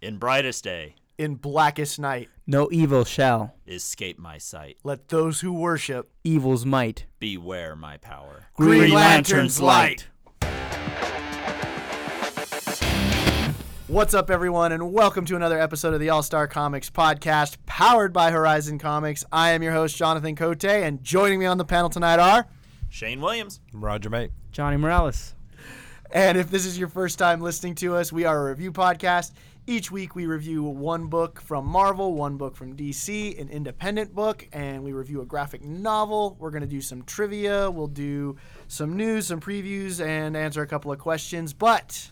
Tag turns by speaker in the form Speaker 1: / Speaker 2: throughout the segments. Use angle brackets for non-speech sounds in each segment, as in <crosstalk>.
Speaker 1: in brightest day,
Speaker 2: in blackest night.
Speaker 3: No evil shall.
Speaker 1: escape my sight.
Speaker 2: Let those who worship
Speaker 3: Evil's might.
Speaker 1: Beware my power.
Speaker 2: Green Lantern's light. What's up, everyone, and welcome to another episode of the All Star Comics podcast, powered by Horizon Comics. I am your host, Jonathan Cote, and joining me on the panel tonight are.
Speaker 1: Shane Williams.
Speaker 4: Roger, mate.
Speaker 3: Johnny Morales.
Speaker 2: And if this is your first time listening to us, we are a review podcast. Each week, we review one book from Marvel, one book from DC, an independent book, and we review a graphic novel. We're going to do some trivia, we'll do some news, some previews, and answer a couple of questions. But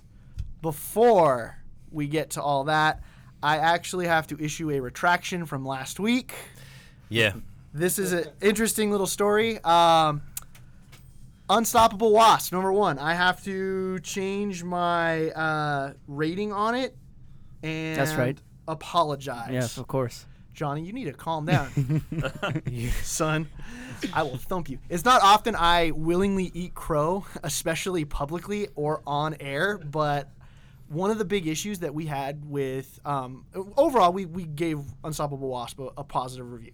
Speaker 2: before we get to all that, I actually have to issue a retraction from last week.
Speaker 4: Yeah.
Speaker 2: This is an interesting little story. Um, Unstoppable Wasp, number one. I have to change my uh, rating on it and
Speaker 3: That's right.
Speaker 2: apologize.
Speaker 3: Yes, of course.
Speaker 2: Johnny, you need to calm
Speaker 4: <laughs>
Speaker 2: down. Son, I will thump you. It's not often I willingly eat crow, especially publicly or on air, but one of the big issues that we had with um, overall, we, we gave Unstoppable Wasp a, a positive review.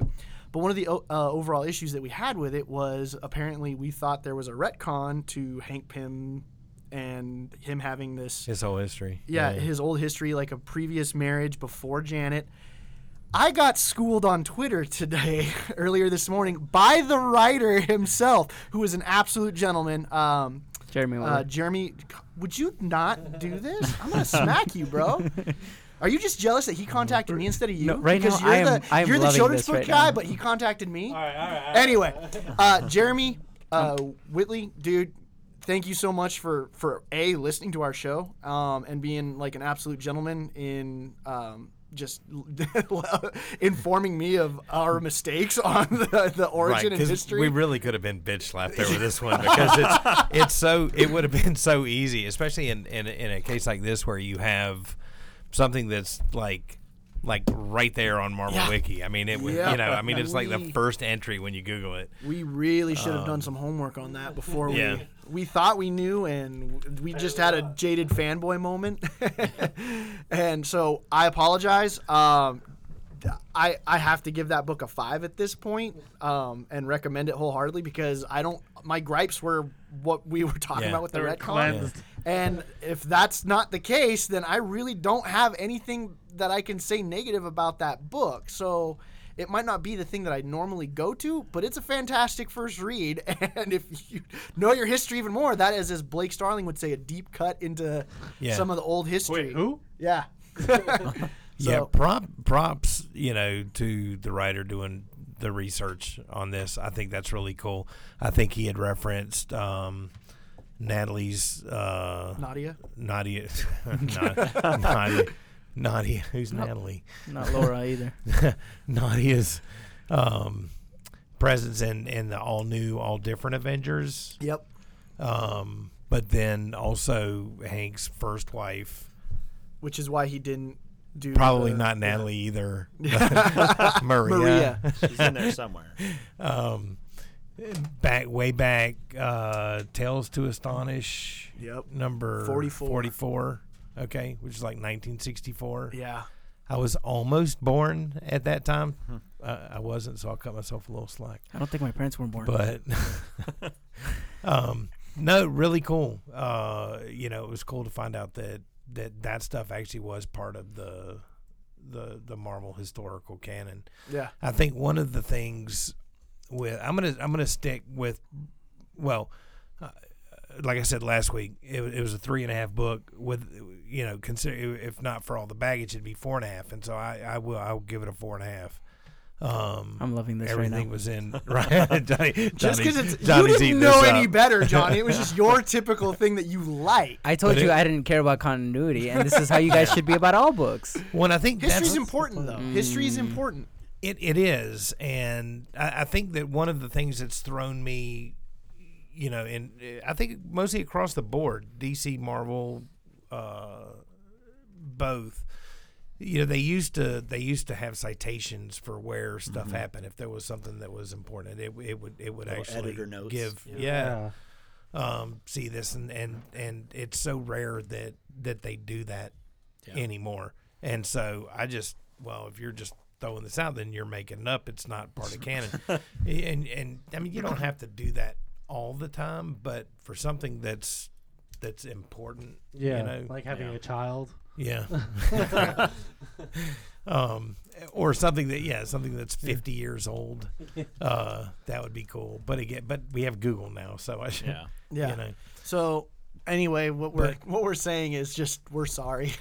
Speaker 2: But one of the o- uh, overall issues that we had with it was apparently we thought there was a retcon to Hank Pym and him having this
Speaker 4: His whole history.
Speaker 2: yeah, his old history, like a previous marriage before Janet. I got schooled on Twitter today, <laughs> earlier this morning, by the writer himself, who is an absolute gentleman. Um,
Speaker 3: Jeremy
Speaker 2: uh,
Speaker 3: Willard.
Speaker 2: Jeremy, would you not
Speaker 3: <laughs>
Speaker 2: do this? I'm gonna smack you, bro. Are you just jealous that he contacted me instead of you?
Speaker 3: No, right
Speaker 2: because
Speaker 3: now,
Speaker 2: you're
Speaker 3: I am-
Speaker 2: the,
Speaker 3: I am
Speaker 2: you're the
Speaker 3: loving
Speaker 2: children's
Speaker 3: this
Speaker 2: book
Speaker 3: right
Speaker 2: guy,
Speaker 3: now.
Speaker 2: but he contacted me. All right, all right. <laughs> anyway, uh, Jeremy, uh,
Speaker 3: Um,
Speaker 2: Whitley, dude, thank you so much for for a listening to our show um, and being like an absolute gentleman in. Um, just <laughs> informing me of our mistakes on the, the
Speaker 4: Right,
Speaker 2: origin and
Speaker 4: 'cause
Speaker 2: history.
Speaker 4: we really could have been bitch
Speaker 2: <laughs>
Speaker 4: slapped over this one because it's it's so it would have been so easy, especially in, in in a case like this where you have something that's like like right there on Marvel
Speaker 2: Yeah.
Speaker 4: Wiki. I mean, it would
Speaker 2: Yeah.
Speaker 4: you know, I mean, it's like the
Speaker 2: We-
Speaker 4: first entry when you Google it.
Speaker 2: We really should have done some homework on that before we.
Speaker 4: Um, Yeah.
Speaker 2: We thought we knew, and w- we just had a jaded fanboy moment. <laughs> and so I apologize. Um, th- I I have to give that book a five at this point, um, and recommend it wholeheartedly because I don't. My gripes were what we were talking
Speaker 4: Yeah.
Speaker 2: about with the
Speaker 5: They were
Speaker 2: retcon,
Speaker 5: cleansed.
Speaker 2: and if that's not the case, then I really don't have anything that I can say negative about that book. So it might not be the thing that I normally go to, but it's a fantastic first read. <laughs> And if you know your history even more, that is, as Blake Starling would say, a deep cut into
Speaker 4: Yeah.
Speaker 2: some of the old history.
Speaker 5: Wait, who? <laughs>
Speaker 2: Yeah.
Speaker 4: yeah,
Speaker 2: So-
Speaker 4: prop, props, you know, to the writer doing the research on this. I think that's really cool. I think he had referenced um, Natalie's uh,
Speaker 2: Nadia.
Speaker 4: Nadia, <laughs> Na- Nadia, Nadia, who's Natalie?
Speaker 3: Not Laura either.
Speaker 4: Nadia's um, presence in, in the all new, all different Avengers.
Speaker 2: Yep.
Speaker 4: Um, but then also Hank's first wife.
Speaker 2: Which is why he didn't do.
Speaker 4: Probably
Speaker 2: the-
Speaker 4: not Natalie either. Maria.
Speaker 2: Maria.
Speaker 1: <laughs> She's in there somewhere.
Speaker 4: um, back way back uh, tales to astonish
Speaker 2: Yep.
Speaker 4: number
Speaker 2: 44.
Speaker 4: 44 okay which is like 1964
Speaker 2: Yeah.
Speaker 4: i was almost born at that time uh, i wasn't so i cut myself a little slack
Speaker 3: <laughs> I don't think my parents were born.
Speaker 4: but um, no really cool uh, you know it was cool to find out that that that stuff actually was part of the the the marvel historical canon
Speaker 2: Yeah.
Speaker 4: I think one of the things with I'm gonna I'm gonna stick with well, uh, like I said last week, it, wa- it was a three and a half book with you know consider if not for all the baggage, it'd be four and a half, and so I, I will I'll give it a four and a half. Um,
Speaker 3: I'm loving this
Speaker 4: everything
Speaker 3: right now.
Speaker 4: was in <laughs> right. Johnny,
Speaker 2: Just because
Speaker 4: Johnny's-
Speaker 2: it's
Speaker 4: Johnny's
Speaker 2: you didn't
Speaker 4: eating
Speaker 2: know
Speaker 4: this
Speaker 2: any
Speaker 4: up.
Speaker 2: better, Johnny. It was
Speaker 4: <laughs>
Speaker 2: just your typical thing that you like.
Speaker 3: I told
Speaker 4: But
Speaker 3: you
Speaker 4: it-
Speaker 3: I didn't care about continuity, and this is
Speaker 4: <laughs>
Speaker 3: how you guys should be about all books.
Speaker 4: When I think that's-
Speaker 2: History's important, though. History's important.
Speaker 4: It it is, and I, I think that one of the things that's thrown me, you know, and I think mostly across the board, DC, Marvel, uh, both, you know, they used to they used to have citations for where stuff
Speaker 1: Mm-hmm.
Speaker 4: happened. If there was something that was important, it it would it would actually
Speaker 1: editor notes.
Speaker 4: give yeah. Um, see this and, and and it's so rare that that they do that anymore. And so I just, well, if you're just throwing this out, then you're making it up. It's not part of canon. and and I mean, you don't have to do that all the time, but for something that's that's important,
Speaker 5: Yeah,
Speaker 4: you know,
Speaker 5: like having
Speaker 1: yeah.
Speaker 5: a child.
Speaker 4: yeah. <laughs> um, or something that yeah, something that's fifty years old. Uh, that would be cool. But again, but we have Google now, so I should.
Speaker 1: Yeah.
Speaker 2: Yeah.
Speaker 4: You know.
Speaker 2: So anyway, what we're
Speaker 4: But-
Speaker 2: what we're saying is just we're <laughs> sorry.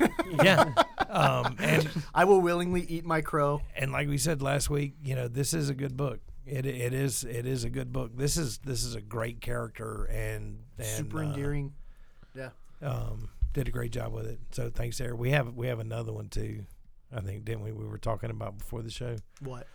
Speaker 4: Yeah. um, and
Speaker 2: I will willingly eat my crow.
Speaker 4: and like we said last week, you know, this is a good book. It it is it is a good book. This is this is a great character and, and
Speaker 2: Super
Speaker 4: uh,
Speaker 2: endearing. Yeah.
Speaker 4: um, did a great job with it. So thanks, Eric. We have we have another one too. I think didn't we? We were talking about before the show.
Speaker 2: What?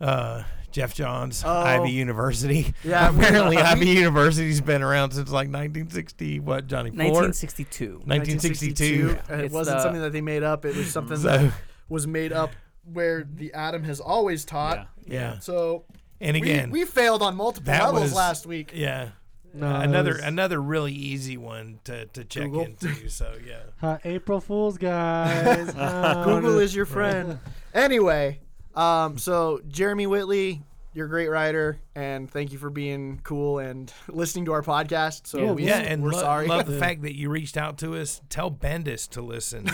Speaker 4: uh, Jeff Johns,
Speaker 2: Oh.
Speaker 4: Ivy University.
Speaker 2: Yeah, we-
Speaker 4: <laughs> apparently Ivy University's been around since like 1960. What Johnny Ford?
Speaker 3: 1962.
Speaker 4: 1962.
Speaker 2: And It
Speaker 3: It's
Speaker 2: wasn't
Speaker 3: the-
Speaker 2: something that they made up. It was something
Speaker 4: So
Speaker 2: that was made up where the atom has always taught.
Speaker 4: yeah,
Speaker 2: So
Speaker 4: and again,
Speaker 2: we, we failed on multiple
Speaker 4: that
Speaker 2: levels
Speaker 4: was-
Speaker 2: last week.
Speaker 4: yeah,
Speaker 5: No, it
Speaker 4: Uh, another
Speaker 5: was,
Speaker 4: another really easy one to to check
Speaker 2: Google.
Speaker 4: into. So
Speaker 5: <laughs>
Speaker 4: yeah,
Speaker 5: "Hi, April Fools, guys.
Speaker 4: <laughs>
Speaker 2: Google is your friend. anyway, um, so Jeremy Whitley, you're a great writer, and thank you for being cool and listening to our podcast. So
Speaker 5: Yeah,
Speaker 2: we,
Speaker 4: yeah, and
Speaker 2: we're
Speaker 4: lo-
Speaker 2: sorry.
Speaker 4: love the fact that you reached out to us. Tell Bendis to
Speaker 5: <laughs>
Speaker 4: listen.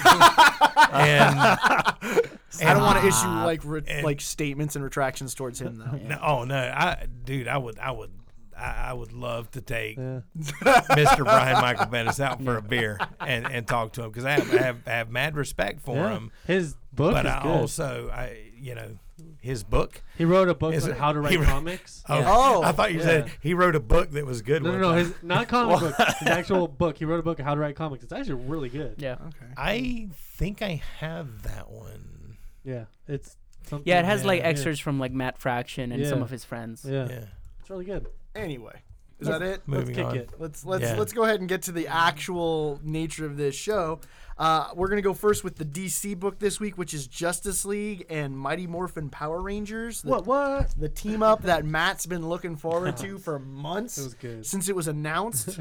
Speaker 4: and
Speaker 2: <laughs>
Speaker 4: <laughs>
Speaker 2: I don't want to issue
Speaker 4: Ah,
Speaker 2: like re-
Speaker 4: And-
Speaker 2: like statements and retractions towards him though.
Speaker 4: no, oh no, I dude, I would, I would. I I would love to take <laughs>
Speaker 5: Yeah.
Speaker 4: Mr. Brian Michael Bendis out for a beer and, and talk to him because I have, I have I have mad respect for
Speaker 5: Yeah.
Speaker 4: him.
Speaker 5: His book
Speaker 4: but
Speaker 5: is
Speaker 4: I
Speaker 5: good.
Speaker 4: also I you know his book.
Speaker 5: he wrote a book
Speaker 4: Is
Speaker 5: on
Speaker 4: it-
Speaker 5: how to
Speaker 4: he
Speaker 5: write
Speaker 4: wrote-
Speaker 5: comics.
Speaker 4: <laughs> Oh,
Speaker 2: Oh,
Speaker 4: I thought you said
Speaker 5: yeah.
Speaker 4: he wrote a book that was good.
Speaker 5: No,
Speaker 4: one
Speaker 5: no, no.
Speaker 4: time.
Speaker 5: His not comic
Speaker 4: <laughs>
Speaker 5: book. His actual book. He wrote a book on how to write comics. It's actually really good.
Speaker 3: Yeah.
Speaker 4: I think I have that one.
Speaker 5: Yeah, it's something.
Speaker 3: Yeah, it has
Speaker 4: Yeah,
Speaker 3: like
Speaker 4: yeah.
Speaker 3: excerpts from like Matt Fraction and some
Speaker 5: Yeah.
Speaker 3: of his friends.
Speaker 5: Yeah,
Speaker 4: Yeah,
Speaker 5: it's really good.
Speaker 2: Anyway, is that it?
Speaker 5: Let's
Speaker 4: moving
Speaker 5: kick
Speaker 4: on.
Speaker 5: it.
Speaker 2: Let's let's
Speaker 4: Yeah.
Speaker 2: let's go ahead and get to the actual nature of this show. Uh, we're gonna go first with the DC book this week, which is Justice League and Mighty Morphin Power Rangers. The,
Speaker 5: What? What?
Speaker 2: the team up that Matt's been looking forward to
Speaker 4: <laughs>
Speaker 2: for months
Speaker 5: It was good.
Speaker 2: since it was
Speaker 3: <laughs>
Speaker 2: announced.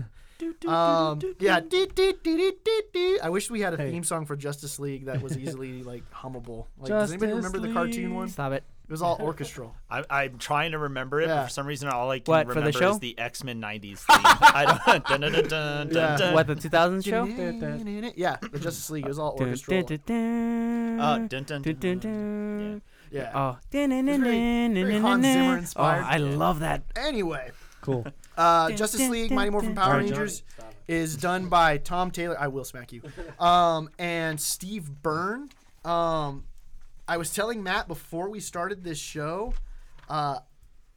Speaker 2: um, yeah, dee, dee, dee, dee, dee, dee. I wish we had a
Speaker 5: Hey.
Speaker 2: theme song for Justice League that was
Speaker 3: <laughs>
Speaker 2: easily like hummable. Like, does anybody
Speaker 5: Justice
Speaker 2: remember the cartoon
Speaker 5: League.
Speaker 2: one? It
Speaker 3: Stop it.
Speaker 2: was all
Speaker 5: <laughs>
Speaker 2: orchestral.
Speaker 1: I, I'm trying to remember it,
Speaker 2: Yeah.
Speaker 1: but for some reason, all I can
Speaker 3: What, for the
Speaker 1: remember
Speaker 3: show?
Speaker 1: is the X Men '90s theme.
Speaker 2: <laughs>
Speaker 1: I don't. Dun, dun, dun, dun,
Speaker 2: Yeah.
Speaker 4: Uh,
Speaker 1: dun, dun.
Speaker 3: What the 2000 show?
Speaker 2: yeah, the Justice League it was all
Speaker 3: <laughs> Dun,
Speaker 2: orchestral.
Speaker 3: dun, dun,
Speaker 1: Uh,
Speaker 3: dun.
Speaker 1: dun, dun,
Speaker 3: Dun,
Speaker 1: dun,
Speaker 3: dun,
Speaker 1: dun.
Speaker 3: dun.
Speaker 2: Yeah.
Speaker 3: Oh,
Speaker 2: very- very Hans Zimmer
Speaker 3: oh,
Speaker 2: inspired.
Speaker 3: I love that.
Speaker 2: Anyway,
Speaker 5: Cool.
Speaker 2: uh,
Speaker 3: Dun,
Speaker 2: Justice
Speaker 3: dun,
Speaker 2: League,
Speaker 3: dun,
Speaker 2: Mighty Morphin
Speaker 3: dun.
Speaker 2: Power
Speaker 5: All right, John.
Speaker 2: Rangers is done by Tom Taylor. I will smack
Speaker 5: <laughs>
Speaker 2: you. Um, and Steve Byrne. Um, I was telling Matt before we started this show. Uh,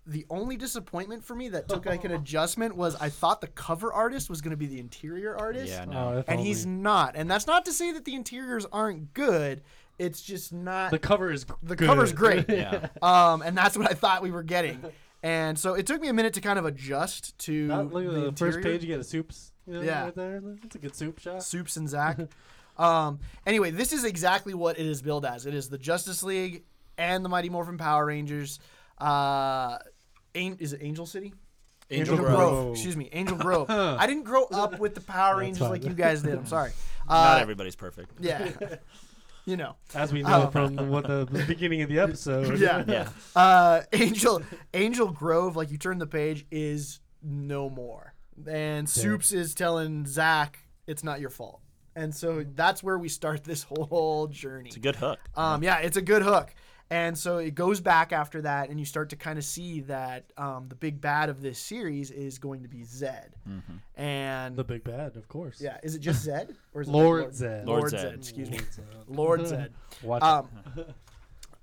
Speaker 2: the only disappointment for me that took like
Speaker 5: <laughs>
Speaker 2: an adjustment was I thought the cover artist was going to be the interior artist.
Speaker 1: Yeah, no.
Speaker 5: Oh, if
Speaker 2: and he's
Speaker 5: only.
Speaker 2: not. And that's not to say that the interiors aren't good. It's just not
Speaker 5: the cover is
Speaker 2: the
Speaker 5: good. <laughs>
Speaker 2: cover's great.
Speaker 1: Yeah.
Speaker 2: Um, and that's what I thought we were getting. And so it took me a minute to kind of adjust to
Speaker 5: Uh, look at the,
Speaker 2: the
Speaker 5: first
Speaker 2: interior.
Speaker 5: page. You get a soups. You know,
Speaker 2: Yeah.
Speaker 5: right there. That's a good soup shot.
Speaker 2: Soups and
Speaker 5: <laughs>
Speaker 2: Zach. um, anyway, this is exactly what it is billed as. It is the Justice League and the Mighty Morphin Power Rangers. Uh, An- is it Angel City?
Speaker 1: Angel
Speaker 5: Grove.
Speaker 2: Excuse me, Angel
Speaker 5: <laughs>
Speaker 2: Grove. I didn't grow up with the Power Rangers
Speaker 5: fine.
Speaker 2: like you guys did. I'm
Speaker 5: <laughs>
Speaker 2: sorry.
Speaker 1: Not
Speaker 2: Uh,
Speaker 1: everybody's perfect.
Speaker 2: yeah. You know.
Speaker 5: As we know
Speaker 2: Oh.
Speaker 5: from what the the beginning
Speaker 2: <laughs>
Speaker 5: of
Speaker 1: <laughs>
Speaker 5: the episode.
Speaker 2: Yeah.
Speaker 1: Yeah.
Speaker 2: Uh, Angel Angel Grove, like you turn the page, is no more. And Soups is telling Zach it's not your fault. And so that's where we start this whole journey.
Speaker 1: It's a good hook.
Speaker 2: Um, yeah, it's a good hook. And so it goes back after that, and you start to kind of see that um, the big bad of this series is going to be Zed.
Speaker 1: Mm-hmm.
Speaker 2: And
Speaker 5: The big bad, of course.
Speaker 2: yeah, is it just Zed or is it
Speaker 5: Lord Zed.
Speaker 1: Lord
Speaker 2: Lord
Speaker 1: Zed.
Speaker 2: Zed,
Speaker 1: <laughs>
Speaker 2: excuse me, Lord
Speaker 5: Lord Zed.
Speaker 2: Zed.
Speaker 5: Watch.
Speaker 2: Um,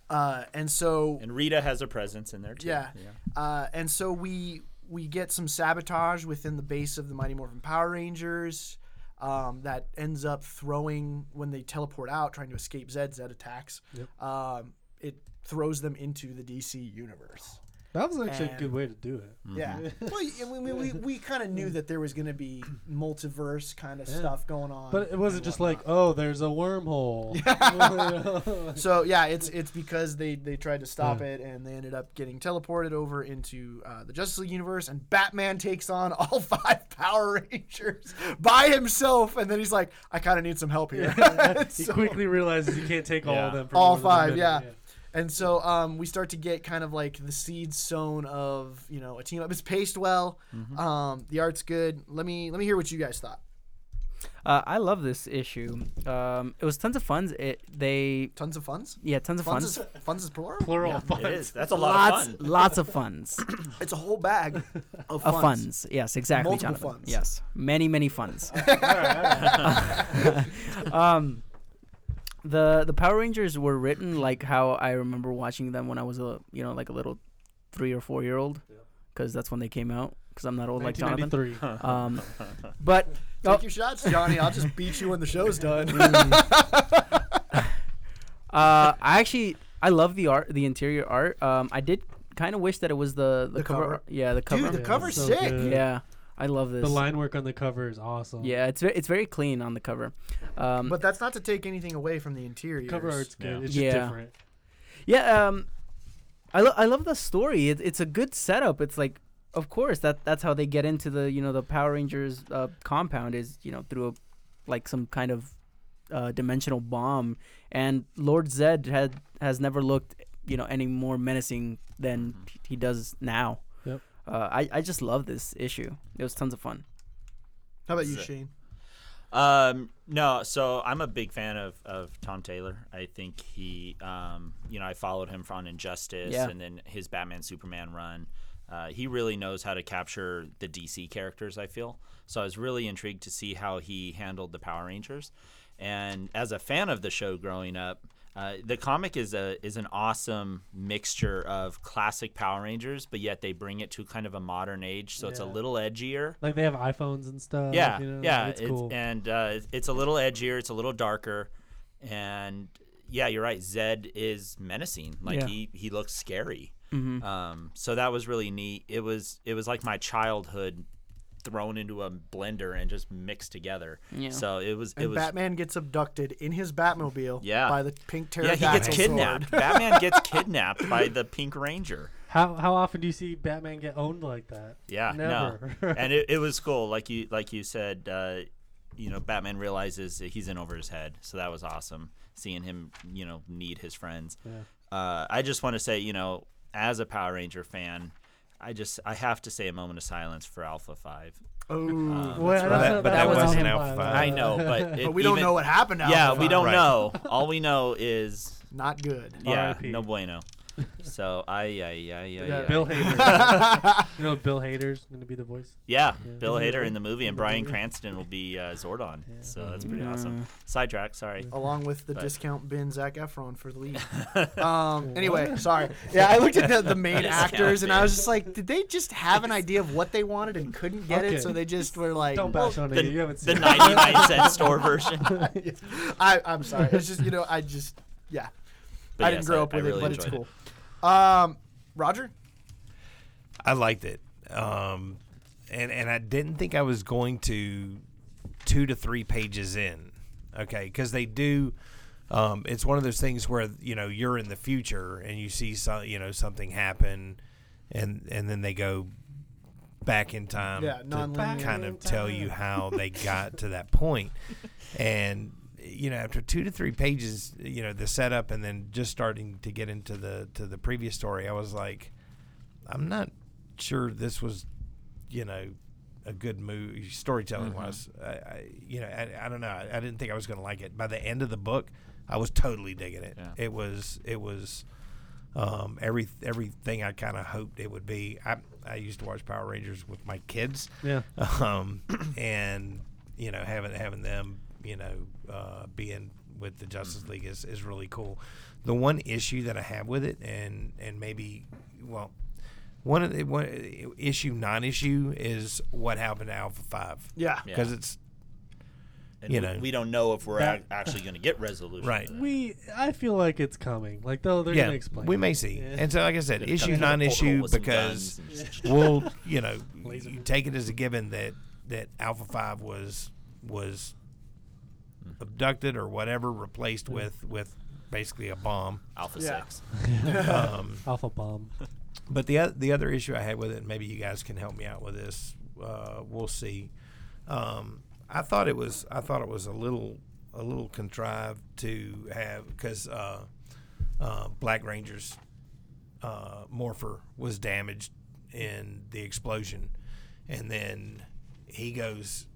Speaker 2: uh, and so
Speaker 1: And Rita has a presence in there too.
Speaker 2: Yeah. Uh, and so we we get some sabotage within the base of the Mighty Morphin Power Rangers um, that ends up throwing when they teleport out, trying to escape Zed. Zed attacks. Um, it throws them into the DC universe.
Speaker 5: <laughs> That was actually a
Speaker 2: And- Mm.
Speaker 5: good way to do it.
Speaker 2: Yeah. well, y- I mean, we we, we kind of knew that there was going to be multiverse kind of
Speaker 5: Yeah.
Speaker 2: stuff going on.
Speaker 5: But it wasn't
Speaker 2: and
Speaker 5: just
Speaker 2: <laughs>
Speaker 5: like,
Speaker 2: whatnot.
Speaker 5: oh, there's a wormhole. <laughs>
Speaker 2: So <laughs> yeah, it's it's because they they tried to stop
Speaker 5: Yeah.
Speaker 2: it and they ended up getting teleported over into uh, the Justice League universe and Batman takes on <laughs> all five Power Rangers by himself and then he's like, I kind of need some help here. <laughs>
Speaker 5: he
Speaker 2: So-
Speaker 5: quickly realizes he can't take all
Speaker 1: Yeah.
Speaker 5: of them. For
Speaker 2: All
Speaker 5: more than a
Speaker 2: five, <laughs>
Speaker 5: minute,
Speaker 2: yeah. And so um, we start to get kind of like the seeds sown of you know a team up. It's paced well. Um, the art's good. Let me let me hear what you guys thought.
Speaker 3: Uh, I love this issue. Um, it was tons of fun. It they
Speaker 2: Tons of funds.
Speaker 3: yeah, tons of fun.
Speaker 2: Funds is, funds is plural.
Speaker 5: Plural
Speaker 1: Yeah,
Speaker 5: five.
Speaker 1: it is. That's a
Speaker 2: <laughs>
Speaker 1: lot
Speaker 3: Lots,
Speaker 1: of fun.
Speaker 3: <laughs> lots of
Speaker 2: <coughs>
Speaker 3: funds.
Speaker 2: It's a whole bag of funds.
Speaker 3: Of funds. Yes, exactly,
Speaker 2: Multiple
Speaker 3: Jonathan.
Speaker 2: funds.
Speaker 3: Yes, many,
Speaker 2: <laughs>
Speaker 3: many funds. <laughs> um, the the Power Rangers were written like how I remember watching them when I was a you know like a little three or four year old, because that's when they came out. Because I'm not old like Jonathan.
Speaker 5: 1993.
Speaker 3: Um,
Speaker 5: <laughs>
Speaker 3: but
Speaker 2: Take your shots, Johnny. I'll just beat you when the show's
Speaker 5: <laughs>
Speaker 2: done.
Speaker 3: Uh, I actually I love the art, the interior art. Um, I did kind of wish that it was the the,
Speaker 2: The
Speaker 3: cover.
Speaker 2: cover.
Speaker 3: ar- Yeah, the cover.
Speaker 2: Dude, the
Speaker 5: Yeah,
Speaker 2: cover's
Speaker 5: so
Speaker 2: sick.
Speaker 5: good.
Speaker 3: yeah, I love this.
Speaker 5: The line work on the cover is awesome.
Speaker 3: Yeah, it's ve- it's very clean on the cover. Um,
Speaker 2: But that's not to take anything away from the interior.
Speaker 5: Cover art's good.
Speaker 1: Yeah.
Speaker 5: It's just
Speaker 3: Yeah.
Speaker 5: different.
Speaker 3: yeah, um, I lo- I love the story. It, it's a good setup. It's like, of course that that's how they get into the you know the Power Rangers uh, compound is you know through a, like some kind of uh, dimensional bomb. And Lord Zed had has never looked you know any more menacing than he does now.
Speaker 5: Yep.
Speaker 3: Uh, I, I just love this issue. It was tons of fun.
Speaker 2: How about you,
Speaker 1: Sick.
Speaker 2: Shane?
Speaker 1: Um, no, so I'm a big fan of, of Tom Taylor. I think he, um, you know, I followed him on Injustice
Speaker 3: Yeah.
Speaker 1: and then his Batman Superman run. Uh, he really knows how to capture the DC characters, I feel. So I was really intrigued to see how he handled the Power Rangers. And as a fan of the show growing up, uh, the comic is a is an awesome mixture of classic Power Rangers, but yet they bring it to kind of a modern age, so it's a
Speaker 5: Yeah.
Speaker 1: little edgier.
Speaker 5: Like they have iPhones and stuff.
Speaker 1: Yeah,
Speaker 5: you know,
Speaker 1: yeah,
Speaker 5: It's cool.
Speaker 1: and uh, it's- it's a little edgier, it's a little darker, and yeah, you're right. Zed is menacing. Like
Speaker 3: Yeah.
Speaker 1: he he looks scary. Um, so that was really neat. It was it was like my childhood thrown into a blender and just mixed together.
Speaker 3: Yeah.
Speaker 1: So it was it
Speaker 2: And
Speaker 1: was
Speaker 2: Batman gets abducted in his Batmobile
Speaker 1: Yeah.
Speaker 2: by the pink
Speaker 1: yeah
Speaker 2: pterodactyl
Speaker 1: he gets
Speaker 2: sword.
Speaker 1: kidnapped. Batman gets kidnapped by the Pink Ranger.
Speaker 5: How how often do you see Batman get owned like that?
Speaker 1: Yeah,
Speaker 5: Never.
Speaker 2: <laughs>
Speaker 1: no,
Speaker 5: <laughs>
Speaker 1: and it, it was cool. Like you like you said, uh, you know, Batman realizes that he's in over his head, so that was awesome. Seeing him, you know, need his friends. Uh, I just want to say, you know, as a Power Ranger fan, I just I have to say a moment of silence for Alpha Five.
Speaker 2: Oh,
Speaker 5: Well,
Speaker 2: that's
Speaker 5: that's
Speaker 2: right.
Speaker 5: not-
Speaker 4: But that
Speaker 5: was
Speaker 4: wasn't
Speaker 5: owned
Speaker 4: Alpha
Speaker 5: by-
Speaker 4: Five.
Speaker 1: I know,
Speaker 2: <laughs>
Speaker 1: but, Uh, it
Speaker 2: Uh, but we don't
Speaker 1: even-
Speaker 2: know what happened. To
Speaker 1: Yeah,
Speaker 2: Alpha
Speaker 1: we don't
Speaker 2: Five. <laughs>
Speaker 4: Right.
Speaker 1: know. All we know is
Speaker 2: Not good.
Speaker 1: yeah,
Speaker 5: RIP.
Speaker 1: no bueno. So I yeah yeah yeah
Speaker 5: Bill Hader.
Speaker 1: <laughs>
Speaker 5: you know Bill Hader's gonna be the voice.
Speaker 1: Yeah,
Speaker 5: Yeah.
Speaker 1: Bill
Speaker 5: Isn't it
Speaker 1: Hader
Speaker 5: like-
Speaker 1: in the movie, and
Speaker 5: the
Speaker 1: Brian
Speaker 5: movie?
Speaker 1: Cranston will be uh, Zordon.
Speaker 5: Yeah.
Speaker 1: So that's pretty
Speaker 3: Yeah.
Speaker 1: awesome. Sidetrack, sorry.
Speaker 2: <laughs>
Speaker 1: <laughs>
Speaker 2: Along with the
Speaker 1: But-
Speaker 2: discount bin Zach Efron for the
Speaker 1: <laughs>
Speaker 2: lead. um, anyway, sorry. Yeah, I looked at the, the
Speaker 1: <laughs>
Speaker 2: main
Speaker 1: Discount
Speaker 2: actors and I
Speaker 1: bin.
Speaker 2: was just like, did they just have an idea of what they wanted and couldn't get
Speaker 5: Okay.
Speaker 2: it? So they just were like,
Speaker 5: Don't bash on
Speaker 1: the-
Speaker 5: it. You haven't
Speaker 1: The
Speaker 5: seen. it.
Speaker 1: 99 cent store version.
Speaker 5: <laughs>
Speaker 1: But
Speaker 2: <laughs> I, I'm sorry. It's just you know, I just yeah. I didn't
Speaker 1: yes,
Speaker 2: grow up
Speaker 1: I
Speaker 2: with
Speaker 1: really
Speaker 2: it, but it's
Speaker 1: enjoyed
Speaker 2: cool. Um, Roger,
Speaker 4: I liked it. Um, and and I didn't think I was going to two to three pages in. Okay, because they do. Um, it's one of those things where you know you're in the future and you see some, you know something happen, and and then they go back in time
Speaker 2: Yeah,
Speaker 4: to
Speaker 2: nonlinear.
Speaker 4: kind of tell
Speaker 2: <laughs>
Speaker 4: you how they got to that point. And you know, after two to three pages, you know, the setup and then just starting to get into the to the previous story, I was like, I'm not sure this was, you know, a good movie storytelling wise. I, I, you know, I, I don't know. I, I didn't think I was going to like it. By the end of the book, I was totally digging it.
Speaker 1: Yeah.
Speaker 4: It was, it was, um, every everything I kind of hoped it would be. I I used to watch Power Rangers with my kids,
Speaker 5: Yeah.
Speaker 4: um, and you know, having having them, you know, uh, being with the Justice League is, is really cool. The one issue that I have with it, and and maybe, well, one of the one issue non-issue is what happened to Alpha Five
Speaker 2: yeah,
Speaker 1: Yeah.
Speaker 4: because it's
Speaker 1: and
Speaker 4: You
Speaker 1: we-
Speaker 4: know.
Speaker 1: we don't know if we're
Speaker 5: That-
Speaker 1: ac- actually going to get resolution.
Speaker 4: Right.
Speaker 1: to that.
Speaker 5: We, I feel like it's coming. Like though, they're
Speaker 4: yeah,
Speaker 5: gonna explain.
Speaker 4: we may see.
Speaker 5: Yeah.
Speaker 4: And so, like I said,
Speaker 1: Gonna come
Speaker 4: issue
Speaker 1: in with a porthole
Speaker 4: non-issue
Speaker 1: with some
Speaker 4: because
Speaker 1: guns and just- <laughs>
Speaker 4: we'll, you know,
Speaker 5: Laser.
Speaker 4: you take it as a given that that Alpha Five was was
Speaker 1: Hmm.
Speaker 4: abducted or whatever,
Speaker 5: Hmm.
Speaker 4: replaced with with basically a bomb.
Speaker 1: Alpha
Speaker 2: Yeah.
Speaker 1: Six.
Speaker 5: Uh,
Speaker 4: Um,
Speaker 5: Alpha bomb.
Speaker 4: But the oth- the other issue I had with it, and maybe you guys can help me out with this. Uh, we'll see. Um, I thought it was I thought it was a little a little contrived to have because uh, uh, Black Ranger's uh, morpher was damaged in the explosion, and then he goes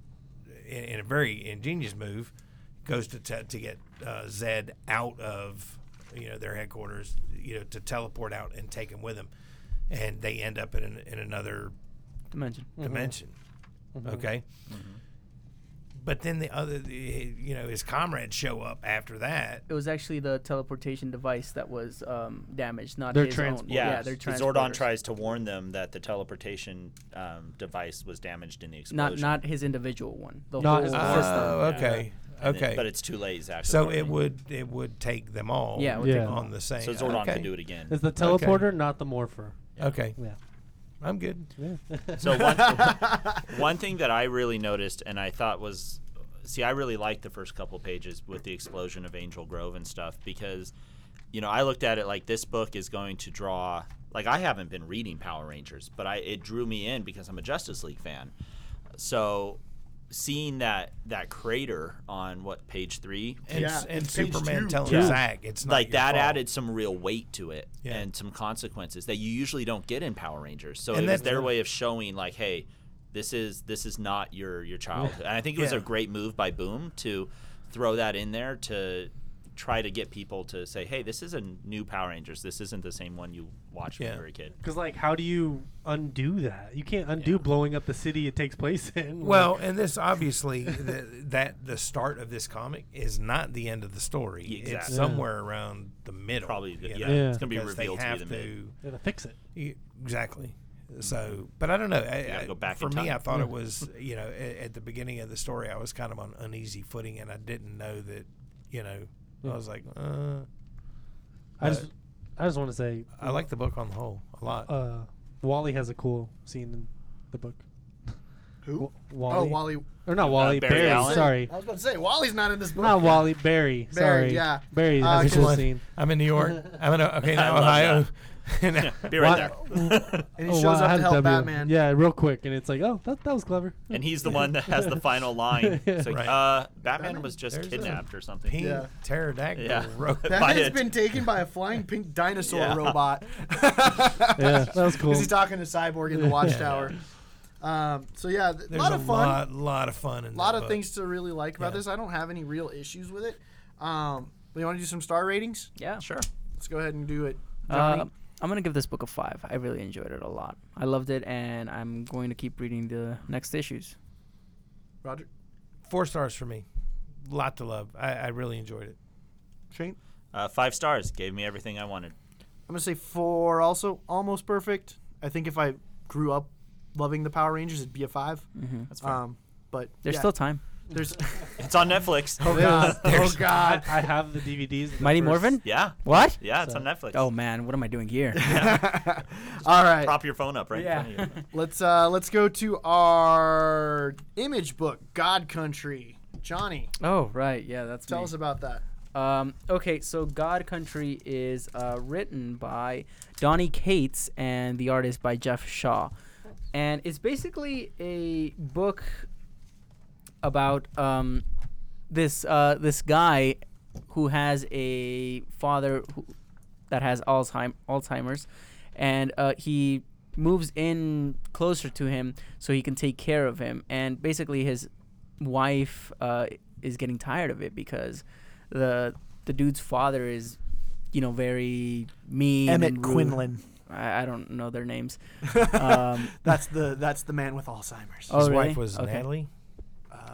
Speaker 4: in, in a very ingenious move, goes to te- to get uh, Zed out of you know their headquarters, you know, to teleport out and take him with him, and they end up in an, in another
Speaker 3: Dimension.
Speaker 4: dimension. Okay. But then the other, the- you know, his comrades show up after that.
Speaker 3: It was actually the teleportation device that was um, damaged, not
Speaker 5: Their
Speaker 3: his own.
Speaker 5: transport-
Speaker 1: Yeah,
Speaker 3: their
Speaker 1: the Zordon
Speaker 3: transporters.
Speaker 1: tries to warn them that the teleportation um, device was damaged in the
Speaker 3: Not
Speaker 1: explosion.
Speaker 3: not his individual one. The
Speaker 5: Not
Speaker 3: whole
Speaker 5: his
Speaker 3: system.
Speaker 5: personal
Speaker 4: Oh, okay,
Speaker 1: And then-
Speaker 4: okay.
Speaker 1: but it's too late, Zach. is
Speaker 4: so
Speaker 1: what I
Speaker 4: it
Speaker 1: mean.
Speaker 4: would it would take them all.
Speaker 3: Yeah, it would
Speaker 5: take Yeah. them
Speaker 4: on the same.
Speaker 1: So Zordon
Speaker 4: okay.
Speaker 1: can do it again.
Speaker 5: It's the teleporter, not the morpher.
Speaker 4: Okay,
Speaker 5: Yeah.
Speaker 4: I'm good.
Speaker 1: So one, one thing that I really noticed and I thought was, see, I really liked the first couple pages with the explosion of Angel Grove and stuff because, you know, I looked at it like this book is going to draw. Like I haven't been reading Power Rangers, but I it drew me in because I'm a Justice League fan. So seeing that that crater on what page three
Speaker 4: And,
Speaker 2: Yeah,
Speaker 4: and
Speaker 2: it's page
Speaker 4: Superman
Speaker 2: two.
Speaker 4: telling
Speaker 1: Yeah.
Speaker 4: Zach it's not
Speaker 1: like
Speaker 4: your
Speaker 1: that
Speaker 4: fault.
Speaker 1: added some real weight to it
Speaker 4: Yeah.
Speaker 1: and some consequences that you usually don't get in Power Rangers. So it
Speaker 4: And
Speaker 1: was
Speaker 4: that's-
Speaker 1: their way of showing like, hey, this is this is not your your childhood. And I think it was
Speaker 4: Yeah.
Speaker 1: a great move by Boom to throw that in there to try to get people to say, hey, this is a new Power Rangers. This isn't the same one you watched
Speaker 4: Yeah.
Speaker 1: when you were a kid.
Speaker 5: Because like, how do you undo that? You can't undo blowing up the city it takes place <laughs> in.
Speaker 4: Well, and this obviously <laughs> the, that the start of this comic is not the end of the story. It's
Speaker 1: Exactly.
Speaker 5: Yeah.
Speaker 4: somewhere around the middle.
Speaker 1: Probably,
Speaker 4: you
Speaker 1: yeah,
Speaker 4: know,
Speaker 5: Yeah.
Speaker 1: it's gonna be
Speaker 4: because they
Speaker 1: revealed to be
Speaker 4: have
Speaker 1: the mid.
Speaker 5: Like, gotta fix it.
Speaker 4: Y- Exactly. So, but I don't know. I,
Speaker 1: gotta
Speaker 4: I-
Speaker 1: go back
Speaker 4: for
Speaker 1: in
Speaker 4: me,
Speaker 1: time.
Speaker 4: I thought it was you know at, at the beginning of the story, I was kind of on uneasy footing, and I didn't know that you know I was like, uh,
Speaker 5: I
Speaker 4: Uh,
Speaker 5: just, I just want to say,
Speaker 4: I like the book on the whole a lot.
Speaker 5: uh, Wally has a cool scene in the book.
Speaker 2: Who?
Speaker 5: Wally.
Speaker 2: Oh, Wally.
Speaker 5: Or not Wally.
Speaker 1: Uh, Barry
Speaker 5: Barry.
Speaker 1: Allen?
Speaker 5: sorry.
Speaker 2: I was about to say Wally's not in this book.
Speaker 5: Not Wally. Barry.
Speaker 2: Barry,
Speaker 5: Sorry.
Speaker 2: yeah.
Speaker 5: Barry
Speaker 2: Uh,
Speaker 5: has a
Speaker 2: Which
Speaker 5: cool
Speaker 2: one?
Speaker 5: scene.
Speaker 4: I'm in New York. I'm in o- okay now
Speaker 1: <laughs> I love
Speaker 4: Ohio. <laughs>
Speaker 1: Be right there.
Speaker 2: And he shows
Speaker 5: Oh, wow, I
Speaker 2: up
Speaker 5: had
Speaker 2: to
Speaker 5: a
Speaker 2: help
Speaker 5: W.
Speaker 2: Batman.
Speaker 5: Yeah, real quick, and it's like, oh, that, that was clever.
Speaker 1: <laughs> And he's the one that has the
Speaker 4: <laughs>
Speaker 1: final line. It's like,
Speaker 4: Right.
Speaker 1: uh, Batman was just
Speaker 4: There's a
Speaker 1: kidnapped or something.
Speaker 4: Pink
Speaker 2: Yeah.
Speaker 4: pterodactyl <laughs>
Speaker 1: Yeah.
Speaker 4: ro-
Speaker 1: Buy
Speaker 2: Batman's
Speaker 1: it.
Speaker 2: been taken by a flying pink dinosaur
Speaker 1: Yeah.
Speaker 2: robot.
Speaker 5: yeah, that was cool.
Speaker 2: Because he's talking to Cyborg in the Watchtower. Um, so yeah, th- a
Speaker 4: There's
Speaker 2: lot of fun.
Speaker 4: Lot, lot of fun. In
Speaker 2: a lot
Speaker 4: that
Speaker 2: of
Speaker 4: book.
Speaker 2: things to really like about
Speaker 4: Yeah.
Speaker 2: this. I don't have any real issues with it. Um, we want to do some star ratings.
Speaker 3: Yeah.
Speaker 1: Sure.
Speaker 2: Let's go ahead and do it. Johnny?
Speaker 3: Uh, I'm gonna give this book a five. I really enjoyed it a lot. I loved it, and I'm going to keep reading the next issues.
Speaker 2: Roger,
Speaker 4: Four stars for me. Lot to love. I, I really enjoyed it.
Speaker 2: Shane.
Speaker 1: Uh, five stars gave me everything I wanted.
Speaker 2: I'm gonna say four. Also, almost perfect. I think if I grew up loving the Power Rangers, it'd be a five.
Speaker 3: hmm
Speaker 1: That's fine.
Speaker 2: Um, but
Speaker 3: There's
Speaker 2: yeah,
Speaker 3: still time. <laughs>
Speaker 2: there's <laughs>
Speaker 4: Uh,
Speaker 1: it's on Netflix.
Speaker 2: oh god <laughs> oh
Speaker 5: I,
Speaker 2: god.
Speaker 5: I have the DVDs. of the
Speaker 3: Mighty
Speaker 5: first-
Speaker 3: Morphin.
Speaker 1: Yeah.
Speaker 3: What?
Speaker 1: Yeah, it's
Speaker 5: So-
Speaker 1: on Netflix.
Speaker 3: Oh man, what am I doing here?
Speaker 2: <laughs> All right,
Speaker 1: prop your phone up right in front of
Speaker 2: <laughs>
Speaker 1: you.
Speaker 2: let's uh, let's go to our image book, God Country. Johnny,
Speaker 3: oh right, yeah, that's
Speaker 2: tell
Speaker 3: me.
Speaker 2: us about that.
Speaker 3: Um, okay, so God Country is uh, written by Donnie Cates and the artist by Jeff Shaw. And it's basically a book about um, this uh, this guy who has a father who, that has Alzheim- Alzheimer's, and uh, he moves in closer to him so he can take care of him. And basically, his wife uh, is getting tired of it because the the dude's father is, you know, very mean. and rude.
Speaker 2: <laughs>
Speaker 3: I, I don't know their names. Um,
Speaker 2: That's the that's the man with Alzheimer's.
Speaker 3: Oh,
Speaker 4: His
Speaker 3: really?
Speaker 4: wife was
Speaker 3: Okay.
Speaker 4: Natalie.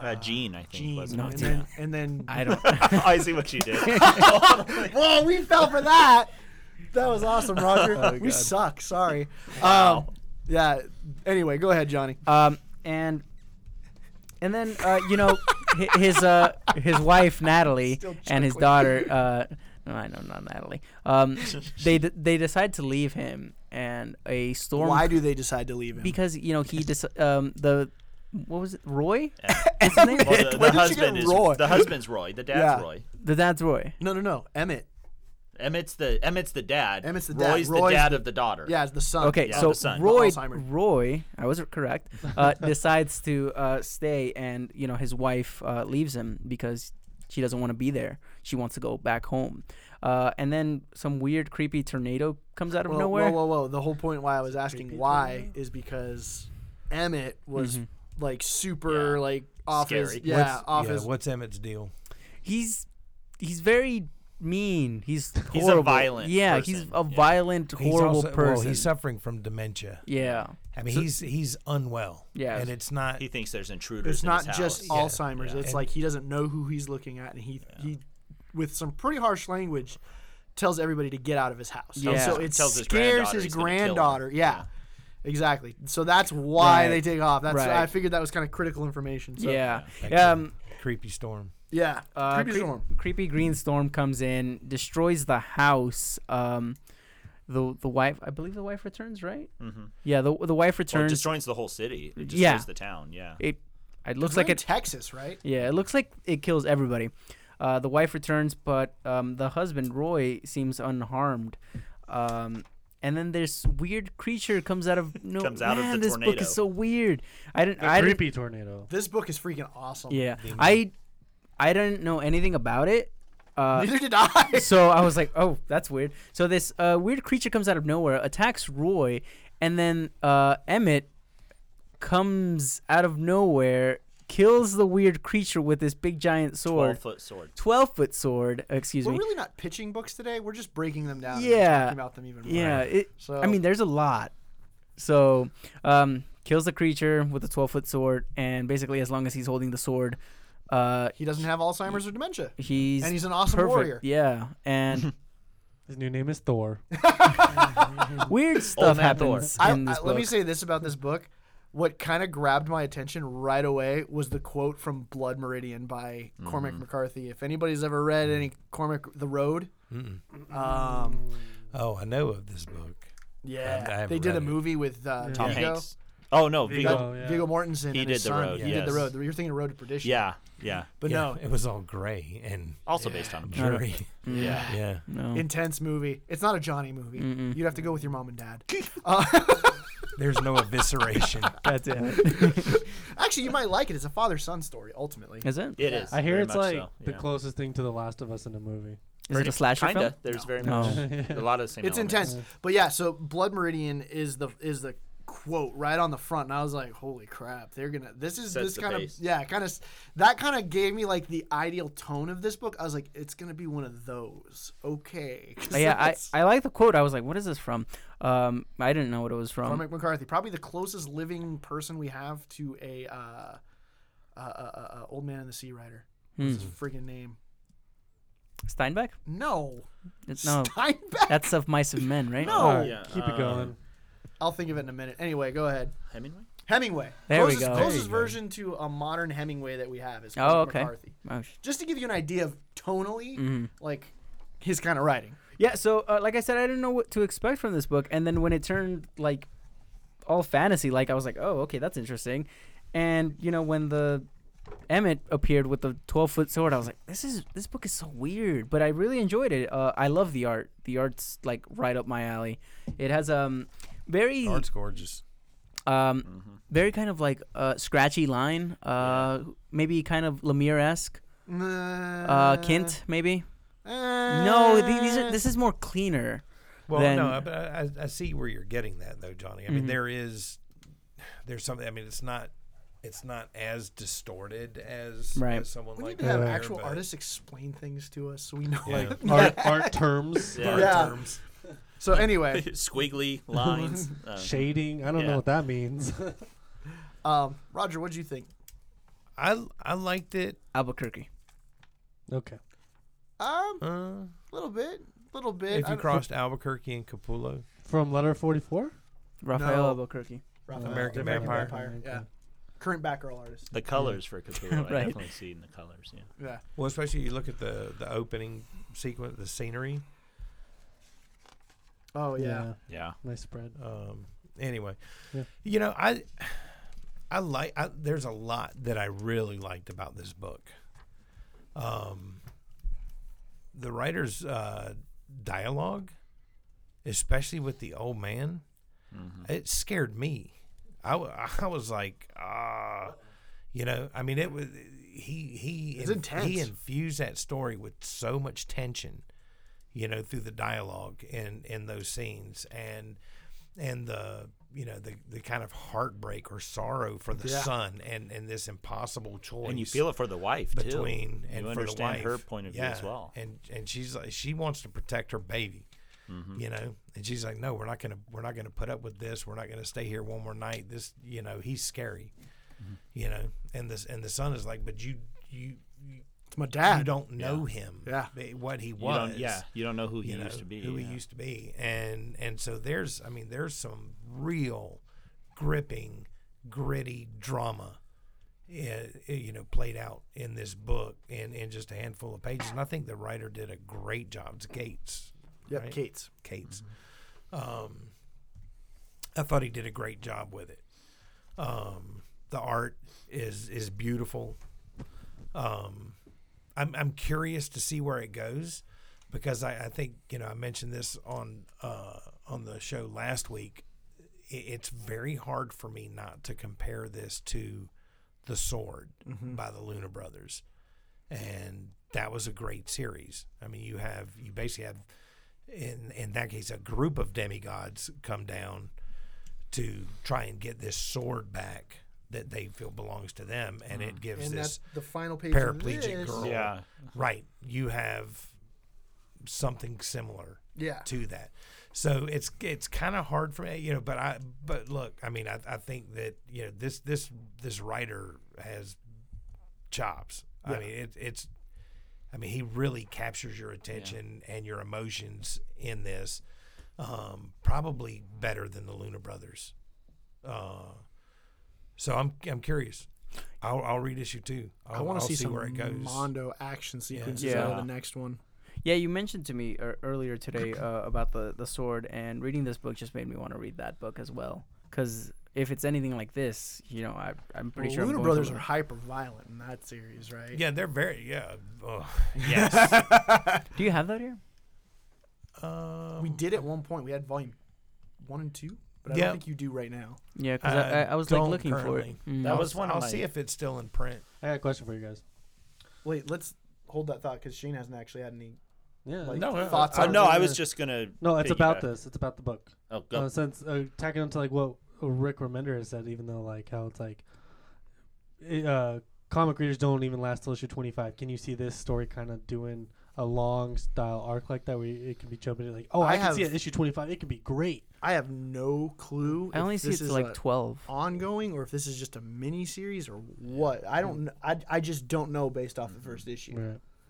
Speaker 1: Uh, Gene, I think.
Speaker 2: Gene,
Speaker 1: Was
Speaker 3: No,
Speaker 1: it?
Speaker 2: and,
Speaker 3: it's-
Speaker 1: <laughs>
Speaker 2: then, and then <laughs>
Speaker 3: I don't. <laughs>
Speaker 1: Yeah. I see what you did.
Speaker 2: Whoa, we fell for that. That was awesome, Roger.
Speaker 3: Oh,
Speaker 2: we
Speaker 3: God.
Speaker 2: suck. Sorry. Um, yeah. Anyway, go ahead, Johnny.
Speaker 3: Um, and and then uh, you know hi- his uh, his wife Natalie
Speaker 2: Still
Speaker 3: and his
Speaker 2: chuckling.
Speaker 3: daughter. Uh, no, I know not Natalie.
Speaker 2: <laughs>
Speaker 3: Um, they d- they decide to leave him, and a storm.
Speaker 2: Why do they decide to leave him?
Speaker 3: Because you know he dis- um the what was it Roy? Is
Speaker 2: <laughs>
Speaker 3: his
Speaker 1: Well,
Speaker 3: name?
Speaker 1: the,
Speaker 2: Where
Speaker 1: the
Speaker 2: did you get
Speaker 1: husband is
Speaker 2: Roy?
Speaker 1: the husband's Roy. The dad's
Speaker 2: Yeah.
Speaker 1: Roy.
Speaker 3: The dad's Roy.
Speaker 2: no, no, no. Emmett.
Speaker 1: Emmett's the Emmett's the dad.
Speaker 2: Emmett's the dad.
Speaker 1: Roy's the
Speaker 2: Roy's
Speaker 1: dad
Speaker 2: the-
Speaker 1: of the daughter.
Speaker 2: Yeah, it's the son.
Speaker 3: Okay,
Speaker 1: Yeah,
Speaker 3: so
Speaker 1: the son.
Speaker 3: Roy,
Speaker 2: Alzheimer.
Speaker 3: Roy, I was correct, uh, decides to uh, stay, and you know his wife uh, leaves him because she doesn't want to be there. She wants to go back home, uh, and then some weird, creepy tornado comes out of
Speaker 2: Well,
Speaker 3: nowhere.
Speaker 2: Whoa, whoa, whoa. The whole point why I was asking why is because Emmett was like super
Speaker 1: Yeah.
Speaker 2: like off his
Speaker 1: Scary.
Speaker 2: yeah off
Speaker 4: yeah,
Speaker 2: his
Speaker 4: what's Emmett's deal?
Speaker 3: He's he's very mean. He's horrible.
Speaker 1: He's a violent
Speaker 3: Yeah, he's
Speaker 1: person,
Speaker 3: a
Speaker 1: yeah.
Speaker 3: violent, horrible
Speaker 4: he's also,
Speaker 3: person.
Speaker 4: Well, he's suffering from dementia.
Speaker 3: yeah,
Speaker 4: I mean, he's he's unwell.
Speaker 3: Yeah.
Speaker 4: and it's not.
Speaker 1: He thinks there's intruders.
Speaker 2: It's
Speaker 1: in
Speaker 2: not
Speaker 1: his
Speaker 2: just
Speaker 1: house.
Speaker 2: Alzheimer's.
Speaker 1: Yeah.
Speaker 2: It's
Speaker 4: And-
Speaker 2: like he doesn't know who he's looking at, and he he, with some pretty harsh language, tells everybody to get out of his house. And
Speaker 3: Yeah.
Speaker 2: So it
Speaker 1: Tells his
Speaker 2: scares
Speaker 1: granddaughter
Speaker 2: his
Speaker 1: he's gonna kill him.
Speaker 2: granddaughter. Yeah. Exactly. So that's why
Speaker 3: Right.
Speaker 2: they take off. That's
Speaker 3: Right.
Speaker 2: I figured that was kind of critical information. So,
Speaker 3: yeah,
Speaker 4: Thank you.
Speaker 3: Um,
Speaker 4: creepy storm.
Speaker 2: Yeah.
Speaker 3: Uh,
Speaker 2: Creepy
Speaker 3: creep-
Speaker 2: storm.
Speaker 3: Creepy green storm comes in, destroys the house. Um, the the wife, I believe the wife returns, right? Mm-hmm. Yeah, the the wife
Speaker 1: Well, it
Speaker 3: returns.
Speaker 1: destroys the whole city. It destroys
Speaker 3: Yeah.
Speaker 1: the town. Yeah.
Speaker 3: it it looks
Speaker 2: They're
Speaker 3: like
Speaker 2: in
Speaker 3: it.
Speaker 2: Texas, right?
Speaker 3: Yeah, it looks like it kills everybody. Uh, the wife returns, but um, the husband Roy seems unharmed. Um, and then this weird creature comes out
Speaker 1: <laughs>
Speaker 3: of no.
Speaker 1: Comes out of
Speaker 3: man,
Speaker 1: the
Speaker 3: this book
Speaker 1: tornado.
Speaker 3: is so weird. I didn't.
Speaker 5: A
Speaker 3: I didn't,
Speaker 5: creepy tornado.
Speaker 2: This book is freaking awesome.
Speaker 3: yeah, I I didn't know anything about it. Uh,
Speaker 2: <laughs> Neither
Speaker 3: <laughs>
Speaker 2: did I.
Speaker 3: so I was like, oh, that's weird. So this uh, weird creature comes out of nowhere, attacks Roy, and then uh, Emmett comes out of nowhere, kills the weird creature with this big giant sword,
Speaker 1: Twelve foot sword.
Speaker 3: 12 foot sword, uh, excuse
Speaker 2: We're
Speaker 3: me.
Speaker 2: really not pitching books today. We're just breaking them down.
Speaker 3: Yeah.
Speaker 2: And talking about them even more.
Speaker 3: yeah, it,
Speaker 2: So
Speaker 3: I mean, there's a lot. So, um, kills the creature with a 12 foot sword, and basically, as long as he's holding the sword, uh,
Speaker 2: he doesn't have Alzheimer's or dementia.
Speaker 3: he's
Speaker 2: And he's an awesome
Speaker 3: perfect.
Speaker 2: warrior.
Speaker 3: Yeah,
Speaker 2: <laughs>
Speaker 3: and
Speaker 5: His new name is Thor.
Speaker 3: weird stuff
Speaker 1: man Thor.
Speaker 3: happens
Speaker 2: I,
Speaker 3: in this
Speaker 2: I-
Speaker 3: book.
Speaker 2: let me say this about this book. What kind of grabbed my attention right away was the quote from Blood Meridian by Cormac
Speaker 4: Mm-hmm.
Speaker 2: McCarthy. If anybody's ever read any Cormac The Road, um,
Speaker 3: Mm.
Speaker 4: Oh, I know of this book.
Speaker 2: yeah,
Speaker 4: I haven't
Speaker 2: they did
Speaker 4: read
Speaker 2: a
Speaker 4: it.
Speaker 2: movie with uh,
Speaker 1: Tom
Speaker 2: Vigo.
Speaker 1: Hanks. Oh no,
Speaker 5: Viggo.
Speaker 1: Vigo.
Speaker 5: Oh, yeah.
Speaker 2: Viggo Mortensen.
Speaker 1: He did
Speaker 2: and his
Speaker 1: The
Speaker 2: son.
Speaker 1: Road,
Speaker 2: He did
Speaker 1: yes.
Speaker 2: the road. You're thinking Road to Perdition.
Speaker 1: Yeah. Yeah.
Speaker 2: but
Speaker 4: yeah,
Speaker 2: no,
Speaker 4: it was all gray and
Speaker 1: Also based on a book.
Speaker 4: dreary.
Speaker 1: Yeah.
Speaker 4: <laughs> yeah,
Speaker 3: no.
Speaker 1: Mm-hmm.
Speaker 2: intense movie. It's not a Johnny movie. You'd have to go with your mom and dad.
Speaker 4: there's no
Speaker 2: <laughs>
Speaker 4: evisceration.
Speaker 3: That's it.
Speaker 2: Actually, you might like it. It's a father son story ultimately.
Speaker 3: Is it?
Speaker 1: It is.
Speaker 5: I hear
Speaker 1: very
Speaker 5: it's
Speaker 1: much
Speaker 5: like
Speaker 1: so,
Speaker 5: the
Speaker 1: yeah.
Speaker 5: closest thing to The Last of Us in a movie.
Speaker 3: Is it a slasher
Speaker 1: Kinda.
Speaker 3: film?
Speaker 1: There's very
Speaker 3: No.
Speaker 1: much a lot of the same.
Speaker 2: It's
Speaker 1: elements.
Speaker 2: intense. But yeah, so Blood Meridian is the is the quote right on the front, and I was like, holy crap, they're gonna. This is
Speaker 1: Sets
Speaker 2: this
Speaker 1: the
Speaker 2: kind of
Speaker 1: pace.
Speaker 2: yeah, kind of that kind of gave me like the ideal tone of this book. I was like, it's gonna be one of those. Okay. <laughs> 'Cause
Speaker 3: Uh, yeah, I,
Speaker 2: that's
Speaker 3: I like the quote. I was like, what is this from? Um, I didn't know what it was from.
Speaker 2: Cormac McCarthy, probably the closest living person we have to a uh, uh, uh, uh, uh, old man in the sea rider. What's
Speaker 3: Hmm.
Speaker 2: his freaking name?
Speaker 3: Steinbeck?
Speaker 2: No.
Speaker 3: It's- No,
Speaker 2: Steinbeck.
Speaker 3: that's of Mice and Men, right?
Speaker 2: No.
Speaker 5: All right,
Speaker 1: yeah,
Speaker 5: keep
Speaker 1: uh, <laughs>
Speaker 5: it going.
Speaker 2: I'll think of it in a minute. Anyway, go ahead.
Speaker 1: Hemingway.
Speaker 2: Hemingway.
Speaker 3: There we
Speaker 2: closest
Speaker 3: go.
Speaker 2: closest
Speaker 4: There you go.
Speaker 2: version to a modern Hemingway that we have is
Speaker 3: Oh,
Speaker 2: Cormac
Speaker 3: okay. Mm-hmm.
Speaker 2: McCarthy.
Speaker 3: Oh, sh-
Speaker 2: Just to give you an idea of tonally, like his kind of writing.
Speaker 3: yeah, so uh, like I said, I didn't know what to expect from this book. And then when it turned like all fantasy, like I was like, oh, okay, that's interesting. And, you know, when the Emmett appeared with the 12 foot sword, I was like, this is this book is so weird. But I really enjoyed it. Uh, I love the art. The art's like right up my alley. It has um very
Speaker 4: Art's gorgeous.
Speaker 3: um, very kind of like uh, scratchy line, uh, maybe kind of Lemire esque, uh, Kint maybe.
Speaker 2: eh,
Speaker 3: no, the- these are, this is more cleaner.
Speaker 4: Well,
Speaker 3: Then- Mm-hmm.
Speaker 4: no, but I, I I see where you're getting that though, Johnny. I mean, there is there's something. I mean, it's not it's not as distorted as,
Speaker 3: Right.
Speaker 4: as someone
Speaker 2: We
Speaker 4: like
Speaker 2: need to have
Speaker 4: Lemire,
Speaker 2: actual
Speaker 4: but
Speaker 2: artists explain things to us so we know.
Speaker 4: Yeah.
Speaker 2: Like, <laughs>
Speaker 5: Art, art terms,
Speaker 1: <laughs> Yeah.
Speaker 4: art
Speaker 2: Yeah.
Speaker 4: terms.
Speaker 2: so
Speaker 4: <laughs>
Speaker 2: anyway,
Speaker 1: <laughs> Squiggly lines. Uh,
Speaker 5: shading. I don't
Speaker 1: Yeah.
Speaker 5: know what that means. <laughs>
Speaker 2: um, Roger, what do you think?
Speaker 4: I I liked it.
Speaker 3: Albuquerque.
Speaker 5: okay.
Speaker 2: Um,
Speaker 4: Uh,
Speaker 2: a little bit, little bit.
Speaker 4: if
Speaker 2: I
Speaker 4: you
Speaker 2: don't-
Speaker 4: crossed Albuquerque and Capullo,
Speaker 5: From letter 44?
Speaker 3: Raphael
Speaker 2: No.
Speaker 3: Albuquerque.
Speaker 2: Raphael,
Speaker 4: American
Speaker 2: American
Speaker 4: Vampire.
Speaker 2: Yeah. current Batgirl artist.
Speaker 1: The colors for Capullo, I
Speaker 3: Right.
Speaker 1: definitely see in the colors. Yeah.
Speaker 2: Yeah.
Speaker 4: Well, especially you look at the the opening sequence, the scenery.
Speaker 2: Oh yeah.
Speaker 1: Yeah.
Speaker 5: Nice spread.
Speaker 4: Um, anyway,
Speaker 5: Yeah.
Speaker 4: you know, I I like. I, there's a lot that I really liked about this book. Um, the writer's uh, dialogue, especially with the old man,
Speaker 2: Mm-hmm.
Speaker 4: it scared me. I, w- <laughs> I was like, ah, you know, I mean, it was he he
Speaker 2: It's
Speaker 4: he
Speaker 2: intense.
Speaker 4: infused that story with so much tension, you know, through the dialogue and in those scenes and and the you know the the kind of heartbreak or sorrow for the
Speaker 2: Yeah.
Speaker 4: son and and this impossible choice
Speaker 1: And you feel it for the wife too.
Speaker 4: between and
Speaker 1: you
Speaker 4: for the
Speaker 1: understand
Speaker 4: wife.
Speaker 1: her point of view
Speaker 4: yeah.
Speaker 1: as well.
Speaker 4: And and she's like she wants to protect her baby.
Speaker 1: Mm-hmm.
Speaker 4: You know, and she's like, "No, we're not gonna, we're not gonna put up with this. We're not gonna stay here one more night. This, you know, he's scary.
Speaker 1: Mm-hmm.
Speaker 4: You know, and this, and the son is like, but you, you, you
Speaker 2: It's my dad.
Speaker 4: you don't know him.
Speaker 2: Yeah.
Speaker 4: but what he
Speaker 1: You don't-
Speaker 4: was.
Speaker 1: yeah, you don't know who he
Speaker 4: you
Speaker 1: used
Speaker 4: know,
Speaker 1: to be.
Speaker 4: Who
Speaker 1: yeah.
Speaker 4: he used to be, and and so there's, I mean, there's some real gripping, gritty drama, eh, eh, you know, played out in this book in in just a handful of pages. And I think the writer did a great job. It's Gates,
Speaker 2: Yep.
Speaker 4: right?
Speaker 2: Kate's.
Speaker 4: Cates. Um, I thought he did a great job with it. Um, the art is is beautiful. Um, I'm I'm curious to see where it goes because I, I think you know I mentioned this on uh, on the show last week. I- It's very hard for me not to compare this to the Sword
Speaker 2: Mm-hmm.
Speaker 4: by the Luna Brothers, and that was a great series. I mean, you have you basically have in in that case a group of demigods come down to try and get this sword back that they feel belongs to them, and it gives
Speaker 2: Mm-hmm. And
Speaker 4: this
Speaker 2: that's the final page.
Speaker 4: paraplegic
Speaker 2: of this.
Speaker 4: girl.
Speaker 1: Yeah.
Speaker 2: Uh-huh.
Speaker 4: Right. You have something similar
Speaker 2: Yeah.
Speaker 4: to that. So it's it's kind of hard for me, you know. But I but look, I mean, I, I think that you know this this this writer has chops. I mean, it, it's I mean he really captures your attention and your emotions in this, um, probably better than the Luna Brothers. Uh, so I'm I'm curious. I'll, I'll read issue two. I'll,
Speaker 2: I want to
Speaker 4: I'll
Speaker 2: see, some
Speaker 4: where it goes.
Speaker 2: Mondo action sequences out of
Speaker 1: Yeah.
Speaker 2: the next one.
Speaker 3: Yeah, you mentioned to me ear earlier today uh, about the the sword, and reading this book just made me want to read that book as well. Because if it's anything like this, you know, I, I'm pretty
Speaker 2: Well,
Speaker 3: sure. I'm
Speaker 2: Luna
Speaker 3: going to
Speaker 2: Brothers
Speaker 3: lo-
Speaker 2: are hyper violent in that series, right?
Speaker 4: Yeah, they're very yeah. Ugh. <laughs>
Speaker 1: Yes.
Speaker 3: Do you have that here?
Speaker 4: Um,
Speaker 2: We did at one point. We had volume one and two, but I
Speaker 4: Yeah.
Speaker 2: don't think you do right now.
Speaker 3: Yeah, because I, I, I was like
Speaker 4: don't
Speaker 3: looking for it.
Speaker 4: currently.
Speaker 3: Mm.
Speaker 1: That
Speaker 4: I'll-
Speaker 1: was one of
Speaker 4: I'll
Speaker 1: my-
Speaker 4: see if it's still in print.
Speaker 5: I got a question for you guys.
Speaker 2: Wait, let's hold that thought because Shane hasn't actually had any.
Speaker 5: Yeah.
Speaker 2: Like-
Speaker 4: No, no,
Speaker 2: Thoughts
Speaker 1: oh,
Speaker 2: on-
Speaker 1: no, I was just gonna.
Speaker 5: no, it's about
Speaker 1: piggyback.
Speaker 5: this. It's about the book.
Speaker 1: Oh, go.
Speaker 5: Uh, since uh, tacking onto like what Rick Remender has said, even though like how it's like, it, uh, comic readers don't even last till issue twenty five. Can you see this story kind of doing a long style arc like that, where it can be jumping in like, oh, I,
Speaker 2: I
Speaker 5: can see
Speaker 2: have-
Speaker 5: it issue twenty five. It could be great.
Speaker 2: I have no clue.
Speaker 3: I
Speaker 2: if
Speaker 3: only see
Speaker 2: this
Speaker 3: it's
Speaker 2: is
Speaker 3: like
Speaker 2: a
Speaker 3: 12.
Speaker 2: ongoing or if this is just a mini series or what. I don't.
Speaker 1: Mm.
Speaker 2: kn- I I just don't know based off the
Speaker 1: Mm-hmm.
Speaker 2: first issue.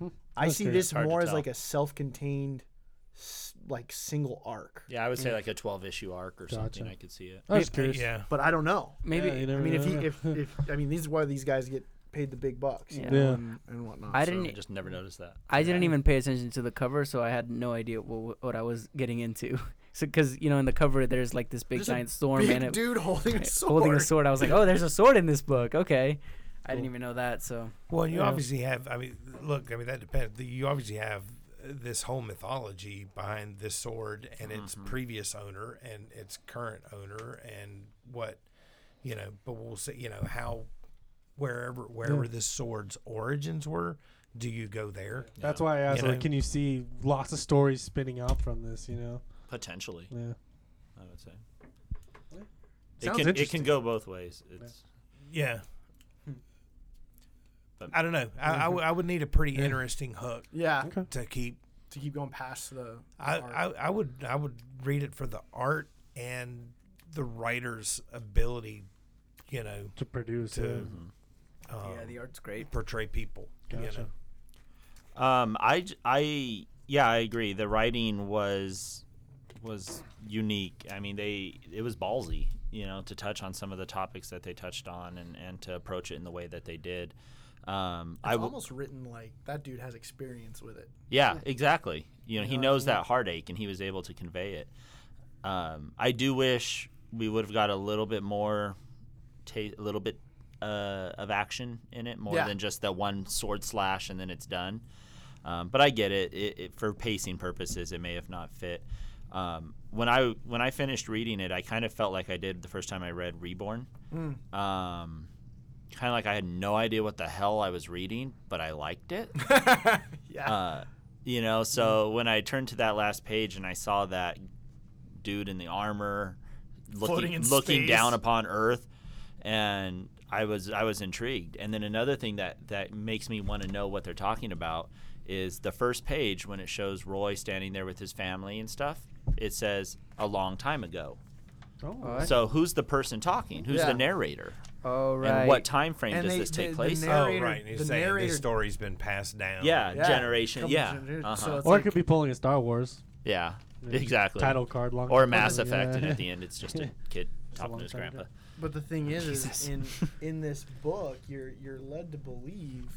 Speaker 5: Right.
Speaker 2: I
Speaker 5: That's
Speaker 2: see
Speaker 5: fair.
Speaker 2: this
Speaker 1: Hard to
Speaker 2: more as
Speaker 1: tell.
Speaker 2: like a self-contained, s- like single arc.
Speaker 1: Yeah, I would say like a 12 issue arc or something.
Speaker 5: Gotcha.
Speaker 1: I could see it.
Speaker 5: I was
Speaker 4: Uh,
Speaker 5: curious.
Speaker 4: Yeah,
Speaker 2: But I don't know.
Speaker 3: Maybe.
Speaker 5: Yeah, you never
Speaker 2: I mean, if,
Speaker 5: know.
Speaker 2: you, if if I mean, these is why these guys get paid the big bucks, you
Speaker 3: Yeah.
Speaker 2: know,
Speaker 5: Yeah.
Speaker 2: and, and whatnot.
Speaker 3: I
Speaker 2: so-
Speaker 1: I
Speaker 3: didn't.
Speaker 1: just never noticed that.
Speaker 3: I didn't even pay attention to the cover, so I had no idea what what I was getting into. <laughs> So, because you know, in the cover, there's like this big
Speaker 2: There's a
Speaker 3: giant storm
Speaker 2: Big
Speaker 3: and it,
Speaker 2: dude holding
Speaker 1: <laughs>
Speaker 2: a sword.
Speaker 3: <laughs> holding a sword. I was like, oh, there's a sword in this book. Okay, I didn't even know that. So
Speaker 4: Well, and you
Speaker 5: Yeah.
Speaker 4: obviously have. I mean, look. I mean, that depends. The- You obviously have uh, this whole mythology behind this sword and its previous owner and its current owner and what you know. But we'll see. You know how wherever wherever this sword's origins were, do you go there?
Speaker 5: That's why I asked,
Speaker 4: You
Speaker 5: like,
Speaker 4: know.
Speaker 5: can you see lots of stories spinning out from this? You know,
Speaker 1: Potentially,
Speaker 5: yeah.
Speaker 1: I would say. It
Speaker 5: Sounds
Speaker 1: can it can
Speaker 5: interesting.
Speaker 1: go both ways. It's
Speaker 4: Yeah. Mm-hmm.
Speaker 1: But-
Speaker 4: I don't know. I, I, w- I would need a pretty interesting hook
Speaker 2: Yeah,
Speaker 4: to keep
Speaker 2: to keep going past the.
Speaker 4: I,
Speaker 2: art.
Speaker 4: I, I would I would read it for the art and the writer's ability, you know,
Speaker 5: To produce.
Speaker 4: to
Speaker 5: yeah.
Speaker 4: um,
Speaker 5: Oh.
Speaker 3: yeah, the art's great.
Speaker 4: portray people. You
Speaker 5: Gotcha.
Speaker 4: know,
Speaker 1: Um, I, j- I- yeah, I agree. The writing was was unique. I mean, they it was ballsy you know, to touch on some of the topics that they touched on and, and to approach it in the way that they did. Um, I
Speaker 2: It's
Speaker 1: w-
Speaker 2: almost written like that dude has experience with it.
Speaker 1: yeah, exactly. You know, he
Speaker 2: know what I
Speaker 1: knows
Speaker 2: mean?
Speaker 1: that heartache, and he was able to convey it. Um, I do wish we would have got a little bit more, ta- a little bit uh, of action in it, more
Speaker 2: Yeah.
Speaker 1: than just that one sword slash and then it's done. Um, but I get it. It, it. For pacing purposes, it may have not fit. Um, when I when I finished reading it, I kind of felt like I did the first time I read Reborn. Um, kind of like I had no idea what the hell I was reading, but I liked it.
Speaker 2: yeah.
Speaker 1: Uh, you know, so when I turned to that last page and I saw that dude in the armor
Speaker 2: Floating
Speaker 1: looking
Speaker 2: in
Speaker 1: looking
Speaker 2: space.
Speaker 1: down upon Earth, and I was I was intrigued. And then another thing that that makes me want to know what they're talking about is the first page when it shows Roy standing there with his family and stuff. It says a long time ago.
Speaker 5: Oh,
Speaker 3: Alright.
Speaker 1: So who's the person talking? Who's
Speaker 2: Yeah.
Speaker 1: the narrator?
Speaker 3: All right.
Speaker 1: And what time frame
Speaker 2: And
Speaker 1: does
Speaker 2: they-
Speaker 1: this take
Speaker 2: the- the
Speaker 1: place?
Speaker 2: narr-
Speaker 4: Oh,
Speaker 2: narrator-
Speaker 4: right. and He's
Speaker 2: the
Speaker 4: saying
Speaker 2: narrator-
Speaker 4: this story's been passed down.
Speaker 1: yeah,
Speaker 2: Yeah.
Speaker 1: generation.
Speaker 2: Comes
Speaker 1: Yeah.
Speaker 2: gener-
Speaker 1: Uh-huh.
Speaker 2: So it's
Speaker 5: or
Speaker 2: like,
Speaker 5: it could be pulling a Star Wars
Speaker 1: yeah.
Speaker 5: Yeah.
Speaker 1: Exactly.
Speaker 5: title card. Long
Speaker 1: or Mass
Speaker 5: Yeah.
Speaker 1: Effect, and at the end it's just a kid
Speaker 5: It's a
Speaker 1: talking
Speaker 5: long
Speaker 1: to his
Speaker 5: time ago.
Speaker 1: grandpa.
Speaker 2: but the thing is, is
Speaker 1: Oh, Jesus. <laughs>
Speaker 2: in in this book, you're you're led to believe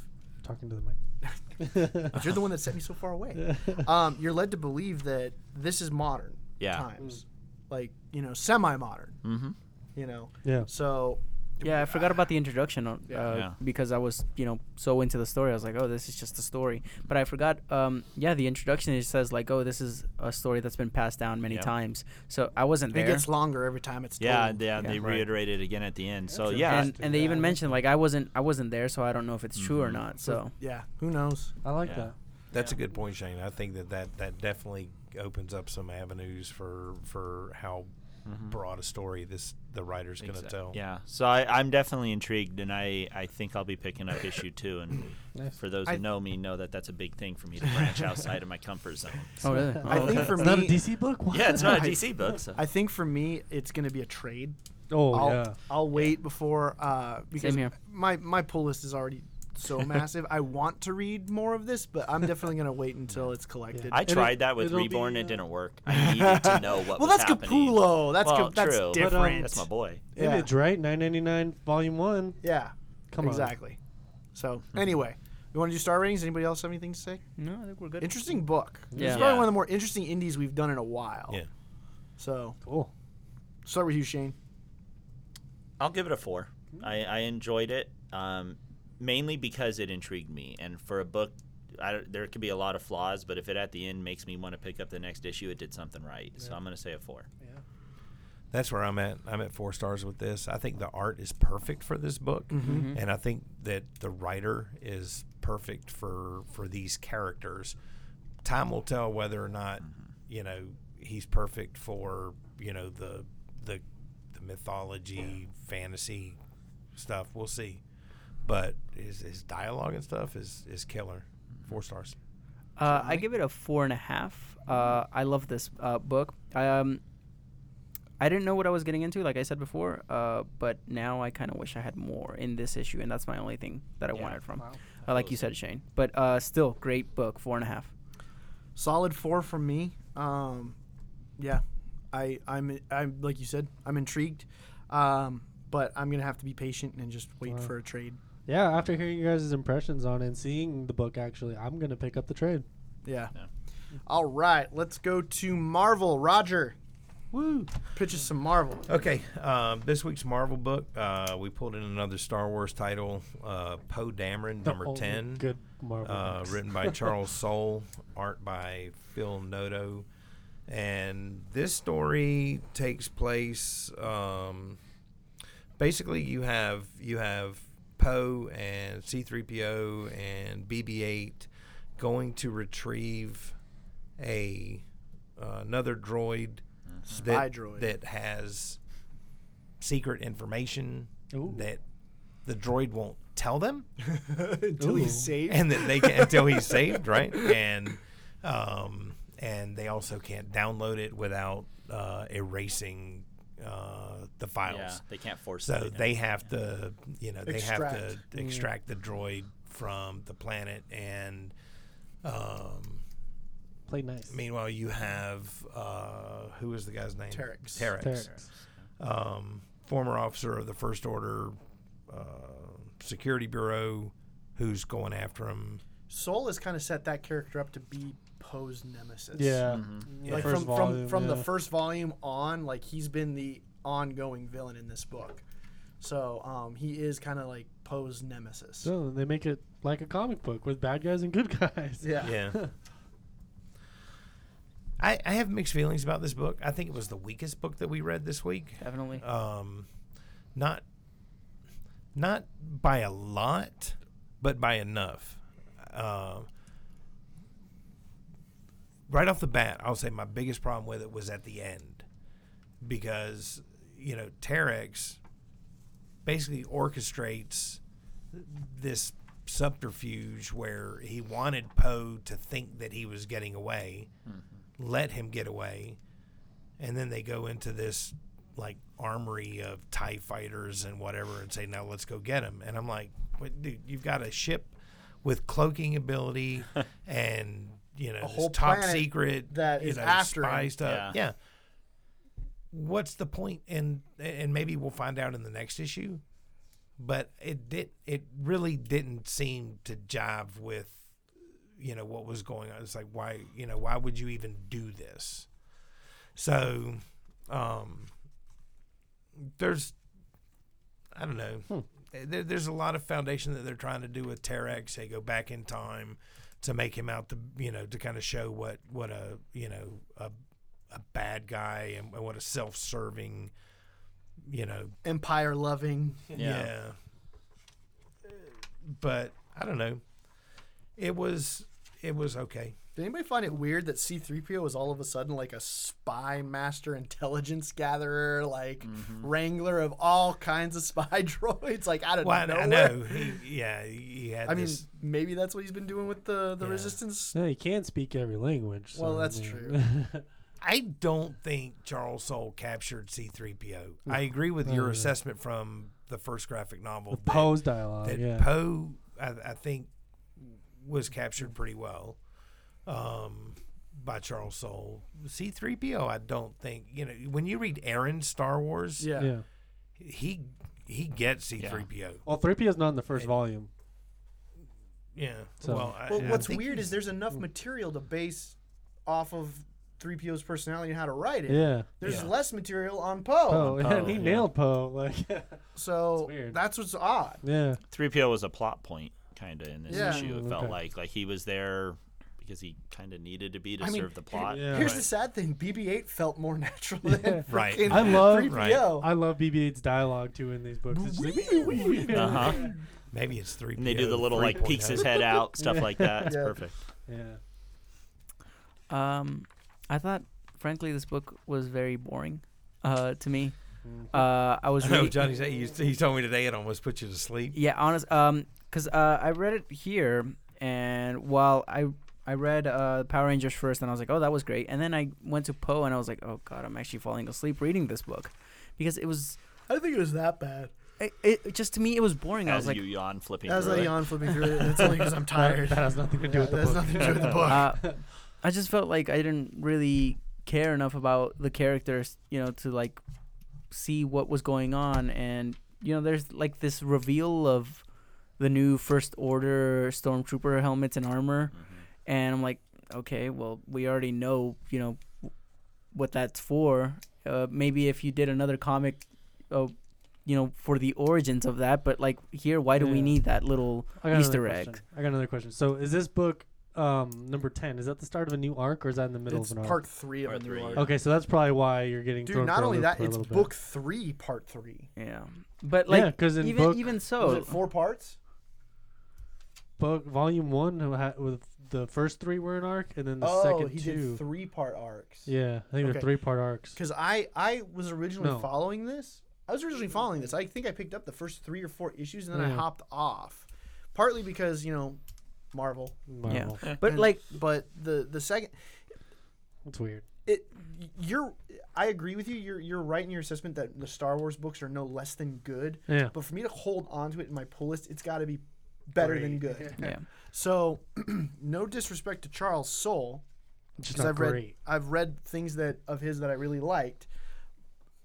Speaker 5: talking to <laughs> the mic.
Speaker 2: But you're the one that sent me so
Speaker 1: <laughs>
Speaker 2: far away. Um, you're led to believe that this is modern
Speaker 1: Yeah.
Speaker 2: times, like you know, semi-modern.
Speaker 1: Mm-hmm.
Speaker 2: You know,
Speaker 5: yeah.
Speaker 2: so
Speaker 3: Yeah, I forgot about the introduction on, uh,
Speaker 2: Yeah.
Speaker 1: Yeah.
Speaker 3: because I was, you know, so into the story. I was like, oh, this is just a story. But I forgot, um, yeah, the introduction it says like, oh, this is a story that's been passed down many
Speaker 1: Yeah.
Speaker 3: times. So I
Speaker 2: it
Speaker 3: wasn't there.
Speaker 2: gets longer every time it's
Speaker 1: Yeah,
Speaker 2: told.
Speaker 1: and yeah, they
Speaker 4: Right.
Speaker 1: reiterated again at the end. So
Speaker 4: That's
Speaker 1: yeah,
Speaker 3: and, and they even
Speaker 5: Yeah.
Speaker 3: mentioned like I wasn't I wasn't there, so I don't know if it's true
Speaker 1: Mm-hmm.
Speaker 3: or not. So
Speaker 2: yeah. Who knows?
Speaker 5: I like
Speaker 1: Yeah.
Speaker 5: that.
Speaker 4: That's a good point, Shane. I think that, that that definitely opens up some avenues for for how
Speaker 2: Mm-hmm.
Speaker 4: broad a story this the writer's going to
Speaker 1: Exact-
Speaker 4: tell.
Speaker 1: yeah. So I, I'm definitely intrigued, and I, I think I'll be picking up issue two. And
Speaker 5: Nice.
Speaker 1: for those
Speaker 2: I-
Speaker 1: who know me, know that that's a big thing for me to branch outside of my comfort zone.
Speaker 3: oh really?
Speaker 2: <laughs> I
Speaker 3: Oh,
Speaker 2: think
Speaker 3: okay.
Speaker 2: for
Speaker 5: It's not a
Speaker 2: me-
Speaker 5: DC book. What?
Speaker 1: Yeah, it's not a
Speaker 2: I-
Speaker 1: DC book. So.
Speaker 2: I think for me, it's gonna be a trade.
Speaker 5: <laughs> Oh
Speaker 2: I'll,
Speaker 5: yeah.
Speaker 2: I'll wait before uh, because
Speaker 3: here.
Speaker 2: my my pull list is already
Speaker 1: <laughs>
Speaker 2: so massive. I want to read more of this, but I'm definitely gonna wait until it's collected.
Speaker 1: I
Speaker 5: And it-
Speaker 1: tried that with
Speaker 5: it'll be,
Speaker 1: Reborn. it
Speaker 5: uh,
Speaker 1: didn't work. I needed to know what
Speaker 2: well,
Speaker 1: was
Speaker 2: that's
Speaker 1: happening.
Speaker 2: Capullo. That's
Speaker 1: Well,
Speaker 2: Cap- that's
Speaker 1: true.
Speaker 5: But, um,
Speaker 2: different.
Speaker 1: That's my boy.
Speaker 2: Yeah.
Speaker 5: Image right. Nine ninety nine, volume one.
Speaker 2: Yeah.
Speaker 5: Come on.
Speaker 2: exactly. So
Speaker 1: Hmm.
Speaker 2: anyway, we want to do star ratings. Anybody else have anything to say?
Speaker 3: no, I think we're good.
Speaker 2: Interesting book. It's
Speaker 3: Yeah.
Speaker 2: probably
Speaker 1: Yeah.
Speaker 2: one of the more interesting indies we've done in a while.
Speaker 4: Yeah.
Speaker 2: So
Speaker 5: Cool.
Speaker 2: start with you, Shane.
Speaker 1: I'll give it a four.
Speaker 2: Mm-hmm.
Speaker 1: I, I enjoyed it um, mainly because it intrigued me. And for a book, I, don't- there could be a lot of flaws, but if it at the end makes me want to pick up the next issue, it did something right. So I'm going to say a four.
Speaker 4: That's where I'm at. I'm at four stars with this. I think the art is perfect for this book, and I think that the writer is perfect for for these characters. Time will tell whether or not you know he's perfect for you know the the the mythology fantasy stuff. We'll see, but his his dialogue and stuff is is killer. Four stars.
Speaker 3: Uh, I give it a four and a half. Uh, I love this uh, book. I, um, I didn't know what I was getting into, like I said before, uh, but now I kind of wish I had more in this issue, and that's my only thing that I
Speaker 1: Yeah.
Speaker 3: wanted from. Uh, like you said, Shane. But uh, still, great book, four and a half.
Speaker 2: Solid four from me. Um, yeah, I I'm I'm like you said, I'm intrigued, um, but I'm gonna have to be patient and just wait
Speaker 5: Wow.
Speaker 2: for a trade.
Speaker 5: Yeah. After hearing you guys' impressions on it and seeing the book, actually, I'm gonna pick up the trade.
Speaker 2: Yeah.
Speaker 1: Yeah.
Speaker 2: All right, let's go to Marvel. Roger,
Speaker 5: Woo.
Speaker 2: pitch us some Marvel.
Speaker 4: Okay, um, this week's Marvel book, uh, we pulled in another Star Wars title, uh, Poe Dameron, number
Speaker 5: Only
Speaker 4: 10,
Speaker 5: Good Marvel.
Speaker 4: uh,
Speaker 5: books.
Speaker 4: written by Charles Soule, art by Phil Noto. And this story takes place um, basically you have you have Poe and C3PO and BB8 going to retrieve a uh, another droid
Speaker 2: Spy
Speaker 4: that,
Speaker 2: droid.
Speaker 4: that has secret information
Speaker 5: Ooh.
Speaker 4: that the droid won't tell them
Speaker 2: Until
Speaker 5: Ooh.
Speaker 2: he's saved.
Speaker 4: and that they can until he's
Speaker 2: <laughs>
Speaker 4: saved, right? And um, and they also can't download it without uh, erasing uh, the files.
Speaker 1: Yeah, they can't force
Speaker 4: So
Speaker 1: it.
Speaker 4: they have to, you know, they have
Speaker 2: Extract. Mm.
Speaker 4: to extract the droid from the planet. And um,
Speaker 5: Play nice.
Speaker 4: meanwhile, you have uh, who is the guy's name?
Speaker 2: Terex.
Speaker 4: Terex.
Speaker 5: Terex.
Speaker 4: um, former officer of the First Order uh, Security Bureau, who's going after him.
Speaker 2: Soul has kind of set that character up to be Poe's nemesis.
Speaker 5: Yeah.
Speaker 4: Yeah.
Speaker 2: like
Speaker 5: Mm-hmm. First
Speaker 2: from
Speaker 5: volume,
Speaker 2: from from the
Speaker 5: yeah.
Speaker 2: first volume on, like he's been the ongoing villain in this book. So um, he is kind of like Poe's nemesis.
Speaker 5: So they make it like a comic book with bad guys and good guys. <laughs>
Speaker 2: yeah.
Speaker 4: Yeah. <laughs> I, I have mixed feelings about this book. I think it was the weakest book that we read this week.
Speaker 3: Definitely.
Speaker 4: Um, not not by a lot, but by enough. Um, right off the bat, I'll say my biggest problem with it was at the end because you know Terex basically orchestrates this subterfuge where he wanted Poe to think that he was getting away, let him get away, and then they go into this like armory of Tie fighters and whatever, and say, "Now let's go get him." And I'm like, "What, dude? You've got a ship with cloaking ability and." You know, this
Speaker 2: whole
Speaker 4: top
Speaker 2: planet
Speaker 4: secret
Speaker 2: that
Speaker 4: you
Speaker 2: is
Speaker 4: know,
Speaker 2: after him.
Speaker 4: spy stuff.
Speaker 1: Yeah.
Speaker 4: yeah, what's the point and and maybe we'll find out in the next issue but it did it really didn't seem to jive with you know what was going on it's like why you know why would you even do this so um there's i don't know there, there's a lot of foundation that they're trying to do with Terex. They go back in time to make him out the you know to kind of show what what a you know a a bad guy and, and what a self-serving you know
Speaker 2: Empire loving.
Speaker 4: yeah.
Speaker 1: Yeah.
Speaker 4: But I don't know. It was it was okay.
Speaker 2: Did anybody find it weird that C3PO was all of a sudden like a spy master intelligence gatherer, like
Speaker 4: Mm-hmm.
Speaker 2: wrangler of all kinds of spy <laughs> droids, like out of
Speaker 4: Well, I,
Speaker 2: nowhere?
Speaker 4: I know. He, yeah, he had.
Speaker 2: I mean,
Speaker 4: this,
Speaker 2: maybe that's what he's been doing with the, the
Speaker 4: Yeah.
Speaker 2: resistance.
Speaker 5: No, he can't speak every language.
Speaker 2: Well,
Speaker 5: so, I
Speaker 2: that's
Speaker 5: mean- <laughs>
Speaker 2: true.
Speaker 4: I don't think Charles Soule captured C-3PO. I
Speaker 2: Mm.
Speaker 4: agree with your
Speaker 5: yeah.
Speaker 4: assessment from the first graphic novel. that-
Speaker 5: Poe's dialogue.
Speaker 4: that
Speaker 5: Oh, yeah.
Speaker 4: Poe, I, I think, was captured pretty well um, by Charles Soule. C-3PO, I don't think you know. When you read Aaron Star Wars,
Speaker 2: Yeah.
Speaker 5: yeah.
Speaker 4: he he gets C-3PO.
Speaker 5: Well, 3PO is not in the first volume.
Speaker 4: Yeah.
Speaker 5: So-
Speaker 4: well, I,
Speaker 2: Well,
Speaker 4: I
Speaker 2: what's
Speaker 4: think
Speaker 2: weird
Speaker 4: he's-
Speaker 2: is there's
Speaker 5: Hmm.
Speaker 2: enough material to base off of 3PO's personality and how to write it.
Speaker 5: Yeah.
Speaker 2: There's
Speaker 4: Yeah.
Speaker 2: less material on Poe.
Speaker 5: Poe. and <laughs> he
Speaker 1: yeah.
Speaker 5: nailed Poe. Like, <laughs>
Speaker 2: So
Speaker 5: It's weird.
Speaker 2: that's what's odd.
Speaker 5: yeah.
Speaker 1: 3PO was a plot point kind of in this
Speaker 2: Yeah.
Speaker 1: issue. It
Speaker 5: Mm,
Speaker 1: felt
Speaker 5: okay.
Speaker 1: like like he was there because he kind of needed to be to
Speaker 2: I mean,
Speaker 1: serve the plot.
Speaker 5: Yeah.
Speaker 2: Here's the sad thing BB-8 felt more <laughs> natural
Speaker 1: <laughs>
Speaker 2: than
Speaker 4: Right.
Speaker 2: freaking
Speaker 5: I love-
Speaker 2: 3PO.
Speaker 5: I love BB-8's dialogue too in these books. It's just like,
Speaker 1: Uh-huh.
Speaker 4: maybe it's three. oh.
Speaker 1: And they do the little like peeks his
Speaker 4: <laughs>
Speaker 1: head out stuff like that. It's
Speaker 2: Yeah.
Speaker 1: perfect.
Speaker 5: yeah.
Speaker 3: Um, I thought, frankly, this book was very boring. Uh, to me, uh, <laughs> I was
Speaker 4: I know
Speaker 3: reading.
Speaker 4: Johnny. said- He, he told me today it almost put you to sleep.
Speaker 3: Yeah, honest. Um, cause uh, I read it here, and while I I read uh Power Rangers first, and I was like, oh, that was great. And then I went to Poe, and I was like, oh god, I'm actually falling asleep reading this book, because it was
Speaker 2: I don't think it was that bad.
Speaker 3: it, it just to me it was boring. I was
Speaker 1: As
Speaker 3: like,
Speaker 1: you yawn flipping
Speaker 2: As
Speaker 1: through
Speaker 2: I
Speaker 1: it.
Speaker 2: yawn flipping
Speaker 5: <laughs>
Speaker 2: through it, and it's only because I'm tired.
Speaker 5: That has nothing to do
Speaker 2: Yeah,
Speaker 5: with the
Speaker 2: that's
Speaker 5: book.
Speaker 2: nothing to do with the
Speaker 5: <laughs>
Speaker 2: book.
Speaker 3: uh, I just felt like I didn't really care enough about the characters, you know, to like see what was going on. And you know, there's like this reveal of the new First Order stormtrooper helmets and armor,
Speaker 1: Mm-hmm.
Speaker 3: and I'm like, okay, well, we already know, you know, what that's for. Uh, maybe if you did another comic, uh, you know, for the origins of that. But like here, why do we
Speaker 5: Yeah.
Speaker 3: need that little?
Speaker 5: I got
Speaker 3: Easter
Speaker 5: another
Speaker 3: egg.
Speaker 5: question. I got another question. So, is this book um, number ten? Is that the start of a new arc, or is that in the middle
Speaker 2: it's
Speaker 5: of an
Speaker 2: part three of
Speaker 1: Part
Speaker 2: a
Speaker 1: three.
Speaker 2: new arc.
Speaker 5: arc? Okay, so that's probably why you're getting.
Speaker 2: Dude,
Speaker 5: thrown for
Speaker 2: not
Speaker 5: a
Speaker 2: only
Speaker 5: loop
Speaker 2: that,
Speaker 5: for a
Speaker 2: it's
Speaker 5: little bit.
Speaker 2: book three, part three.
Speaker 3: Yeah, but
Speaker 5: Yeah,
Speaker 3: like
Speaker 5: 'cause in
Speaker 3: even
Speaker 5: book-
Speaker 3: even so,
Speaker 2: Was it four parts?
Speaker 5: book volume one ha- with the first three were an arc, and then the
Speaker 2: oh,
Speaker 5: second
Speaker 2: he
Speaker 5: two.
Speaker 2: did three part arcs.
Speaker 5: yeah, I think
Speaker 2: Okay.
Speaker 5: they're three part arcs.
Speaker 2: Because I, I was originally
Speaker 5: No.
Speaker 2: following this. I was originally following this. I think I picked up the first three or four issues and then I
Speaker 5: Yeah.
Speaker 2: hopped off. Partly because, you know, Marvel.
Speaker 5: Marvel.
Speaker 3: yeah, but
Speaker 2: And-
Speaker 3: like
Speaker 2: But the, the second,
Speaker 5: it's weird.
Speaker 2: it you're I agree with you. You're you're right in your assessment that the Star Wars books are no less than good.
Speaker 5: Yeah.
Speaker 2: But for me to hold on to it in my pull list, it's got to be better than good.
Speaker 3: yeah.
Speaker 2: So, <clears throat> no disrespect to Charles Soule,
Speaker 5: It's just
Speaker 2: because
Speaker 5: not
Speaker 2: I've read
Speaker 5: great.
Speaker 2: I've read things that of his that I really liked.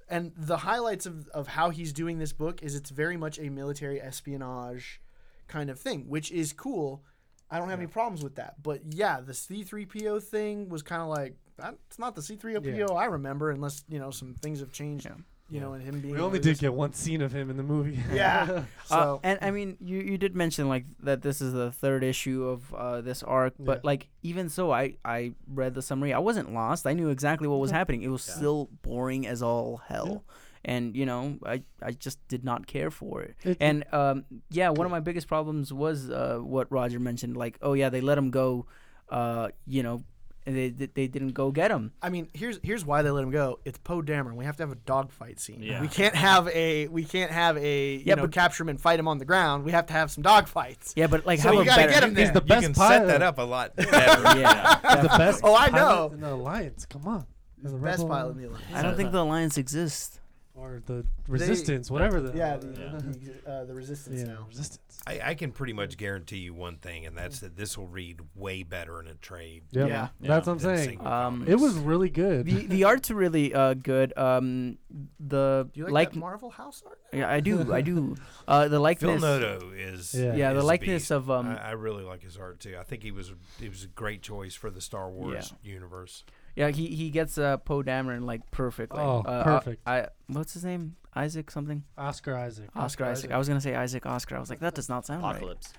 Speaker 2: and the highlights of, of how he's doing this book is it's very much a military espionage kind of thing, which is cool. I don't have any problems with that. But yeah, the C3PO thing was kind of like "That- it's not the C3PO
Speaker 5: Yeah.
Speaker 2: I remember unless, you know, some things have changed,
Speaker 3: Yeah.
Speaker 2: you know, and him being
Speaker 5: We only
Speaker 2: really
Speaker 5: did
Speaker 2: this-
Speaker 5: get one scene of him in the movie.
Speaker 2: <laughs> Yeah.
Speaker 3: Uh,
Speaker 2: So
Speaker 3: and I mean, you, you did mention like that this is the third issue of uh, this arc, but
Speaker 5: Yeah.
Speaker 3: like even so, I I read the summary. I wasn't lost. I knew exactly what was happening. It was
Speaker 1: Yeah.
Speaker 3: still boring as all hell, and you know, I I just did not care for it.
Speaker 5: It-
Speaker 3: And um, yeah, one of my biggest problems was uh, what Roger mentioned. Like, oh yeah, they let him go. Uh, you know, and they they they didn't go get him.
Speaker 2: I mean, here's here's why they let him go. It's Poe Dameron. We have to have a dogfight scene.
Speaker 1: Yeah.
Speaker 2: We can't have a we can't have a you
Speaker 3: Yeah,
Speaker 2: know
Speaker 3: but-
Speaker 2: capture him and fight him on the ground. We have to have some dogfights.
Speaker 3: Yeah, but like
Speaker 2: So
Speaker 3: have
Speaker 2: you
Speaker 3: a
Speaker 2: gotta
Speaker 3: better. <laughs>
Speaker 2: get him
Speaker 4: He's
Speaker 2: there.
Speaker 4: the
Speaker 5: the
Speaker 4: best
Speaker 5: best
Speaker 4: you can set
Speaker 5: pilot.
Speaker 4: that up a lot better. <laughs>
Speaker 5: <laughs>
Speaker 1: yeah.
Speaker 5: <laughs> the best.
Speaker 2: <laughs> Oh, I
Speaker 5: pilot
Speaker 2: know.
Speaker 5: In the alliance, come on. As a
Speaker 2: Best
Speaker 5: rebel
Speaker 2: pilot in the Olympics.
Speaker 3: I don't think the alliance exists.
Speaker 5: or the resistance, whatever the
Speaker 2: Yeah, the,
Speaker 5: the,
Speaker 2: The, uh, the resistance now.
Speaker 5: resistance.
Speaker 4: I, I can pretty much guarantee you one thing, and that's that this will read way better in a trade.
Speaker 5: Yep.
Speaker 2: Yeah.
Speaker 5: that's what I'm
Speaker 4: than
Speaker 5: saying.
Speaker 4: single
Speaker 3: Um,
Speaker 4: comics.
Speaker 5: It was really good.
Speaker 3: the the art's really uh, good. Um, the
Speaker 2: Do you like,
Speaker 3: like,
Speaker 2: that Marvel house art?
Speaker 3: yeah, I do, I
Speaker 1: <laughs>
Speaker 3: do. Uh, the
Speaker 4: Phil
Speaker 3: likeness,
Speaker 4: Noto is
Speaker 5: Yeah.
Speaker 3: yeah,
Speaker 4: is
Speaker 3: the
Speaker 4: a
Speaker 3: likeness
Speaker 4: beast.
Speaker 3: of um,
Speaker 5: uh,
Speaker 4: I, I really like his art too. I think he was he was a great choice for the Star Wars
Speaker 3: <laughs>
Speaker 4: universe.
Speaker 3: yeah, he he gets uh, Poe Dameron like perfectly.
Speaker 5: Oh,
Speaker 3: Uh,
Speaker 5: perfect.
Speaker 3: I, I what's his name? Isaac something.
Speaker 5: Oscar Isaac.
Speaker 3: Oscar, Isaac. I was gonna say Isaac Oscar. I was like, that does not sound right.
Speaker 1: Apocalypse.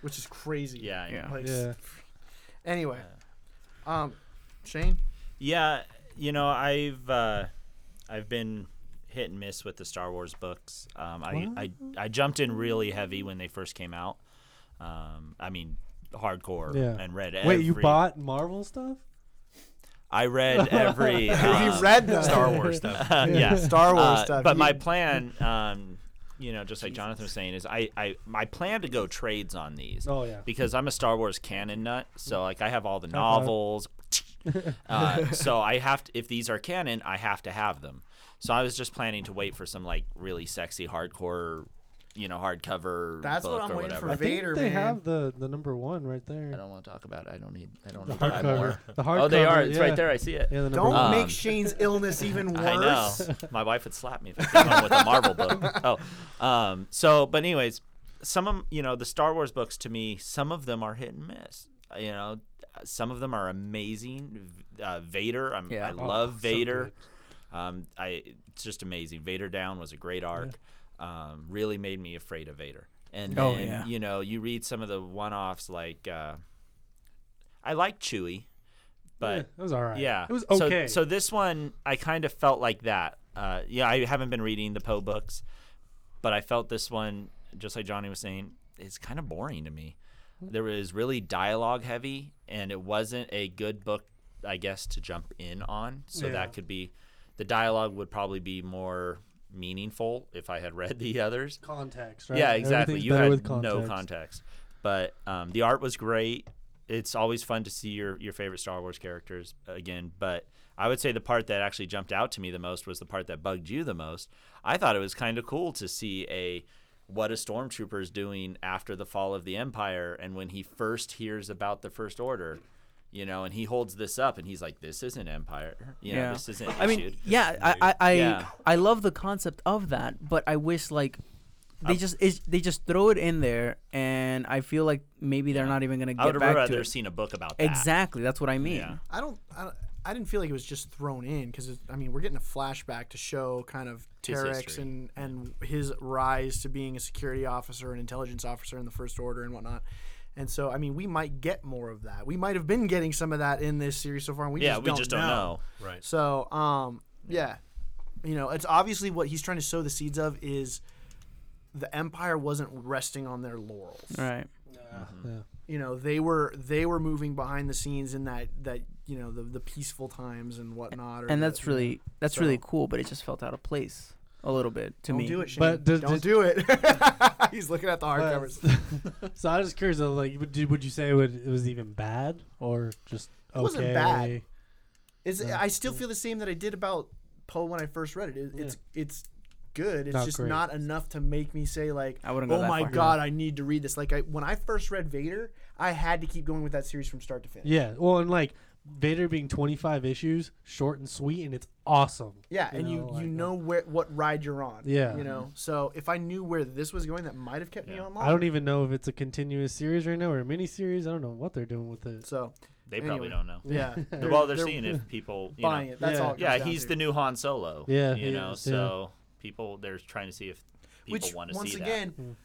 Speaker 2: Which is crazy.
Speaker 1: Yeah. I know.
Speaker 3: Yeah.
Speaker 2: Like,
Speaker 5: Yeah.
Speaker 2: Anyway, um, Shane.
Speaker 1: Yeah, you know, I've uh, I've been hit and miss with the Star Wars books. Um, I, I I jumped in really heavy when they first came out. Um, I mean, hardcore
Speaker 5: Yeah.
Speaker 1: and read.
Speaker 5: Wait, you
Speaker 1: every-
Speaker 5: bought Marvel stuff?
Speaker 1: I read every. um,
Speaker 2: he read the
Speaker 4: Star
Speaker 3: <laughs>
Speaker 4: Wars stuff.
Speaker 1: <laughs> yeah,
Speaker 2: Star Wars
Speaker 1: Uh,
Speaker 2: stuff.
Speaker 1: But
Speaker 2: He-
Speaker 1: my plan, um, you know, just like Jonathan was saying, is I, I my plan to go trades on these.
Speaker 5: Oh, yeah.
Speaker 1: Because I'm a Star Wars canon nut, so like I have all
Speaker 5: <laughs>
Speaker 1: the
Speaker 5: five.
Speaker 1: novels. uh, so I have to, if these are canon, I have to have them. So I was just planning to wait for some like really sexy hardcore, you know, hardcover
Speaker 2: That's what
Speaker 1: book
Speaker 2: I'm
Speaker 1: or
Speaker 2: waiting
Speaker 1: whatever.
Speaker 5: I
Speaker 2: Vader,
Speaker 5: think they
Speaker 2: man.
Speaker 5: have the, the number one right
Speaker 1: I
Speaker 5: there.
Speaker 1: don't want to talk about it. I don't need. I don't
Speaker 5: The
Speaker 1: need to buy more.
Speaker 5: hardcover. The hardcover.
Speaker 1: Oh, they are. It's
Speaker 5: yeah.
Speaker 1: right there. I see it.
Speaker 5: Yeah, the number
Speaker 2: Don't
Speaker 5: one.
Speaker 1: Um,
Speaker 2: make Shane's illness even worse.
Speaker 1: I know. <laughs> My wife would slap me if I came home with a Marvel book. Oh, um, so but anyways, some of you know the Star Wars books to me, some of them are hit and miss. You know, some of them are amazing. Uh, Vader, I'm,
Speaker 3: Yeah.
Speaker 1: I
Speaker 5: Oh,
Speaker 1: love
Speaker 5: so
Speaker 1: Vader. um, I it's just amazing. Vader Down was a great arc. Um, really made me afraid of Vader. And
Speaker 3: Oh,
Speaker 1: then,
Speaker 3: yeah.
Speaker 1: you know, you read some of the one-offs like uh, I like Chewie,
Speaker 5: Yeah,
Speaker 1: but
Speaker 5: it was all right.
Speaker 1: yeah,
Speaker 5: It was
Speaker 1: So-
Speaker 5: okay.
Speaker 1: So, this one, I kind of felt like that. Uh, yeah, I haven't been reading the Poe books, but I felt this one, just like Johnny was saying, it's kind of boring to me. There was really dialogue heavy, and it wasn't a good book, I guess, to jump in on. So
Speaker 5: Yeah.
Speaker 1: that could be, the dialogue would probably be more meaningful if I had read the <laughs> others.
Speaker 5: context, right?
Speaker 1: Yeah, exactly.
Speaker 5: Everything's
Speaker 1: You
Speaker 5: better
Speaker 1: had
Speaker 5: with
Speaker 1: no context, but um, the art was great. It's always fun to see your your favorite Star Wars characters again. But I would say the part that actually jumped out to me the most was the part that bugged you the most. I thought it was kind of cool to see a what a stormtrooper is doing after the fall of the Empire and when he first hears about the First Order. You know, and he holds this up, and he's like, "This isn't Empire. You know,
Speaker 3: Yeah.
Speaker 1: this isn't."
Speaker 3: I mean,
Speaker 1: issued."
Speaker 3: yeah, I I I,
Speaker 1: Yeah.
Speaker 3: I love the concept of that, but I wish like they
Speaker 1: I-
Speaker 3: just it's, they just throw it in there, and I feel like maybe they're not even gonna
Speaker 1: I would
Speaker 3: get
Speaker 1: have
Speaker 3: back to
Speaker 1: rather
Speaker 3: it.
Speaker 1: seen a book about that.
Speaker 3: Exactly, that's what I mean.
Speaker 1: Yeah.
Speaker 2: I don't. I, don't- I didn't feel like it was just thrown in because I mean we're getting a flashback to show kind of
Speaker 1: His
Speaker 2: Terex
Speaker 1: history.
Speaker 2: and and his rise to being a security officer and intelligence officer in the First Order and whatnot. And so I mean we might get more of that. We might have been getting some of that in this series so far. And we
Speaker 1: Yeah,
Speaker 2: just
Speaker 1: we
Speaker 2: don't
Speaker 1: just don't know.
Speaker 4: Right.
Speaker 2: So um yeah, you know it's obviously what he's trying to sow the seeds of is the Empire wasn't resting on their laurels
Speaker 3: Right.
Speaker 1: Mm-hmm.
Speaker 2: you know they were they were moving behind the scenes in that that you know the the peaceful times and whatnot. Or
Speaker 3: and
Speaker 2: the-
Speaker 3: that's really that's really
Speaker 2: So-
Speaker 3: cool, but it just felt out of place a little bit to
Speaker 2: don't
Speaker 3: me.
Speaker 2: do it, Shane.
Speaker 5: But does-
Speaker 2: don't
Speaker 5: does-
Speaker 2: do it. <laughs> He's looking at the
Speaker 5: <laughs>
Speaker 2: hardcovers. It
Speaker 5: so I was just curious, though, like, would you, would you say it, would, it was even bad or just okay?
Speaker 2: wasn't bad. It's, I still feel the same that I did about Poe when I first read it. it it's it's good. It's
Speaker 5: Not
Speaker 2: just
Speaker 5: great.
Speaker 2: not enough to make me say like,
Speaker 3: I wouldn't go
Speaker 2: oh
Speaker 3: that
Speaker 2: my
Speaker 3: far."
Speaker 2: god, I need to read this. Like I when I first read Vader, I had to keep going with that series from start to finish.
Speaker 5: Yeah. Well, and like Vader being 25 issues, short and sweet, and it's awesome.
Speaker 2: Yeah, and you
Speaker 5: like,
Speaker 2: you
Speaker 5: uh,
Speaker 2: know where what ride you're on.
Speaker 5: Yeah.
Speaker 2: you know. So if I knew where this was going, that might have kept me
Speaker 1: Yeah.
Speaker 2: on.
Speaker 5: I don't even know if it's a continuous series right now or a mini series. I don't know what they're doing with it.
Speaker 2: So
Speaker 1: They probably
Speaker 2: Anyway.
Speaker 1: don't know.
Speaker 2: yeah,
Speaker 1: <laughs> well, they're, seeing if people you
Speaker 2: buying
Speaker 1: know,
Speaker 2: it. That's
Speaker 5: Yeah.
Speaker 2: all. It
Speaker 1: Yeah,
Speaker 2: comes down
Speaker 1: he's
Speaker 2: to.
Speaker 1: the new Han Solo.
Speaker 5: Yeah,
Speaker 1: you
Speaker 5: he
Speaker 1: know,
Speaker 5: is, yeah.
Speaker 1: so people they're trying to see if people
Speaker 2: Which
Speaker 1: want to
Speaker 2: once
Speaker 1: see
Speaker 2: again,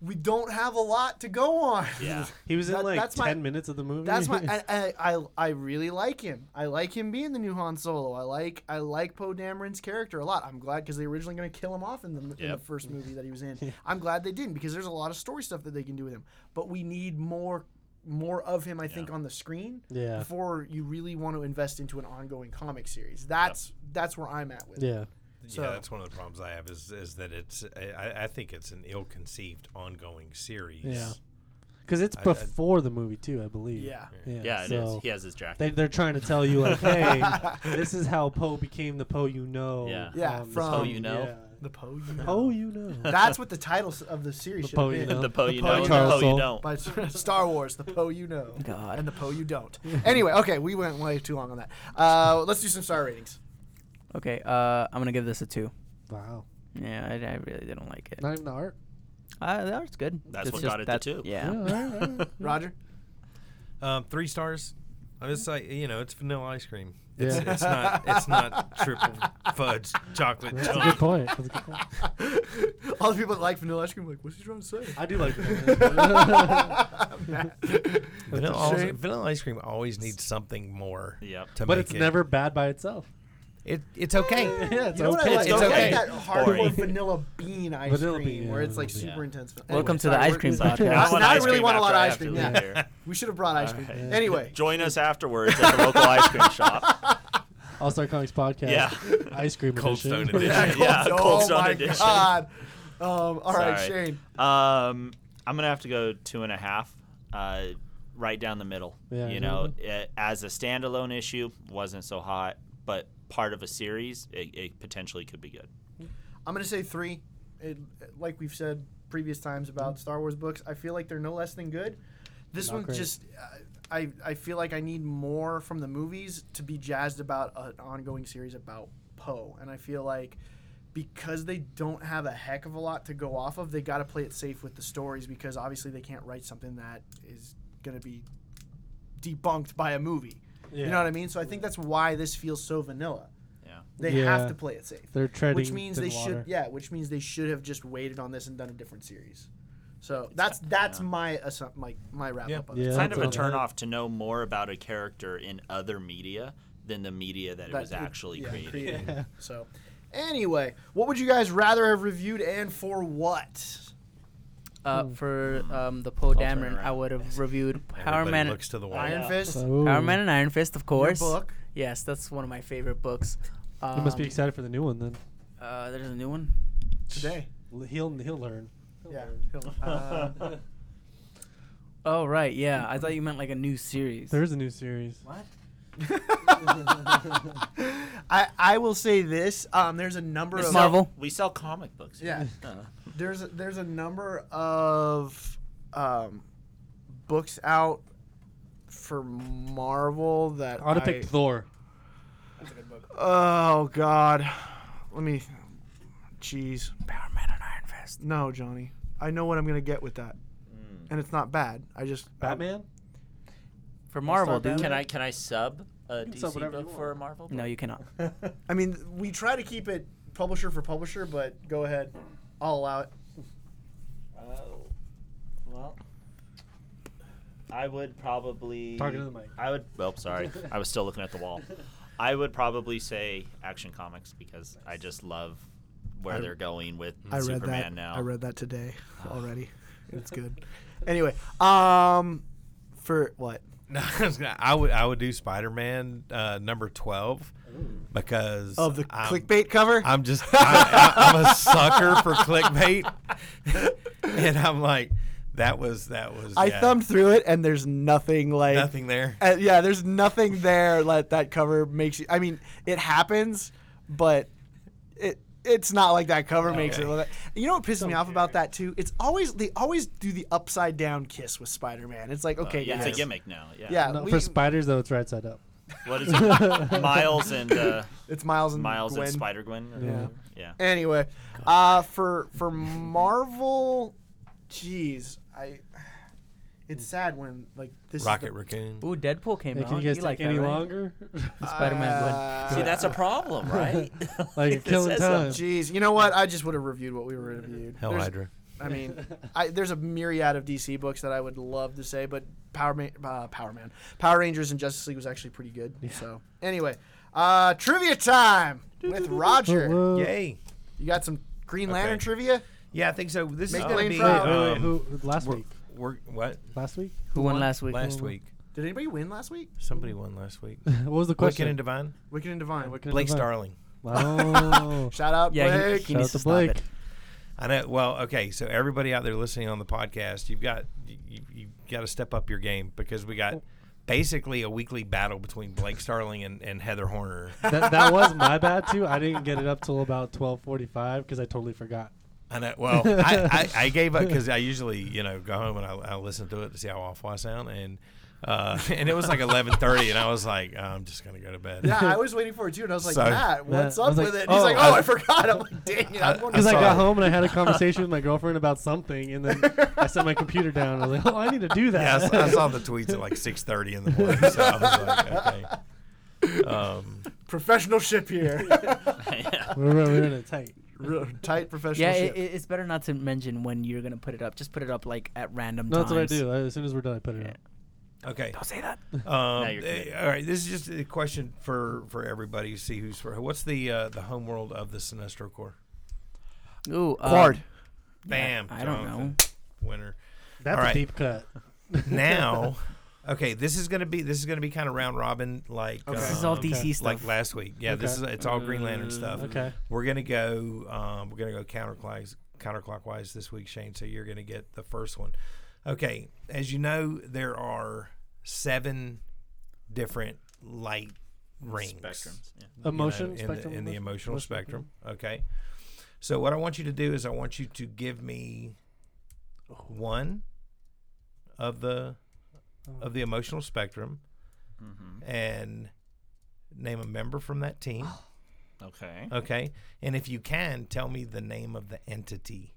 Speaker 2: we don't have a lot to go on.
Speaker 1: that. <laughs> Yeah,
Speaker 5: He was in
Speaker 2: That-
Speaker 5: like
Speaker 2: that's my-
Speaker 5: 10 minutes of the
Speaker 2: <laughs>
Speaker 5: movie.
Speaker 2: That's
Speaker 5: <laughs>
Speaker 2: my I, I I I really like him. I like him being the new Han Solo. I like I like Poe Dameron's character a lot. I'm glad because they were originally going to kill him off in the in the
Speaker 1: Yep.
Speaker 2: first movie that he was in.
Speaker 1: <laughs>
Speaker 2: I'm glad they didn't because there's a lot of story stuff that they can do with him. But we need more more of him. I think on the screen
Speaker 5: Yeah.
Speaker 2: before you really want to invest into an ongoing comic series. That's that's where I'm at with. it.
Speaker 5: yeah.
Speaker 2: So-
Speaker 4: yeah, that's one of the problems I have is is that it's I- I, I think it's an ill-conceived ongoing series.
Speaker 5: Yeah. Because it's
Speaker 4: I- I-
Speaker 5: before the movie, too, I believe.
Speaker 2: Yeah.
Speaker 5: Yeah,
Speaker 1: yeah, it is.
Speaker 5: so
Speaker 1: He has his jacket.
Speaker 5: They, they're trying to tell
Speaker 2: <laughs>
Speaker 5: you, like, hey, this is how Poe became the Poe you know.
Speaker 1: Yeah.
Speaker 2: Yeah,
Speaker 5: this
Speaker 2: from- Poe
Speaker 5: thing,
Speaker 1: you know.
Speaker 5: yeah.
Speaker 2: The Poe. You know.
Speaker 5: Poe <laughs>
Speaker 2: <laughs>
Speaker 5: you know.
Speaker 2: That's what the title s- of the series
Speaker 5: The
Speaker 2: should have
Speaker 5: Poe you
Speaker 2: been.
Speaker 5: know.
Speaker 1: the Poe you
Speaker 2: Poe
Speaker 1: know,
Speaker 2: you
Speaker 1: and
Speaker 2: know.
Speaker 1: the Poe you
Speaker 5: Parasol.
Speaker 1: don't.
Speaker 2: by Star Wars, the Poe you know,
Speaker 3: God.
Speaker 2: and the Poe you don't. Anyway, okay, we went way too long on that. Uh, let's do some star ratings.
Speaker 3: Okay, uh, I'm gonna give this a two.
Speaker 5: Wow.
Speaker 3: Yeah, I, I really didn't like it.
Speaker 5: Not even the art.
Speaker 3: Uh, that was good.
Speaker 1: That's
Speaker 3: It's
Speaker 1: what
Speaker 3: just
Speaker 1: got it to
Speaker 3: that-
Speaker 1: two.
Speaker 3: Yeah.
Speaker 5: all right, all
Speaker 1: <laughs>
Speaker 5: right.
Speaker 2: Roger, <laughs>
Speaker 4: Um, three stars. I just like you know, it's vanilla ice cream. It's,
Speaker 5: Yeah.
Speaker 4: it's not. It's not
Speaker 5: <laughs>
Speaker 4: triple fudge chocolate
Speaker 5: That's a good
Speaker 4: chunk.
Speaker 5: point. That's a good point.
Speaker 2: all the people that like vanilla ice cream, are like, what's he trying to say? <laughs>
Speaker 5: I do like <laughs>
Speaker 2: Matt.
Speaker 4: Vanilla,
Speaker 2: That's a
Speaker 4: also,
Speaker 2: shame.
Speaker 4: vanilla ice cream always needs something more.
Speaker 2: <laughs>
Speaker 1: Yep.
Speaker 4: To
Speaker 5: But
Speaker 4: make
Speaker 5: it's
Speaker 4: it.
Speaker 5: never bad by itself.
Speaker 4: It, it's okay.
Speaker 5: Yeah, it's
Speaker 2: You know what I
Speaker 5: okay.
Speaker 2: like?
Speaker 4: It's
Speaker 2: I
Speaker 4: okay.
Speaker 2: like that hardcore
Speaker 1: Boring.
Speaker 2: vanilla bean ice
Speaker 5: Vanilla
Speaker 2: cream,
Speaker 5: bean,
Speaker 2: where
Speaker 5: yeah,
Speaker 2: it's like
Speaker 5: vanilla
Speaker 1: bean.
Speaker 2: super
Speaker 1: Yeah.
Speaker 2: intense. But
Speaker 3: Welcome
Speaker 2: anyway,
Speaker 3: to the
Speaker 2: sorry,
Speaker 3: ice
Speaker 2: we're-
Speaker 3: cream
Speaker 5: we're-
Speaker 3: podcast.
Speaker 2: Now-
Speaker 1: want
Speaker 2: now I
Speaker 1: ice
Speaker 2: really
Speaker 1: cream
Speaker 2: want a lot of
Speaker 1: after I
Speaker 2: ice
Speaker 1: have to
Speaker 2: cream,
Speaker 1: leave
Speaker 2: yeah. <laughs>
Speaker 1: here.
Speaker 2: We should have brought ice cream. Anyway,
Speaker 1: Join us afterwards at the local ice
Speaker 2: <laughs>
Speaker 1: cream shop.
Speaker 5: All Star Comics podcast.
Speaker 1: Yeah.
Speaker 5: <laughs> Ice cream
Speaker 4: Cold
Speaker 5: edition.
Speaker 4: Stone edition.
Speaker 1: <laughs> Yeah, yeah,
Speaker 2: oh
Speaker 1: Cold Stone
Speaker 2: my
Speaker 1: Edition.
Speaker 2: God. Um, all right,
Speaker 1: Sorry.
Speaker 2: Shane.
Speaker 1: Um, I'm gonna have to go two and a half, uh, right down the middle.
Speaker 5: Yeah,
Speaker 1: you know, it, as a standalone issue, wasn't so hot, but part of a series, it, it potentially could be good.
Speaker 2: I'm gonna say three. It, like we've said previous times about Star Wars books, I feel like they're no less than good. This
Speaker 5: Mm-hmm.
Speaker 2: one
Speaker 5: Not great.
Speaker 2: just, uh, I I feel like I need more from the movies to be jazzed about an ongoing series about Poe, and I feel like because they don't have a heck of a lot to go off of, they got to play it safe with the stories because obviously they can't write something that is gonna be debunked by a movie. You know what I mean? So I think that's why this feels so vanilla.
Speaker 1: Yeah.
Speaker 2: They
Speaker 5: Yeah.
Speaker 2: have to play it safe
Speaker 5: <laughs> They're treading
Speaker 2: which means
Speaker 5: thin
Speaker 2: they
Speaker 5: water.
Speaker 2: should yeah which means they should have just waited on this and done a different series so that's that's my assu- my my wrap
Speaker 4: Yeah.
Speaker 2: up on
Speaker 5: Yeah.
Speaker 2: this.
Speaker 1: kind of a
Speaker 5: That's all right.
Speaker 1: turnoff to know more about a character in other media than the media that, it
Speaker 2: That
Speaker 1: was
Speaker 2: it-
Speaker 1: actually
Speaker 2: yeah,
Speaker 1: created.
Speaker 2: <laughs> so anyway what would you guys rather have reviewed and for what
Speaker 3: Uh, for um, the Poe
Speaker 1: Mm-hmm. I'll turn
Speaker 3: Dameron, I
Speaker 1: around.
Speaker 3: would have reviewed Power
Speaker 4: Everybody
Speaker 3: Man,
Speaker 4: looks to the wall.
Speaker 2: Iron
Speaker 1: yeah.
Speaker 2: Fist your
Speaker 5: Ooh.
Speaker 3: Power Man and Iron Fist, of course.
Speaker 2: book
Speaker 3: Yes, that's one of my favorite books. Um,
Speaker 5: You must be excited for the new one then.
Speaker 3: Uh, there's a new one.
Speaker 2: today
Speaker 5: L- He'll he'll learn.
Speaker 2: yeah
Speaker 3: <laughs>
Speaker 2: uh,
Speaker 3: Oh right, yeah. I thought you meant like a new series.
Speaker 5: There is a new series.
Speaker 3: what?
Speaker 2: I I will say this um there's a number
Speaker 3: Miss
Speaker 2: of
Speaker 3: Marvel.
Speaker 1: We sell comic books.
Speaker 2: yeah
Speaker 1: Uh,
Speaker 2: there's a, there's a number of um, books out for Marvel that
Speaker 5: I would have picked Thor.
Speaker 2: Oh God, let me. Jeez,
Speaker 3: Power Man and Iron Fist.
Speaker 2: no, Johnny. I know what I'm gonna get with that, and it's not bad. I just
Speaker 5: Batman?
Speaker 3: For Marvel, dude.
Speaker 1: can I can I sub a
Speaker 5: can sub
Speaker 1: DC
Speaker 5: whatever you
Speaker 1: book for a
Speaker 5: want.
Speaker 1: Marvel?
Speaker 3: No,
Speaker 1: book?
Speaker 3: you cannot.
Speaker 2: I mean, we try to keep it publisher for publisher, but go ahead. I'll allow it.
Speaker 1: Oh, well, I would probably
Speaker 5: Talking to the mic.
Speaker 1: I would. Oh,
Speaker 5: <laughs>
Speaker 1: sorry, I was still looking at the wall. I would probably say Action Comics because I just love where
Speaker 2: I-
Speaker 1: they're going with
Speaker 2: I read
Speaker 1: Superman
Speaker 2: that.
Speaker 1: now.
Speaker 2: I read that today already. it's good. Anyway, um, for what?
Speaker 4: <laughs> No, I, was gonna, I would I would do Spider Man uh, number twelve because
Speaker 2: Of the
Speaker 4: I'm,
Speaker 2: clickbait cover?
Speaker 4: I'm just I, I, I'm a sucker for clickbait, <laughs> and I'm like that was that was
Speaker 2: I
Speaker 4: yeah,
Speaker 2: thumbed through it and there's nothing like
Speaker 4: nothing there.
Speaker 2: Uh, yeah, there's nothing there like that cover makes you I mean, it happens, but it it's not like that cover makes it. look like- You know what pisses me off about that too? It's always they always do the upside down kiss with Spider-Man. It's like, okay,
Speaker 1: Uh, Yeah,
Speaker 2: yeah,
Speaker 1: it's a gimmick now. Yeah.
Speaker 2: Yeah,
Speaker 5: No,
Speaker 2: we-
Speaker 5: for spiders though, it's right side up.
Speaker 1: What is
Speaker 4: <laughs>
Speaker 1: it? Miles and uh,
Speaker 2: It's Miles and
Speaker 1: Miles
Speaker 2: Gwen.
Speaker 1: and Spider Gwen.
Speaker 5: Yeah.
Speaker 1: Yeah.
Speaker 2: Anyway, uh, for for Marvel, jeez, I.
Speaker 1: Hmm.
Speaker 2: It's sad when like this is
Speaker 4: Rocket
Speaker 2: the-
Speaker 4: Raccoon.
Speaker 3: Ooh, Deadpool came
Speaker 5: Hey,
Speaker 3: out.
Speaker 5: can you guys
Speaker 3: you
Speaker 5: take
Speaker 3: like
Speaker 5: any
Speaker 3: that, right?
Speaker 5: longer?
Speaker 3: Spider-Man
Speaker 2: Uh,
Speaker 1: See, that's a problem, right?
Speaker 5: Like,
Speaker 1: It
Speaker 5: killing
Speaker 1: says
Speaker 5: time.
Speaker 2: Jeez, you know what? I just would have reviewed what we were reviewed.
Speaker 4: Hell
Speaker 2: There's-
Speaker 4: Hydra.
Speaker 2: I mean,
Speaker 5: <laughs>
Speaker 2: I, there's a myriad of DC books that I would love to say, but Power Man, uh, Power Man, Power Rangers and Justice League was actually pretty good. So anyway, uh, trivia time with Roger.
Speaker 5: Whoa.
Speaker 4: Yay.
Speaker 2: You got some Green Lantern
Speaker 4: Okay.
Speaker 2: trivia?
Speaker 4: Yeah, I think so. This
Speaker 2: Make
Speaker 4: is going
Speaker 2: Blaine
Speaker 4: to be.
Speaker 2: proud.
Speaker 5: Oh, wait,
Speaker 4: um,
Speaker 5: who, last
Speaker 4: we're-
Speaker 5: week?
Speaker 4: we're- what?
Speaker 5: Last week?
Speaker 3: Who won last week?
Speaker 4: Last
Speaker 5: won?
Speaker 4: week.
Speaker 2: Did anybody win last week?
Speaker 4: Somebody won last week.
Speaker 5: <laughs> what was
Speaker 4: Wicked
Speaker 5: the
Speaker 4: and
Speaker 5: question?
Speaker 4: Divine.
Speaker 2: Wicked and Divine.
Speaker 5: Wicked
Speaker 2: <laughs>
Speaker 5: and
Speaker 4: Blake
Speaker 5: Divine.
Speaker 4: Starling.
Speaker 5: Oh.
Speaker 2: Shout out
Speaker 3: Yeah, he,
Speaker 2: Blake.
Speaker 3: he
Speaker 5: Shout out
Speaker 3: needs
Speaker 5: to
Speaker 3: to stop
Speaker 5: Blake.
Speaker 3: it.
Speaker 4: I know. Well, okay. So everybody out there listening on the podcast, you've got you, you, you got to step up your game because we got basically a weekly battle between Blake Starling and, and Heather Horner.
Speaker 5: that, that was my bad too. I didn't get it up till about twelve forty-five because I totally forgot.
Speaker 4: I know. Well, I, I, I gave up because I usually, you know, go home and I, I listen to it to see how awful I sound, and uh, <laughs> and it was like eleven thirty, and I was like, "Oh, I'm just gonna go to bed.
Speaker 2: Yeah, I was waiting for it too, and I was like,
Speaker 4: So-
Speaker 2: Matt, what's
Speaker 5: Matt, I
Speaker 2: up
Speaker 5: was like,
Speaker 2: with it? And he's
Speaker 5: oh,
Speaker 2: like, oh, I,
Speaker 4: I-
Speaker 2: forgot. I'm like, dang it. I'm
Speaker 5: <laughs>
Speaker 2: going
Speaker 5: Because I
Speaker 4: sorry.
Speaker 5: got home and I had a conversation with my girlfriend about something, and then I set my computer down. I was like, "Oh, I need to
Speaker 4: <laughs>
Speaker 5: do
Speaker 4: Yeah, I,
Speaker 5: that."
Speaker 4: s- I saw the tweets at like six thirty in the morning, so I was like, okay. Um,
Speaker 2: professional ship here.
Speaker 1: yeah.
Speaker 5: we <laughs> were, we were in a tight.
Speaker 2: <laughs> Real tight professional
Speaker 3: Yeah,
Speaker 2: ship.
Speaker 3: it, it- it's better not to mention when you're gonna put it up. Just put it up like at random
Speaker 5: No,
Speaker 3: times.
Speaker 5: that's what I do. I- as soon as we're done, I put it
Speaker 3: Yeah.
Speaker 5: up.
Speaker 4: okay.
Speaker 3: Don't say that.
Speaker 4: Um,
Speaker 1: you're
Speaker 4: eh,
Speaker 1: committed.
Speaker 4: all right, this is just a question for for everybody to see who's for. What's the uh, the homeworld of the Sinestro Corps?
Speaker 3: Ooh, uh,
Speaker 2: Quard.
Speaker 4: Bam!
Speaker 3: I don't know.
Speaker 4: Jonathan, Winner.
Speaker 5: That's
Speaker 4: All right.
Speaker 5: a deep cut.
Speaker 4: Now, <laughs> okay, this is gonna be this is gonna be kind of round robin like
Speaker 2: Okay.
Speaker 3: This is all
Speaker 4: um,
Speaker 3: DC
Speaker 5: okay.
Speaker 3: stuff.
Speaker 4: like last week. Yeah, this is
Speaker 5: Okay. Uh,
Speaker 4: it's all Green Lantern
Speaker 3: Mm,
Speaker 4: stuff.
Speaker 5: Okay.
Speaker 4: We're gonna go um, we're gonna go counterclockwise counterclockwise this week, Shane. So you're gonna get the first one. Okay, as you know, there are seven different light rings
Speaker 1: Spectrums. Yeah.
Speaker 4: you know,
Speaker 5: Emotion
Speaker 4: in
Speaker 5: spectrum.
Speaker 4: the, in the
Speaker 5: emotion-
Speaker 4: emotional spectrum. Okay, so what I want you to do is I want you to give me one of the of the emotional spectrum
Speaker 1: Mm-hmm.
Speaker 4: and name a member from that team.
Speaker 1: Okay.
Speaker 4: Okay. And if you can, tell me the name of the entity.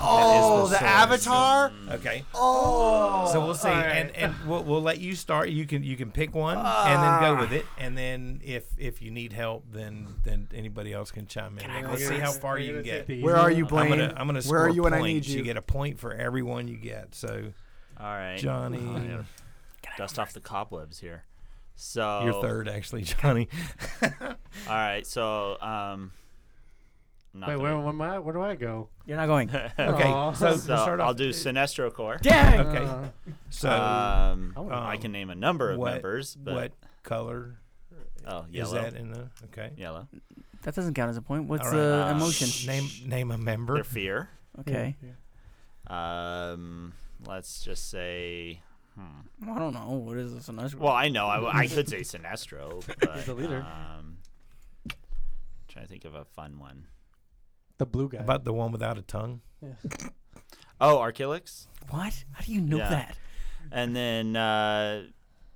Speaker 2: Oh, the
Speaker 4: source.
Speaker 2: Avatar.
Speaker 1: Mm.
Speaker 4: Okay.
Speaker 2: Oh.
Speaker 4: So we'll see.
Speaker 2: all right.
Speaker 4: And and we'll, we'll let you start. You can you can pick one and then go with it. And then if if you need help, then then anybody else can chime in.
Speaker 5: I'm
Speaker 4: Let's
Speaker 5: gonna
Speaker 4: see how
Speaker 5: s-
Speaker 4: far
Speaker 5: I'm
Speaker 4: you can
Speaker 5: gonna
Speaker 4: get.
Speaker 5: take the
Speaker 2: Where are
Speaker 5: easy one.
Speaker 2: you,
Speaker 4: I'm
Speaker 2: Blaine?
Speaker 4: gonna I'm gonna score
Speaker 2: Where are you
Speaker 4: points.
Speaker 2: when I need you?
Speaker 4: get a point for everyone you get. So
Speaker 1: All right.
Speaker 4: Johnny,
Speaker 1: Oh, yeah. Dust off the cobwebs here. So
Speaker 4: you're third actually, <laughs> Johnny.
Speaker 1: All right. So um. Not
Speaker 5: Wait,
Speaker 1: the
Speaker 5: where, where am I? Where do I go?
Speaker 3: You're not going.
Speaker 4: Okay,
Speaker 5: Aw.
Speaker 4: so, we'll
Speaker 1: So
Speaker 4: start
Speaker 1: I'll
Speaker 4: off-
Speaker 1: do Sinestro Corps.
Speaker 3: Dang.
Speaker 4: Okay.
Speaker 5: Uh,
Speaker 4: So
Speaker 1: um,
Speaker 5: Oh.
Speaker 1: I can name a number of
Speaker 4: what-
Speaker 1: members, but
Speaker 4: what color
Speaker 1: oh,
Speaker 4: is
Speaker 1: yellow,
Speaker 4: that in the okay?
Speaker 1: yellow.
Speaker 3: That doesn't count as a point. What's
Speaker 4: All
Speaker 3: the
Speaker 4: right.
Speaker 1: Uh,
Speaker 3: emotion?
Speaker 4: Name name a member.
Speaker 1: Their fear.
Speaker 3: Okay.
Speaker 5: yeah,
Speaker 1: Um, let's just say. Hmm.
Speaker 3: Well, I don't know. What is this? Sinestro?
Speaker 1: Well, I know I, I
Speaker 5: <laughs>
Speaker 1: could say Sinestro, but
Speaker 5: the leader.
Speaker 1: Um, trying to think of a fun one.
Speaker 5: The blue guy.
Speaker 4: About the one without a tongue.
Speaker 1: Oh, Archilix,
Speaker 3: what? How do you know
Speaker 1: Yeah.
Speaker 3: that?
Speaker 1: and then uh,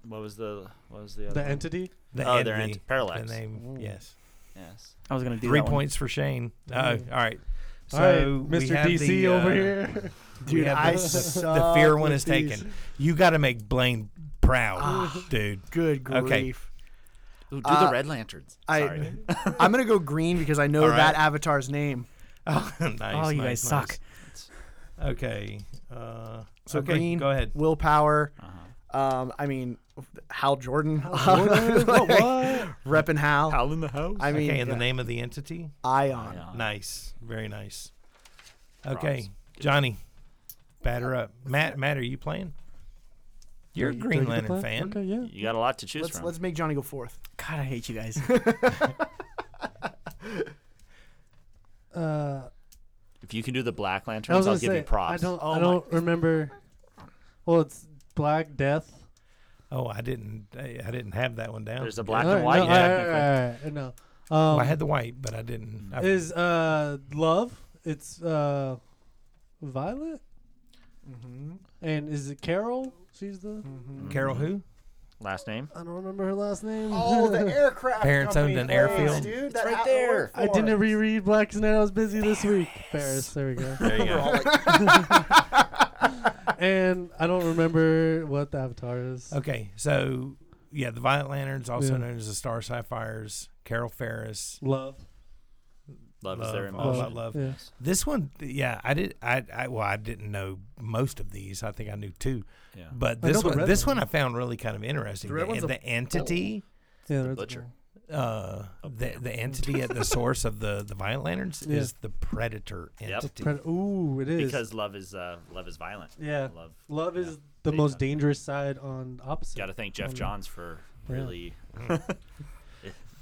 Speaker 1: what was the what was the other?
Speaker 5: the
Speaker 1: one?
Speaker 5: entity.
Speaker 4: The
Speaker 1: Oh, they're
Speaker 4: entity,
Speaker 1: ant- Parallax.
Speaker 4: The name,
Speaker 5: Mm.
Speaker 4: yes.
Speaker 1: Yes.
Speaker 3: I was gonna do
Speaker 4: Three
Speaker 3: that one.
Speaker 4: points for Shane. Uh,
Speaker 5: Mm.
Speaker 4: all right. So
Speaker 5: All right,
Speaker 4: we
Speaker 5: Mr.
Speaker 4: have
Speaker 5: DC
Speaker 4: the,
Speaker 5: over
Speaker 4: uh,
Speaker 5: here. <laughs>
Speaker 4: we
Speaker 2: Dude,
Speaker 4: have
Speaker 2: I
Speaker 4: the, the
Speaker 2: suck
Speaker 4: fear one
Speaker 2: with
Speaker 4: is
Speaker 2: these. Ah.
Speaker 4: taken. You got to make Blaine proud, dude.
Speaker 2: Good grief.
Speaker 4: Okay.
Speaker 1: Ooh, do
Speaker 2: Uh,
Speaker 1: the Red Lanterns.
Speaker 2: I-
Speaker 1: Sorry.
Speaker 2: <laughs> I'm gonna go green because I know
Speaker 4: All right.
Speaker 2: that avatar's name.
Speaker 4: Oh, <laughs> nice,
Speaker 3: Oh, you guys
Speaker 4: nice,
Speaker 3: suck.
Speaker 4: nice. Okay. Uh,
Speaker 2: So
Speaker 4: okay,
Speaker 2: green.
Speaker 4: Go ahead.
Speaker 2: Willpower.
Speaker 1: uh-huh.
Speaker 2: Um, I mean, Hal Jordan. <laughs>
Speaker 5: What? What? what?
Speaker 2: Reppin' Hal.
Speaker 1: Howl in the house.
Speaker 2: I mean,
Speaker 4: okay, and
Speaker 2: yeah,
Speaker 4: the name of the entity.
Speaker 2: Ion.
Speaker 4: Nice. Very nice.
Speaker 1: Uh-huh. Props.
Speaker 4: Okay, Johnny, batter up. Matt, Matt, are you playing? You're a
Speaker 5: Do I
Speaker 4: Green
Speaker 5: get to
Speaker 4: Lantern
Speaker 5: play?
Speaker 4: fan.
Speaker 5: Okay, yeah.
Speaker 1: You got a lot to choose
Speaker 2: Let's
Speaker 1: from.
Speaker 2: let's make Johnny go fourth.
Speaker 3: God, I hate you guys.
Speaker 5: Uh,
Speaker 1: if you can do the Black
Speaker 5: I was
Speaker 1: Lanterns,
Speaker 5: gonna
Speaker 1: I'll give
Speaker 5: say,
Speaker 1: you props.
Speaker 5: I don't,
Speaker 2: Oh
Speaker 5: I
Speaker 2: my-
Speaker 5: don't remember. Well, it's Black Death.
Speaker 4: Oh, I didn't. I, I didn't have that one down.
Speaker 1: There's a black
Speaker 5: All
Speaker 1: and
Speaker 5: right,
Speaker 1: white.
Speaker 5: No,
Speaker 1: yeah.
Speaker 5: all right, all right, all right, all right, no. Um,
Speaker 4: Well, I had the white, but I didn't. I,
Speaker 5: is uh love? It's uh, Violet,
Speaker 2: Mm-hmm.
Speaker 5: and is it Carol? She's the
Speaker 4: Carol who?
Speaker 1: Last name?
Speaker 5: I don't remember her last name.
Speaker 2: Oh,
Speaker 5: <laughs>
Speaker 2: the aircraft.
Speaker 4: Parents owned
Speaker 2: company
Speaker 4: an
Speaker 2: planes,
Speaker 4: airfield.
Speaker 2: dude.
Speaker 6: It's
Speaker 2: That
Speaker 6: right
Speaker 2: ha-
Speaker 6: there.
Speaker 5: I didn't reread Black Snow. I was busy this week. Ferris, there we go.
Speaker 1: There you
Speaker 6: We're all
Speaker 1: go.
Speaker 6: like,
Speaker 5: and I don't remember what the avatar
Speaker 4: <laughs>
Speaker 5: is.
Speaker 4: Okay, so yeah, the Violet Lanterns, also
Speaker 5: Yeah.
Speaker 4: known as the Star Sapphires, Carol Ferris,
Speaker 5: Love.
Speaker 1: Love, is there in
Speaker 4: all
Speaker 5: Emotion.
Speaker 4: about
Speaker 1: motion?
Speaker 4: love.
Speaker 5: Yeah.
Speaker 4: This one, yeah, I did. I, I well, I didn't know most of these. I think I knew two,
Speaker 1: Yeah.
Speaker 4: but
Speaker 5: I know
Speaker 4: this
Speaker 5: the
Speaker 4: one,
Speaker 5: red
Speaker 4: this
Speaker 5: one.
Speaker 4: one, I found really kind of interesting.
Speaker 2: The red
Speaker 4: The,
Speaker 2: one's a
Speaker 4: the entity,
Speaker 5: yeah that's
Speaker 1: butcher.
Speaker 5: cool.
Speaker 4: uh, the the entity at the source of the the Violet Lanterns
Speaker 5: Yeah.
Speaker 4: is the Predator
Speaker 1: Yep.
Speaker 4: entity.
Speaker 5: Pred- Ooh, it is.
Speaker 1: Because love is uh, love is violent.
Speaker 5: yeah,
Speaker 1: Love.
Speaker 5: love is
Speaker 1: yeah.
Speaker 5: the
Speaker 1: They-
Speaker 5: most dangerous side on opposite.
Speaker 1: Got to thank Jeff
Speaker 5: Um,
Speaker 1: Johns for
Speaker 5: yeah.
Speaker 1: really <laughs>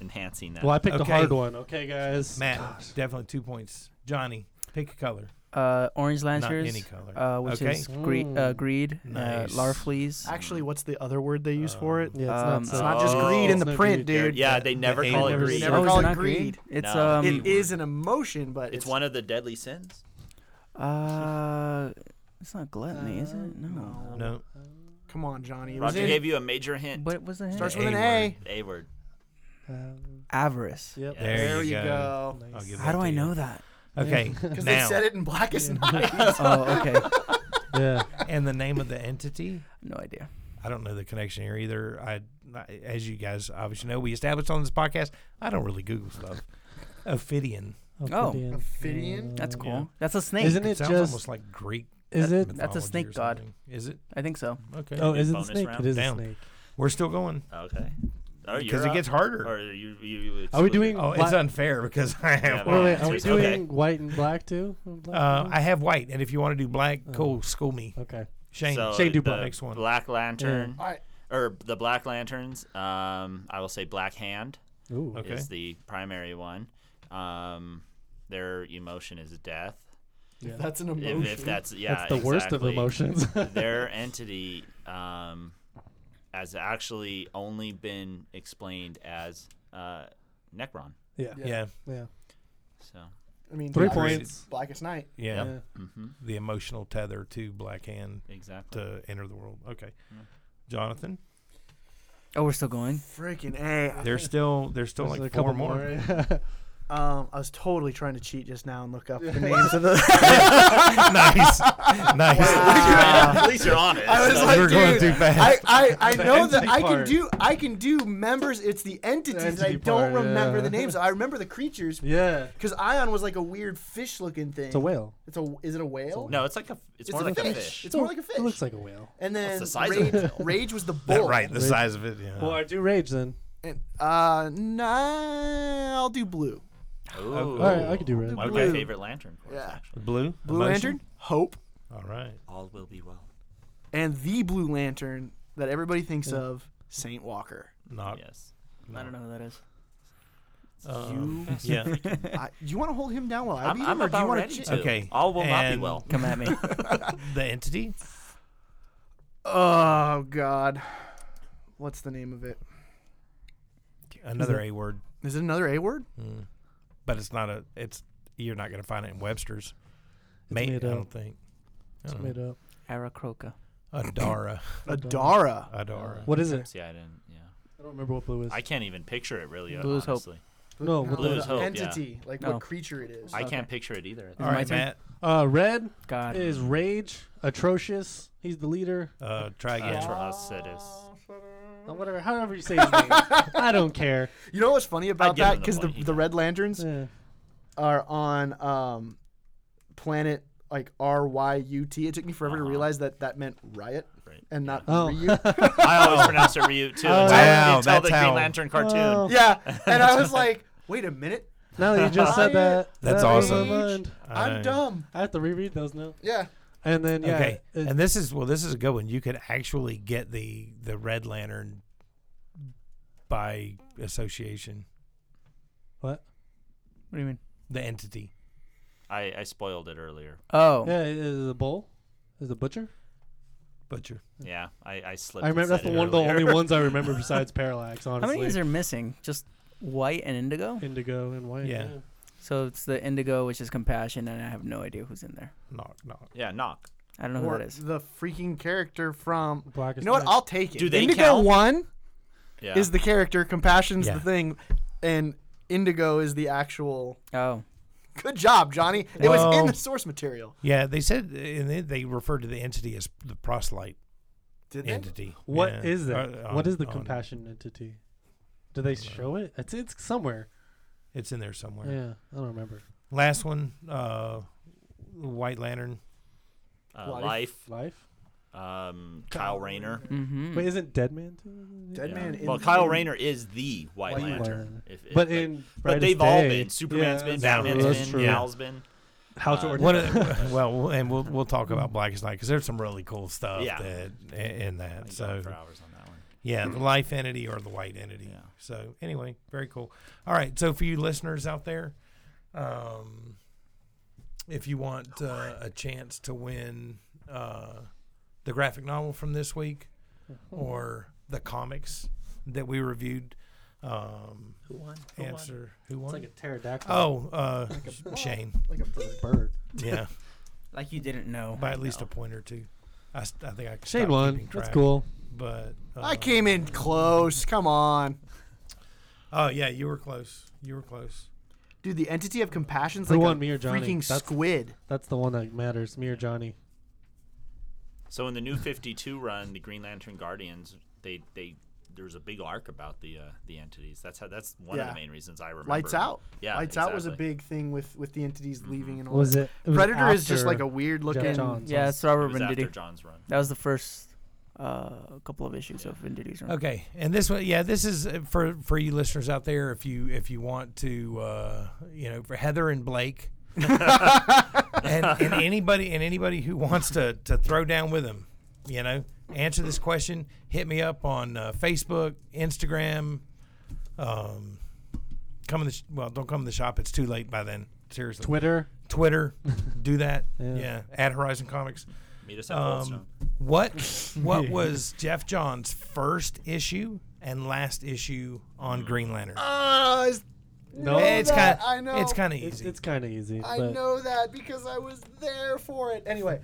Speaker 1: enhancing that.
Speaker 5: Well, I picked
Speaker 4: Okay.
Speaker 5: a hard one. Okay, guys.
Speaker 4: Matt,
Speaker 5: Gosh.
Speaker 4: definitely two points. Johnny, pick a color,
Speaker 3: Uh, Orange
Speaker 4: not
Speaker 3: Lancers,
Speaker 4: any color.
Speaker 3: uh, which
Speaker 4: Okay.
Speaker 3: is gre- uh,
Speaker 5: Mm.
Speaker 3: greed,
Speaker 4: Nice.
Speaker 3: uh, larfleas.
Speaker 2: Actually, what's the other word they use for
Speaker 4: Uh,
Speaker 2: it?
Speaker 5: Yeah, it's
Speaker 3: um,
Speaker 5: not,
Speaker 2: It's not just
Speaker 1: Oh.
Speaker 2: greed in
Speaker 5: It's
Speaker 2: the
Speaker 5: no
Speaker 2: print,
Speaker 5: greed.
Speaker 1: They're-
Speaker 2: dude.
Speaker 1: yeah,
Speaker 4: The-
Speaker 1: they never
Speaker 4: the
Speaker 1: call it
Speaker 4: aliens.
Speaker 1: greed.
Speaker 2: Never
Speaker 3: is
Speaker 2: call
Speaker 3: it
Speaker 2: it
Speaker 3: Oh, not
Speaker 2: greed.
Speaker 3: It's
Speaker 1: No.
Speaker 3: um.
Speaker 2: It is an emotion, but
Speaker 1: It's one of the deadly sins.
Speaker 3: Uh, it's not gluttony, is it? No.
Speaker 4: no,
Speaker 2: Come on, Johnny. It was
Speaker 1: Roger
Speaker 2: in-
Speaker 1: gave you a major hint.
Speaker 3: What was the hint?
Speaker 2: starts
Speaker 4: The
Speaker 2: with an
Speaker 4: A
Speaker 2: A.
Speaker 1: The A word.
Speaker 5: Um,
Speaker 3: Avarice.
Speaker 5: yep.
Speaker 1: Yeah.
Speaker 4: There
Speaker 2: There
Speaker 4: you
Speaker 2: you
Speaker 4: go.
Speaker 2: go.
Speaker 4: I'll give
Speaker 3: How
Speaker 4: that
Speaker 3: do
Speaker 4: to
Speaker 3: I
Speaker 4: you.
Speaker 3: know that?
Speaker 4: Okay,
Speaker 2: Because they
Speaker 4: now
Speaker 2: said it in black as night.
Speaker 3: oh, okay.
Speaker 5: yeah.
Speaker 4: and the name of the entity.
Speaker 3: No idea.
Speaker 4: I don't know the connection here either. I, I- as you guys obviously know, we established on this podcast. I don't really Google stuff. Ophidian
Speaker 3: Oh.
Speaker 5: Ophidian.
Speaker 2: Ophidian?
Speaker 3: That's
Speaker 5: Uh,
Speaker 3: cool. That's a snake.
Speaker 5: Isn't it
Speaker 4: sounds
Speaker 5: just?
Speaker 4: almost like Greek.
Speaker 5: Is it?
Speaker 3: That's a
Speaker 4: mythology
Speaker 3: snake
Speaker 4: or
Speaker 3: god.
Speaker 4: something. Is it?
Speaker 3: I think so.
Speaker 4: Okay.
Speaker 5: Oh, is it a
Speaker 1: Bonus
Speaker 5: snake?
Speaker 1: round.
Speaker 5: It is
Speaker 4: Down.
Speaker 5: a snake.
Speaker 4: We're still going
Speaker 1: Okay. Oh, you're
Speaker 4: because it
Speaker 1: up.
Speaker 4: gets harder.
Speaker 1: Or you, you, you
Speaker 5: Are we doing?
Speaker 4: Oh, it's
Speaker 5: black-
Speaker 4: unfair because I have.
Speaker 1: Yeah,
Speaker 5: Wait,
Speaker 1: well,
Speaker 5: wait, are we
Speaker 1: it's okay.
Speaker 5: doing white and black too? Or black
Speaker 4: Uh,
Speaker 5: and
Speaker 4: I have white, and if you want to do black,
Speaker 5: Oh.
Speaker 4: cool. School me,
Speaker 5: white? okay.
Speaker 4: Shane.
Speaker 1: So
Speaker 4: Shane, do
Speaker 1: the
Speaker 4: black. Next one.
Speaker 1: Black Lantern
Speaker 2: All right.
Speaker 1: or the Black Lanterns. Um, I will say Black Hand
Speaker 5: Ooh.
Speaker 4: Okay.
Speaker 1: is the primary one. Um, their emotion is death.
Speaker 5: Yeah.
Speaker 2: That's an
Speaker 1: If,
Speaker 2: emotion.
Speaker 1: if that's yeah,
Speaker 5: That's the worst of
Speaker 1: exactly.
Speaker 5: emotions.
Speaker 1: their entity um, has actually only been explained as uh, Necron.
Speaker 5: yeah.
Speaker 2: Yeah.
Speaker 4: yeah,
Speaker 5: Yeah.
Speaker 1: So,
Speaker 2: I mean,
Speaker 5: Three
Speaker 2: black as-
Speaker 5: points.
Speaker 2: Black as night.
Speaker 4: yeah,
Speaker 5: Yeah.
Speaker 1: hmm
Speaker 4: The emotional tether to Black Hand
Speaker 2: <laughs>
Speaker 1: exactly.
Speaker 4: to enter the world. Okay,
Speaker 1: Yeah.
Speaker 4: Jonathan.
Speaker 3: Oh, we're still going.
Speaker 2: Freaking A.
Speaker 4: There's still there's still
Speaker 5: There's
Speaker 4: like
Speaker 5: a
Speaker 4: four
Speaker 5: couple
Speaker 4: more.
Speaker 5: more. <laughs>
Speaker 2: Um, I was totally trying to cheat just now and look <laughs> up the names of the.
Speaker 4: <laughs>
Speaker 1: <laughs>
Speaker 4: nice, nice.
Speaker 1: At least you're honest.
Speaker 2: I <laughs> was
Speaker 1: So-
Speaker 2: like,
Speaker 4: You're going
Speaker 2: dude,
Speaker 4: too fast.
Speaker 2: I, <laughs> I, I
Speaker 5: The
Speaker 2: know that
Speaker 5: entity
Speaker 2: I can
Speaker 5: part.
Speaker 2: do I can do members. It's the entities that I
Speaker 5: entity
Speaker 2: don't
Speaker 5: part,
Speaker 2: remember
Speaker 5: yeah.
Speaker 2: the names. I remember the creatures
Speaker 5: <laughs> yeah.
Speaker 2: because Ion was like a weird fish looking thing.
Speaker 5: It's a whale.
Speaker 2: It's a is it a whale?
Speaker 1: no, it's like a. It's,
Speaker 2: it's
Speaker 1: more
Speaker 2: a
Speaker 1: like
Speaker 2: fish.
Speaker 1: a fish.
Speaker 2: It's more like a fish.
Speaker 5: It looks like a whale.
Speaker 2: and then
Speaker 1: What's the size
Speaker 2: Rage,
Speaker 1: of it?
Speaker 2: Rage was the
Speaker 1: <laughs>
Speaker 4: That
Speaker 2: bull.
Speaker 4: right, the size of it. Yeah.
Speaker 5: Well, I do rage then.
Speaker 2: And, uh, nah, I'll do blue.
Speaker 1: Ooh.
Speaker 4: All
Speaker 5: All right, I can do red.
Speaker 1: One of
Speaker 2: Blue.
Speaker 1: my favorite lantern cords,
Speaker 2: Yeah.
Speaker 1: actually.
Speaker 4: Blue.
Speaker 2: Blue
Speaker 4: Emotion?
Speaker 2: Lantern, Hope,
Speaker 4: All right.
Speaker 1: All will be well.
Speaker 2: and the Blue Lantern that everybody thinks of, Saint Walker.
Speaker 4: Not.
Speaker 1: Yes.
Speaker 3: I don't know who that is.
Speaker 4: um,
Speaker 1: <laughs>
Speaker 4: yeah.
Speaker 2: I, do you want to hold him down while I
Speaker 1: Oh. I'm,
Speaker 2: beat
Speaker 1: I'm
Speaker 2: him, or do you
Speaker 1: about
Speaker 2: want
Speaker 1: ready
Speaker 2: to?
Speaker 1: to.
Speaker 2: Cheat?
Speaker 4: Okay,
Speaker 1: All will not be
Speaker 4: and-
Speaker 1: well.
Speaker 3: Come at me.
Speaker 4: The entity.
Speaker 2: Oh God, what's the name of it?
Speaker 4: Another
Speaker 5: Mm-hmm.
Speaker 4: A word,
Speaker 2: Is it another A
Speaker 5: <laughs>
Speaker 2: word?
Speaker 5: Mm.
Speaker 4: but it's not a. It's you're not gonna find it in Webster's. Mate,
Speaker 5: made
Speaker 4: I
Speaker 5: up.
Speaker 4: don't think. I
Speaker 5: It's
Speaker 4: don't
Speaker 5: made up.
Speaker 3: Aracroca.
Speaker 4: know. Adara.
Speaker 2: Adara.
Speaker 4: Adara.
Speaker 5: What is it?
Speaker 1: See, I didn't. Yeah.
Speaker 5: I don't remember what blue is.
Speaker 1: I can't even picture it really.
Speaker 3: Blue is hope.
Speaker 1: honestly.
Speaker 5: no. What
Speaker 1: Blue is
Speaker 5: the,
Speaker 1: hope, yeah.
Speaker 2: entity, like
Speaker 3: No.
Speaker 2: what creature it is.
Speaker 1: I can't picture it either.
Speaker 4: All
Speaker 3: my
Speaker 4: right,
Speaker 3: turn?
Speaker 4: Matt.
Speaker 5: uh, red
Speaker 3: God. <laughs>
Speaker 5: is rage. Atrocious. He's the leader.
Speaker 4: Uh, try
Speaker 1: Uh,
Speaker 4: again.
Speaker 1: Atros, it is.
Speaker 5: Uh, whatever. However you say his name. I don't care.
Speaker 2: You know what's funny about
Speaker 1: give him
Speaker 2: that?
Speaker 1: the
Speaker 2: Because the,
Speaker 1: point, he
Speaker 2: the
Speaker 1: got
Speaker 2: Red Lanterns
Speaker 5: Yeah.
Speaker 2: are on um, planet like R Y U T. It took me forever to
Speaker 1: Uh-huh.
Speaker 2: realize that that meant riot
Speaker 1: Right,
Speaker 2: and not
Speaker 5: Oh.
Speaker 2: Ryu.
Speaker 1: I always pronounce it Ryu too.
Speaker 5: Oh.
Speaker 1: until,
Speaker 4: Wow,
Speaker 1: until
Speaker 4: that's
Speaker 1: the
Speaker 4: how-
Speaker 1: Green Lantern cartoon.
Speaker 5: Wow.
Speaker 2: <laughs> yeah, and I
Speaker 1: <laughs>
Speaker 2: was like, wait a minute,
Speaker 5: Now that you just said that,
Speaker 4: That's
Speaker 5: that blew
Speaker 4: awesome.
Speaker 5: My mind.
Speaker 4: I
Speaker 2: I'm
Speaker 4: know.
Speaker 2: dumb.
Speaker 5: I have to reread those now.
Speaker 2: Yeah,
Speaker 5: And then yeah.
Speaker 4: okay,
Speaker 5: it-
Speaker 4: and this is well, this is a good one. You could actually get the the Red Lantern by association,
Speaker 5: what?
Speaker 3: What do you mean?
Speaker 4: the entity.
Speaker 1: I, I spoiled it earlier.
Speaker 3: Oh.
Speaker 5: Yeah, it is a bull. Is a butcher.
Speaker 4: Butcher.
Speaker 1: Yeah, I, I slipped.
Speaker 5: I
Speaker 1: and
Speaker 5: remember that's
Speaker 1: said
Speaker 5: the
Speaker 1: it
Speaker 5: one, the
Speaker 1: earlier.
Speaker 5: only ones I remember besides Parallax.
Speaker 3: How
Speaker 5: Honestly,
Speaker 3: many is there missing? Just white and indigo?
Speaker 5: indigo and white.
Speaker 4: Yeah.
Speaker 3: So it's the indigo, which is compassion, and I have no idea who's in there.
Speaker 4: Knock knock.
Speaker 1: <laughs> Yeah, knock.
Speaker 3: I don't know
Speaker 2: or
Speaker 3: who that is.
Speaker 2: the freaking character from.
Speaker 5: Black
Speaker 2: You
Speaker 5: is
Speaker 2: know what?
Speaker 5: Black.
Speaker 2: I'll take it.
Speaker 1: Do they
Speaker 2: Indigo
Speaker 1: count?
Speaker 2: One
Speaker 1: Yeah.
Speaker 2: is the character. Compassion's
Speaker 4: Yeah.
Speaker 2: the thing, and Indigo is the actual.
Speaker 3: Oh,
Speaker 2: Good job, Johnny. It was in
Speaker 5: Oh.
Speaker 4: Well-
Speaker 2: the source material.
Speaker 4: Yeah, they said and they, they referred to the entity as the proselyte
Speaker 2: Did they?
Speaker 4: entity.
Speaker 5: What
Speaker 4: yeah.
Speaker 5: is that?
Speaker 4: Uh,
Speaker 5: what
Speaker 4: on-
Speaker 5: is the
Speaker 4: on-
Speaker 5: compassion entity? Do they show it? It's it's somewhere.
Speaker 4: It's in there somewhere.
Speaker 5: Yeah, I don't remember.
Speaker 4: Last one, uh, White Lantern.
Speaker 1: uh,
Speaker 2: Life.
Speaker 1: Life.
Speaker 5: Life.
Speaker 1: Um, Kyle Rayner.
Speaker 3: mm-hmm.
Speaker 5: But isn't Deadman? too?
Speaker 2: Dead
Speaker 1: Yeah.
Speaker 2: man.
Speaker 1: Well,
Speaker 2: in-
Speaker 1: Kyle Rayner is the White
Speaker 5: White
Speaker 1: Lantern.
Speaker 5: Lantern.
Speaker 1: If, if-
Speaker 5: But in
Speaker 1: but
Speaker 5: Brightest
Speaker 1: they've all
Speaker 5: Day-
Speaker 1: been. Superman's
Speaker 5: Yeah,
Speaker 1: been,
Speaker 5: that's true.
Speaker 1: Batman's
Speaker 5: That's
Speaker 1: been,
Speaker 5: true.
Speaker 1: Hal's been.
Speaker 5: How to
Speaker 1: Uh,
Speaker 5: Ordinary. <laughs>
Speaker 4: What? a- well, we'll- and we'll we'll talk about Blackest Night because there's some really cool stuff
Speaker 1: Yeah.
Speaker 4: that i- in that.
Speaker 1: I've gone
Speaker 4: So
Speaker 1: for hours on that one.
Speaker 4: yeah, the life entity or the white entity.
Speaker 1: Yeah.
Speaker 4: So anyway, very cool. All right, so for you listeners out there, um, if you want uh, a chance to win uh, the graphic novel from this week
Speaker 1: Mm-hmm.
Speaker 4: or the comics that we reviewed, um,
Speaker 1: Who won?
Speaker 4: answer who
Speaker 5: It's
Speaker 4: won?
Speaker 5: like a pterodactyl.
Speaker 4: oh, uh, Shane.
Speaker 2: Like a
Speaker 5: It's a bird.
Speaker 4: Yeah,
Speaker 3: like you didn't know.
Speaker 4: by at least a point or two. I, s- I think I can
Speaker 5: Shane
Speaker 4: stop
Speaker 5: won.
Speaker 4: keeping
Speaker 5: That's
Speaker 4: track,
Speaker 5: cool.
Speaker 4: But uh,
Speaker 2: I came in close. Come on.
Speaker 4: Oh yeah, you were close. You were close.
Speaker 2: Dude, the entity of compassion's
Speaker 5: Who
Speaker 2: like a
Speaker 5: won, me or Johnny?
Speaker 2: freaking
Speaker 5: That's-
Speaker 2: squid.
Speaker 5: That's the one that matters. Me or Johnny?
Speaker 1: So in the new 52 run, the Green Lantern Guardians, they they there's a big arc about the uh, the entities. That's how that's one of
Speaker 2: Yeah.
Speaker 1: the main reasons I remember.
Speaker 2: Lights out.
Speaker 1: Yeah,
Speaker 2: Lights out was a
Speaker 1: exactly. Mm-hmm.
Speaker 2: big thing with with the entities leaving and all.
Speaker 5: Was
Speaker 2: that.
Speaker 5: it? it was
Speaker 2: Predator is just
Speaker 5: after
Speaker 2: like a weird
Speaker 5: Jeff
Speaker 2: looking.
Speaker 5: Johns.
Speaker 3: Yeah, it's Robert
Speaker 1: It was after
Speaker 3: Venditti.
Speaker 1: John's run.
Speaker 3: That was the first uh, couple of issues of Venditti's run.
Speaker 4: Okay, and this one, yeah, this is uh, for for you listeners out there. If you if you want to, uh, you know, for Heather and Blake, and, and anybody and anybody who wants to to throw down with them, you know, answer this question. Hit me up on uh, Facebook, Instagram. Um, come in the sh- well, don't come in the shop. It's too late by then. Seriously,
Speaker 5: Twitter.
Speaker 4: Twitter, do that.
Speaker 5: Yeah.
Speaker 4: yeah, at Horizon Comics.
Speaker 1: Meet us at Goldstone.
Speaker 4: Um, what what was Jeff John's first issue and last issue on Green Lantern?
Speaker 2: Ah, it's-
Speaker 5: No,
Speaker 2: know
Speaker 4: it's
Speaker 2: that,
Speaker 4: kind
Speaker 2: I know.
Speaker 4: it's kind of
Speaker 5: It's,
Speaker 4: easy.
Speaker 5: it's kind of easy.
Speaker 2: I
Speaker 5: but
Speaker 2: know that because I was there for it. Anyway,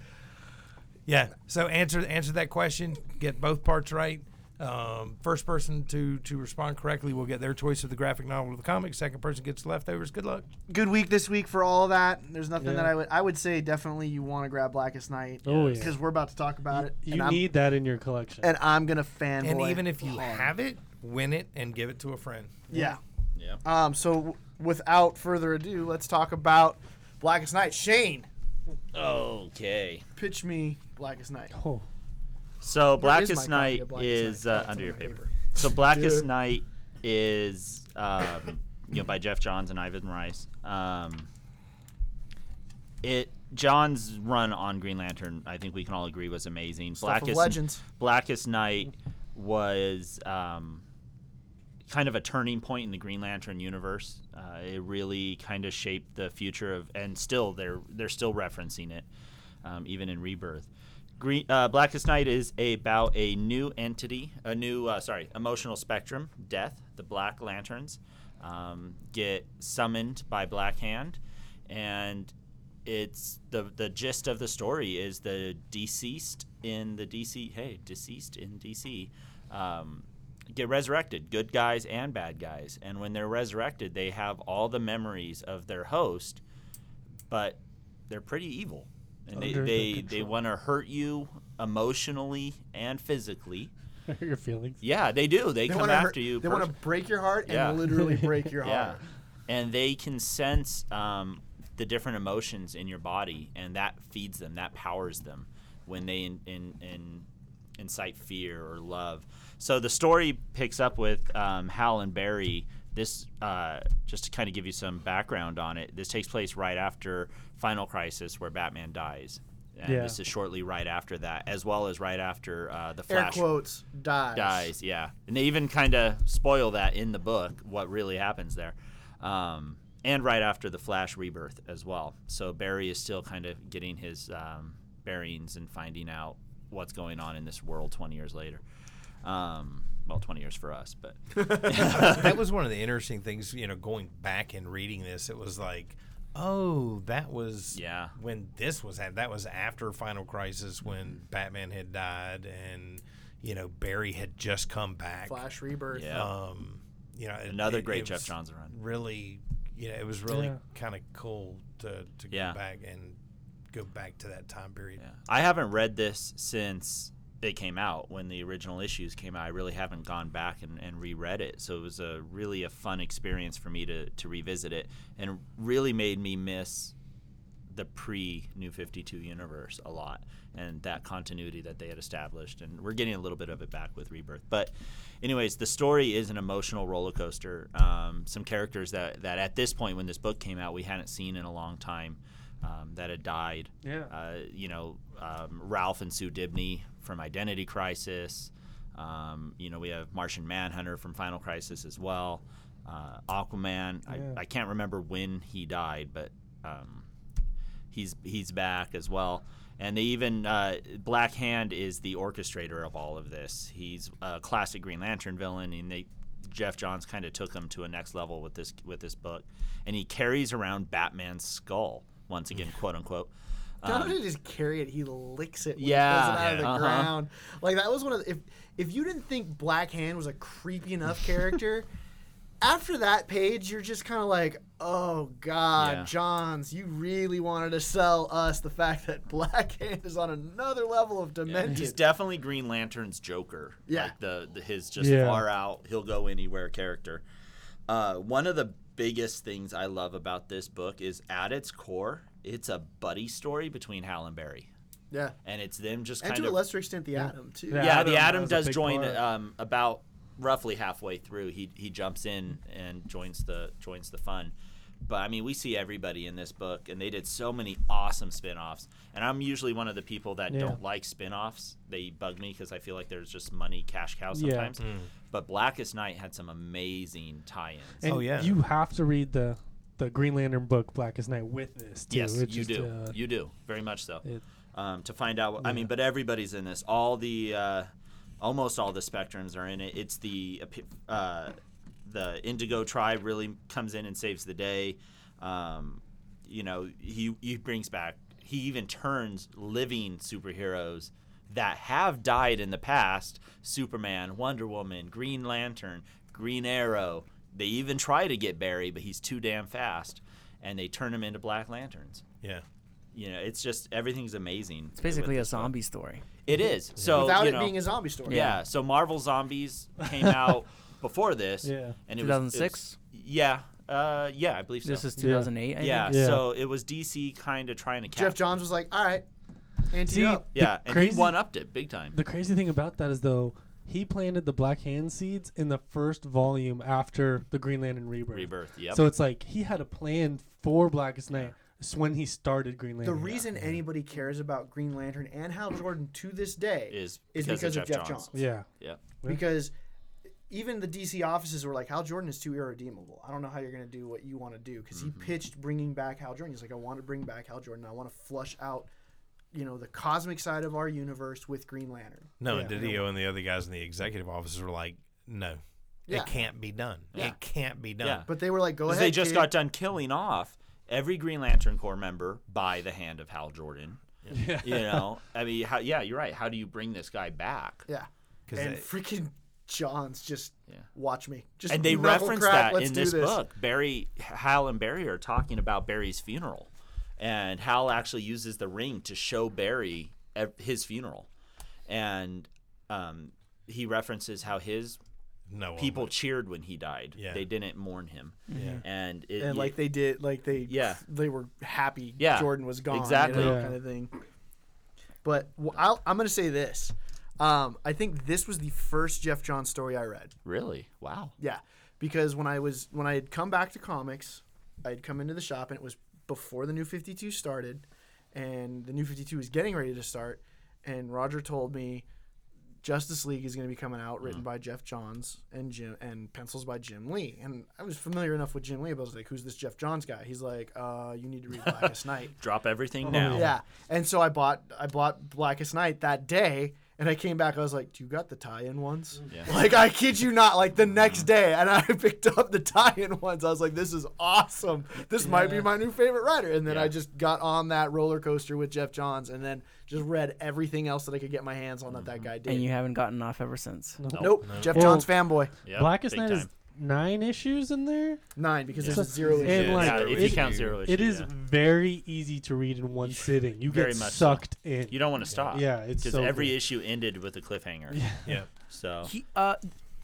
Speaker 4: yeah. So answer answer that question. Get both parts right. Um, first person to to respond correctly will get their choice of the graphic novel or the comic. Second person gets leftovers. Good luck.
Speaker 2: good week this week for all that. There's nothing
Speaker 5: Yeah.
Speaker 2: that I would I would say definitely you want to grab Blackest Night
Speaker 5: Oh yeah.
Speaker 2: because we're about to talk about it.
Speaker 5: You
Speaker 2: and I'm,
Speaker 5: need that in your collection.
Speaker 2: and I'm gonna fanboy.
Speaker 4: And even if you
Speaker 2: hard.
Speaker 4: have it, win it and give it to a friend.
Speaker 2: yeah.
Speaker 1: Yeah.
Speaker 2: Um. So w- without further ado, let's talk about Blackest Night. Shane,
Speaker 1: Okay.
Speaker 2: pitch me Blackest Night.
Speaker 5: <laughs> oh, <laughs>
Speaker 1: So
Speaker 2: Where is my
Speaker 1: Blackest
Speaker 2: copy
Speaker 1: Night
Speaker 2: of Blackest
Speaker 1: is
Speaker 2: Night?
Speaker 1: uh,
Speaker 2: That's
Speaker 1: under
Speaker 2: in
Speaker 1: your
Speaker 2: my
Speaker 1: paper.
Speaker 2: paper.
Speaker 1: So Blackest Night is um, you know by Jeff Johns and Ivan Rice. Um, it John's run on Green Lantern, I think we can all agree, was amazing.
Speaker 2: Stuff of Legends.
Speaker 1: Blackest Night was um, kind of a turning point in the Green Lantern universe. Uh, it really kind of shaped the future of, and still they're they're still referencing it, um, even in Rebirth. Green, uh, Blackest Night is about a new entity, a new uh, sorry, emotional spectrum, death. The Black Lanterns um, get summoned by Black Hand, and it's the the gist of the story is the deceased in the DC hey deceased in DC um, get resurrected good guys and bad guys and when they're resurrected they have all the memories of their host but they're pretty evil and they
Speaker 5: Under their
Speaker 1: they, they
Speaker 5: control.
Speaker 1: want to hurt you emotionally and physically
Speaker 5: your feelings.
Speaker 1: yeah they do they, come
Speaker 2: wanna
Speaker 1: after
Speaker 2: hurt-
Speaker 1: you
Speaker 2: They
Speaker 1: pers-
Speaker 2: want to break your heart
Speaker 1: Yeah.
Speaker 2: and literally
Speaker 1: <laughs>
Speaker 2: break your
Speaker 1: yeah.
Speaker 2: heart.
Speaker 1: And they can sense um, the different emotions in your body, and that feeds them, that powers them when they in, in, in incite fear or love. So the story picks up with um, Hal and Barry. This, uh, just to kind of give you some background on it, this takes place right after Final Crisis, where Batman dies. And
Speaker 5: Yeah.
Speaker 1: this is shortly right after that, as well as right after uh, the
Speaker 2: Air
Speaker 1: Flash
Speaker 2: quotes dies.
Speaker 1: dies. Yeah, and they even kind of spoil that in the book what really happens there, um, and right after the Flash rebirth as well. So Barry is still kind of getting his um, bearings and finding out what's going on in this world 20 years later. Um, well, 20 years for us, but <laughs>
Speaker 4: that was one of the interesting things, you know, going back and reading this. It was like, Oh, that was
Speaker 1: Yeah.
Speaker 4: When this was hap- that was after Final Crisis
Speaker 1: Mm-hmm.
Speaker 4: when Batman had died and you know Barry had just come back.
Speaker 2: Flash Rebirth.
Speaker 1: Yeah.
Speaker 4: Um, you know, it-
Speaker 1: Another
Speaker 4: it-
Speaker 1: great
Speaker 4: it
Speaker 1: Jeff
Speaker 4: was
Speaker 1: Johns run.
Speaker 4: Really, you know, it was really
Speaker 5: Yeah.
Speaker 4: kind of cool to to go
Speaker 1: Yeah.
Speaker 4: back and go back to that time period.
Speaker 1: Yeah. I haven't read this since it came out when the original issues came out. I really haven't gone back and, and reread it. So it was a really a fun experience for me to, to revisit it and really made me miss the pre New 52 universe a lot and that continuity that they had established. And we're getting a little bit of it back with Rebirth. But, anyways, the story is an emotional roller coaster. Um, some characters that, that at this point, when this book came out, we hadn't seen in a long time um, that had died.
Speaker 5: Yeah.
Speaker 1: Uh, you know, um, Ralph and Sue Dibney from Identity Crisis. Um, you know, we have Martian Manhunter from Final Crisis as well. Uh, Aquaman.
Speaker 5: Yeah.
Speaker 1: I, I can't remember when he died, but um, he's he's back as well. And they even uh, Black Hand is the orchestrator of all of this. He's a classic Green Lantern villain, and they Jeff Johns kind of took him to a next level with this with this book. And he carries around Batman's skull once again, quote unquote.
Speaker 2: Not
Speaker 1: Um,
Speaker 2: only just carry it, he licks it. When
Speaker 1: Yeah.
Speaker 2: he pulls it out of the
Speaker 1: Yeah. Uh-huh.
Speaker 2: ground. Like that was one of the, if if you didn't think Black Hand was a creepy
Speaker 1: <laughs>
Speaker 2: enough character, after that page you're just kind of like, oh god,
Speaker 1: Yeah.
Speaker 2: Johns, you really wanted to sell us the fact that Black Hand is on another level of <laughs>
Speaker 1: Yeah, he's
Speaker 2: demented.
Speaker 1: definitely Green Lantern's Joker.
Speaker 2: Yeah.
Speaker 1: like the, the his just
Speaker 5: Yeah.
Speaker 1: far out, he'll go anywhere character. Uh, one of the biggest things I love about this book is at its core, it's a buddy story between Hal and Barry,
Speaker 2: Yeah,
Speaker 1: and it's them just
Speaker 2: and
Speaker 1: kind
Speaker 2: to a
Speaker 1: of
Speaker 2: lesser extent, the Atom too.
Speaker 5: Yeah.
Speaker 1: yeah. The Atom
Speaker 5: Adam has a
Speaker 1: does
Speaker 5: big
Speaker 1: join
Speaker 5: part.
Speaker 1: um, about roughly halfway through. He he jumps in and joins the joins the fun. But I mean, we see everybody in this book, and they did so many awesome spin-offs. And I'm usually one of the people that
Speaker 5: Yeah.
Speaker 1: don't like spin-offs. They bug me because I feel like there's just money cash cow
Speaker 5: Yeah.
Speaker 1: sometimes. But Blackest Night had some amazing tie-ins.
Speaker 5: And
Speaker 4: Oh, yeah.
Speaker 5: You have to read the the Green Lantern book Blackest Night with this. Too.
Speaker 1: yes,
Speaker 5: It's
Speaker 1: you
Speaker 5: just,
Speaker 1: do.
Speaker 5: uh,
Speaker 1: you do very much so.
Speaker 5: it-
Speaker 1: um, to find out. I mean, but everybody's in this. All the uh, almost all the spectrums are in it. It's the epi- uh, the Indigo tribe really comes in and saves the day. Um, you know, he he brings back. He even turns living superheroes that have died in the past: Superman, Wonder Woman, Green Lantern, Green Arrow. They even try to get Barry, but he's too damn fast, and they turn him into Black Lanterns
Speaker 4: Yeah.
Speaker 1: you know, it's just everything's amazing.
Speaker 3: It's basically
Speaker 1: with
Speaker 3: a
Speaker 1: this book.
Speaker 3: zombie story.
Speaker 1: It is. So
Speaker 2: Without
Speaker 1: you
Speaker 2: it
Speaker 1: know,
Speaker 2: being a zombie story.
Speaker 1: yeah. So Marvel Zombies
Speaker 3: <laughs>
Speaker 1: came out before this.
Speaker 5: Yeah.
Speaker 1: And it was- it was
Speaker 3: 2006.
Speaker 1: yeah. Uh, yeah, I believe so.
Speaker 3: This is 2008. I
Speaker 1: yeah,
Speaker 3: think.
Speaker 5: Yeah.
Speaker 1: So it was DC kind of trying to catch.
Speaker 2: Jeff Johns was like, all right, ante
Speaker 5: See,
Speaker 2: up.
Speaker 1: Yeah, and he
Speaker 5: Crazy-
Speaker 1: one upped it big time.
Speaker 5: the crazy thing about that is though he planted the Black Hand seeds in the first volume after the Green Lantern Rebirth.
Speaker 1: Rebirth. Yep.
Speaker 5: So it's like he had a plan for Blackest Night. It's when he started Green
Speaker 2: The
Speaker 5: Lantern.
Speaker 2: reason anybody cares about Green Lantern and Hal Jordan to this day
Speaker 1: is
Speaker 2: is because of Jeff
Speaker 1: Johns.
Speaker 2: Johns.
Speaker 5: yeah.
Speaker 1: Yeah.
Speaker 5: Yeah.
Speaker 2: because even the DC offices were like, Hal Jordan is too irredeemable. I don't know how you're going to do what you want to do because
Speaker 1: Mm-hmm.
Speaker 2: he pitched bringing back Hal Jordan. He's like, I want to bring back Hal Jordan. I want to flush out, you know, the cosmic side of our universe with Green Lantern.
Speaker 4: No, and
Speaker 2: Yeah.
Speaker 4: Didio and the other guys in the executive office were like, no,
Speaker 2: Yeah.
Speaker 4: it can't be done.
Speaker 1: Yeah.
Speaker 4: It can't be done.
Speaker 1: Yeah.
Speaker 2: But they were like, go
Speaker 1: 'Cause
Speaker 2: ahead.
Speaker 1: they just
Speaker 2: kid.
Speaker 1: got done killing off every Green Lantern Corps member by the hand of Hal Jordan.
Speaker 5: Yeah.
Speaker 1: You know, I mean, how, yeah, you're right. How do you bring this guy back?
Speaker 2: Yeah.
Speaker 4: 'Cause
Speaker 2: and
Speaker 4: they-
Speaker 2: freaking Johns just
Speaker 1: Yeah.
Speaker 2: watch me. Just
Speaker 1: and they
Speaker 2: knuckle
Speaker 1: reference
Speaker 2: crack,
Speaker 1: that
Speaker 2: let's
Speaker 1: in
Speaker 2: do
Speaker 1: this, book. Barry, Hal, and Barry are talking about Barry's funeral, and Hal actually uses the ring to show Barry at his funeral, and um, he references how his
Speaker 4: no one <laughs>
Speaker 1: people cheered when he died.
Speaker 4: Yeah.
Speaker 1: They didn't mourn him,
Speaker 4: Yeah.
Speaker 1: and it,
Speaker 2: And like they did, like they,
Speaker 1: Yeah.
Speaker 2: they were happy.
Speaker 1: Yeah.
Speaker 2: Jordan was gone,
Speaker 1: Exactly.
Speaker 2: you know,
Speaker 5: Yeah.
Speaker 2: kind of thing. But wh- I'll, I'm gonna say this. Um, I think this was the first Jeff Johns story I read.
Speaker 1: really wow.
Speaker 2: Yeah, because when I was when I had come back to comics, I had come into the shop and it was before the new 52 started, and the new 52 was getting ready to start, and Roger told me Justice League is going to be coming out, written by Jeff Johns and Jim and pencils by Jim Lee, and I was familiar enough with Jim Lee, but I was like, who's this Jeff Johns guy? He's like, uh, you need to read Blackest Night.
Speaker 1: Drop everything now.
Speaker 2: Yeah, and so I bought I bought Blackest Night that day, And I came back. I was like, "Do you got the tie-in ones?"
Speaker 1: Yeah.
Speaker 2: Like I kid you not. Like the next day, and I <laughs> picked up the tie-in ones. I was like, "This is awesome. This might be my new favorite writer." And then I
Speaker 1: Yeah.
Speaker 2: just got on that roller coaster with Jeff Johns, and then just read everything else that I could get my hands on that
Speaker 1: Mm-hmm.
Speaker 2: that guy did.
Speaker 3: and you haven't gotten off ever since.
Speaker 2: nope. Jeff
Speaker 5: Well-
Speaker 2: Johns fanboy.
Speaker 1: Yep,
Speaker 5: Blackest
Speaker 1: big
Speaker 5: Night is
Speaker 1: time.
Speaker 5: nine issues in there.
Speaker 2: Nine because
Speaker 5: Yeah.
Speaker 2: there's a zero
Speaker 5: And,
Speaker 2: issue.
Speaker 5: like,
Speaker 1: yeah, if you
Speaker 5: it-
Speaker 1: count zero issue,
Speaker 5: It is
Speaker 1: yeah.
Speaker 5: very easy to read in
Speaker 1: <laughs>
Speaker 5: one sitting. You
Speaker 1: uh, Very
Speaker 5: get
Speaker 1: much so.
Speaker 5: sucked in.
Speaker 1: You don't want to stop.
Speaker 5: Yeah, it's
Speaker 1: because
Speaker 5: so
Speaker 1: every
Speaker 5: good.
Speaker 1: issue ended with a cliffhanger. Yeah.
Speaker 4: Yeah.
Speaker 1: So
Speaker 3: He, uh,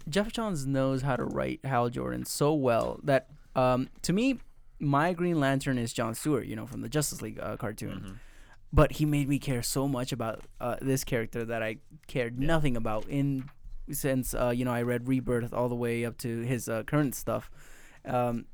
Speaker 3: Jeff Johns knows how to write Hal Jordan so well that, um, to me, my Green Lantern is John Stewart, you know, from the Justice League uh, cartoon. But he made me care so much about uh, this character that I cared nothing about in since uh, you know I read Rebirth all the way up to his uh, current stuff, um,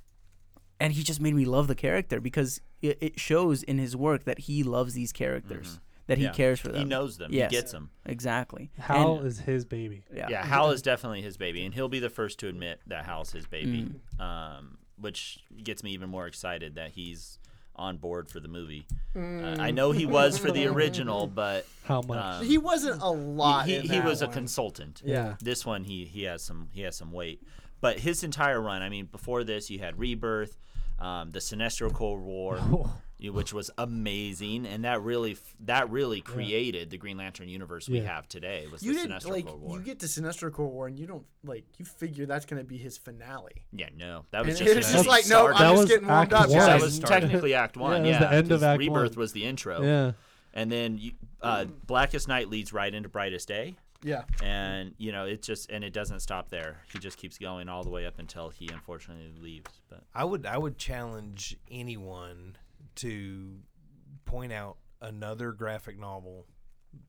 Speaker 3: and he just made me love the character because it, it shows in his work that he loves these characters, that Mm-hmm. he
Speaker 1: Yeah.
Speaker 3: cares for them.
Speaker 1: he knows them.
Speaker 3: Yes.
Speaker 1: He gets them.
Speaker 3: exactly.
Speaker 5: Hal
Speaker 3: And-
Speaker 5: is his baby.
Speaker 1: Yeah, Hal is definitely his baby, and he'll be the first to admit that Hal's his baby, um, which gets me even more excited that he's on board for the movie. Uh,
Speaker 2: Mm.
Speaker 1: I know he was for
Speaker 2: <laughs>
Speaker 1: the original, but
Speaker 5: How much?
Speaker 1: um,
Speaker 2: He wasn't a lot.
Speaker 1: he,
Speaker 2: in
Speaker 1: he
Speaker 2: that
Speaker 1: was a
Speaker 2: one.
Speaker 1: consultant.
Speaker 2: Yeah.
Speaker 1: This one he he has some he has some weight, but his entire run. I mean, before this you had Rebirth, um, the Sinestro Cold War, you- which was amazing, and that really f- that really created the Green Lantern universe we
Speaker 5: Yeah.
Speaker 1: have today. Was
Speaker 2: You
Speaker 1: the
Speaker 2: did
Speaker 1: Sinestro
Speaker 2: like
Speaker 1: Cold War?
Speaker 2: you get to Sinestro Cold War and you don't like you figure that's gonna be his finale.
Speaker 1: yeah, no, that
Speaker 2: And
Speaker 1: was
Speaker 2: it's
Speaker 1: just
Speaker 2: just,
Speaker 1: an-
Speaker 2: like no,
Speaker 1: started-
Speaker 5: That
Speaker 2: I'm just
Speaker 5: was
Speaker 2: getting warmed
Speaker 5: act
Speaker 2: up.
Speaker 5: one.
Speaker 1: that
Speaker 2: guys.
Speaker 1: was
Speaker 5: started-
Speaker 1: technically Act One.
Speaker 5: that was
Speaker 1: Yeah,
Speaker 5: the end of
Speaker 1: 'cause
Speaker 5: Act
Speaker 1: Rebirth
Speaker 5: One.
Speaker 1: was the intro,
Speaker 5: Yeah.
Speaker 1: and then you, uh, Blackest Night leads right into Brightest Day,
Speaker 2: yeah.
Speaker 1: and you know it just and it doesn't stop there. He just keeps going all the way up until he unfortunately leaves. But
Speaker 4: I would I would challenge anyone to point out another graphic novel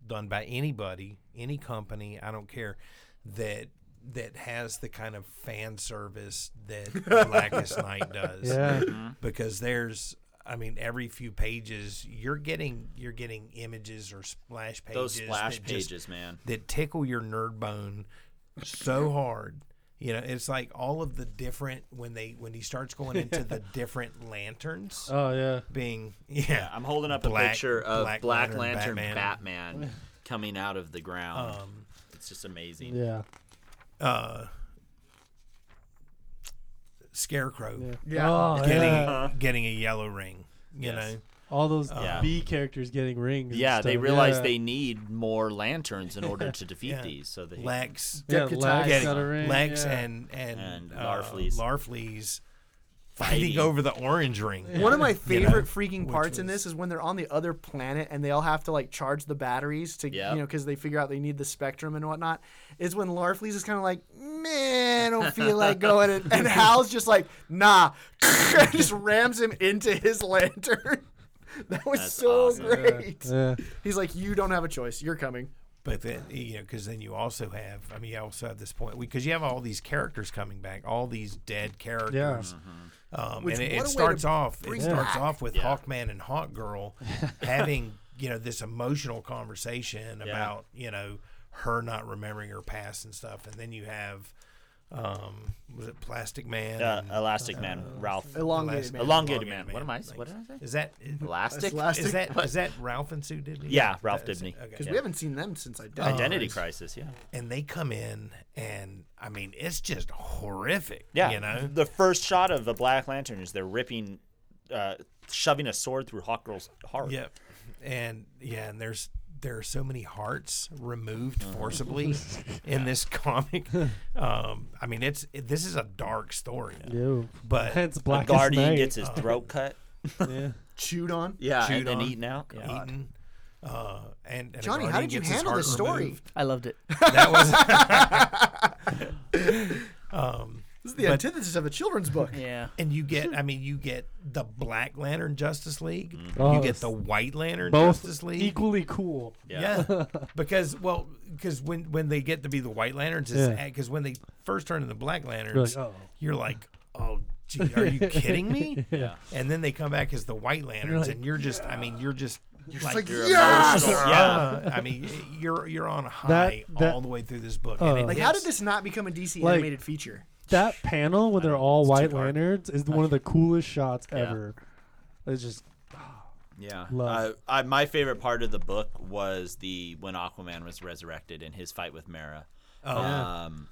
Speaker 4: done by anybody, any company, I don't care, that that has the kind of fan service <laughs> that Blackest Night does.
Speaker 5: Yeah.
Speaker 4: Mm-hmm. Because there's I mean, every few pages you're getting you're getting images or splash pages.
Speaker 1: those splash
Speaker 4: that just-
Speaker 1: pages, man.
Speaker 4: that tickle your nerd bone so hard. You know, it's like all of the different when they when he starts going into
Speaker 5: <laughs>
Speaker 4: the different lanterns
Speaker 5: Oh yeah.
Speaker 4: being <laughs> yeah.
Speaker 1: I'm holding up a
Speaker 4: Black-
Speaker 1: picture of Black,
Speaker 4: Black
Speaker 1: Lantern,
Speaker 4: Lantern,
Speaker 1: Batman. coming out of the ground.
Speaker 4: Um,
Speaker 1: it's just amazing.
Speaker 5: Yeah.
Speaker 4: uh, Scarecrow
Speaker 5: Yeah.
Speaker 2: Yeah.
Speaker 5: Oh,
Speaker 4: getting
Speaker 5: yeah.
Speaker 4: getting a yellow ring. You
Speaker 1: Yes.
Speaker 4: know,
Speaker 5: All those
Speaker 1: Yeah.
Speaker 5: B characters getting rings. and
Speaker 1: Yeah, they
Speaker 5: stuff.
Speaker 1: realize
Speaker 5: Yeah.
Speaker 1: they need more lanterns in order to defeat
Speaker 4: Yeah.
Speaker 1: these. So they
Speaker 4: Lex
Speaker 5: Yeah,
Speaker 2: deputized.
Speaker 5: Lex
Speaker 4: getting
Speaker 5: got a ring.
Speaker 4: Lex
Speaker 5: yeah.
Speaker 4: and and,
Speaker 1: And
Speaker 4: uh,
Speaker 1: Larfleeze.
Speaker 4: Larfleeze fighting,
Speaker 1: Fighting.
Speaker 4: over the orange
Speaker 1: <laughs>
Speaker 4: ring.
Speaker 2: One of my favorite freaking
Speaker 4: which
Speaker 2: parts in
Speaker 4: was-
Speaker 2: this is when they're on the other planet and they all have to like charge the batteries to
Speaker 1: Yep.
Speaker 2: you know because they figure out they need the spectrum and whatnot. Is when Larfleeze is kind of like, man, I don't feel like going,
Speaker 1: <laughs>
Speaker 2: and, and Hal's just like, nah, <laughs> and just rams him into his lantern. <laughs> That was
Speaker 1: That's
Speaker 2: so
Speaker 1: awesome.
Speaker 5: Yeah.
Speaker 2: great.
Speaker 5: Yeah.
Speaker 2: He's like, you don't have a choice. You're coming.
Speaker 4: But then you know, because then you also have, I mean, you also have this point because you have all these characters coming back, all these dead characters.
Speaker 5: Yeah.
Speaker 1: Mm-hmm.
Speaker 4: Um,
Speaker 2: Which,
Speaker 4: and
Speaker 2: what a
Speaker 4: it,
Speaker 2: way
Speaker 4: it
Speaker 2: to
Speaker 4: starts off.
Speaker 2: bring
Speaker 4: It starts
Speaker 2: back.
Speaker 4: off with
Speaker 1: Yeah.
Speaker 4: Hawkman
Speaker 1: <laughs>
Speaker 4: and Hawkgirl having you know this emotional conversation about you know her not remembering her past and stuff, and then you have um, was it Plastic Man?
Speaker 1: uh,
Speaker 4: and
Speaker 1: Elastic Man, Ralph.
Speaker 2: Elongated
Speaker 4: Elastic-
Speaker 2: man.
Speaker 1: Elongated Man. What am I- what did I say?
Speaker 4: Is that
Speaker 1: Elastic?
Speaker 2: Elastic.
Speaker 4: is that is that Ralph and Sue Dibney?
Speaker 1: Yeah, Ralph
Speaker 4: That's it.
Speaker 1: Dibney.
Speaker 4: Okay.
Speaker 2: Because
Speaker 1: Yeah.
Speaker 2: we haven't seen them since I died.
Speaker 1: Oh, Identity
Speaker 4: Oh,
Speaker 1: crisis, yeah.
Speaker 4: and they come in and I mean it's just horrific.
Speaker 1: Yeah.
Speaker 4: You know?
Speaker 1: The first shot of the Black Lantern is they're ripping, uh, shoving a sword through Hawkgirl's heart.
Speaker 4: Yep. And yeah, and there's there are so many hearts removed forcibly in this comic. Um, I mean it's this is a dark story.
Speaker 5: Yo.
Speaker 4: <laughs> But
Speaker 5: Hence
Speaker 1: The
Speaker 5: Black
Speaker 1: Guardian
Speaker 5: Knight.
Speaker 1: gets his throat cut.
Speaker 4: <laughs>
Speaker 5: yeah.
Speaker 2: Chewed on.
Speaker 1: Yeah,
Speaker 4: Uh, Chewed
Speaker 1: and then
Speaker 4: on.
Speaker 1: eaten out. Yeah.
Speaker 4: eaten. Uh, and, and a
Speaker 2: Johnny, how
Speaker 4: Guardian
Speaker 2: did you
Speaker 4: gets his
Speaker 2: handle this
Speaker 4: heart
Speaker 2: story?
Speaker 4: removed.
Speaker 3: I
Speaker 2: <laughs>
Speaker 3: loved it.
Speaker 4: That was um
Speaker 2: This is the antithesis of a children's book.
Speaker 3: Yeah.
Speaker 4: And
Speaker 2: <laughs>
Speaker 4: you get, I mean, you get the Black Lantern Justice League.
Speaker 5: Oh,
Speaker 4: you get
Speaker 5: s-
Speaker 4: the White Lantern Justice
Speaker 5: Both
Speaker 4: League.
Speaker 5: equally cool.
Speaker 4: Yeah,
Speaker 5: <laughs>
Speaker 4: because well, because when when they get to be the White Lanterns,
Speaker 5: Yeah.
Speaker 4: because when they first turn into Black Lanterns,
Speaker 5: "Uh-oh."
Speaker 4: you're like, oh, gee, are
Speaker 5: <laughs>
Speaker 4: you kidding me?
Speaker 5: Yeah.
Speaker 4: And then they come back as the White Lanterns, and you're just, I mean, you're just. Like,
Speaker 2: like,
Speaker 1: You're
Speaker 2: Yes!
Speaker 1: emotional. Yeah.
Speaker 4: yeah, I mean, you're you're on a high
Speaker 5: that-
Speaker 4: all the way through this book.
Speaker 5: Uh,
Speaker 4: and it
Speaker 2: Like, how did
Speaker 4: hits-
Speaker 2: this not become a DC
Speaker 5: Like-
Speaker 2: animated feature?
Speaker 5: That panel where they're all
Speaker 1: it's too
Speaker 5: White
Speaker 1: dark.
Speaker 5: Lanterns is one of the coolest shots ever. It's just
Speaker 1: Yeah.
Speaker 5: Love.
Speaker 1: I, I, my favorite part of the book was the when Aquaman was resurrected and his fight with Mara.
Speaker 4: Oh.
Speaker 5: Yeah.
Speaker 1: Um,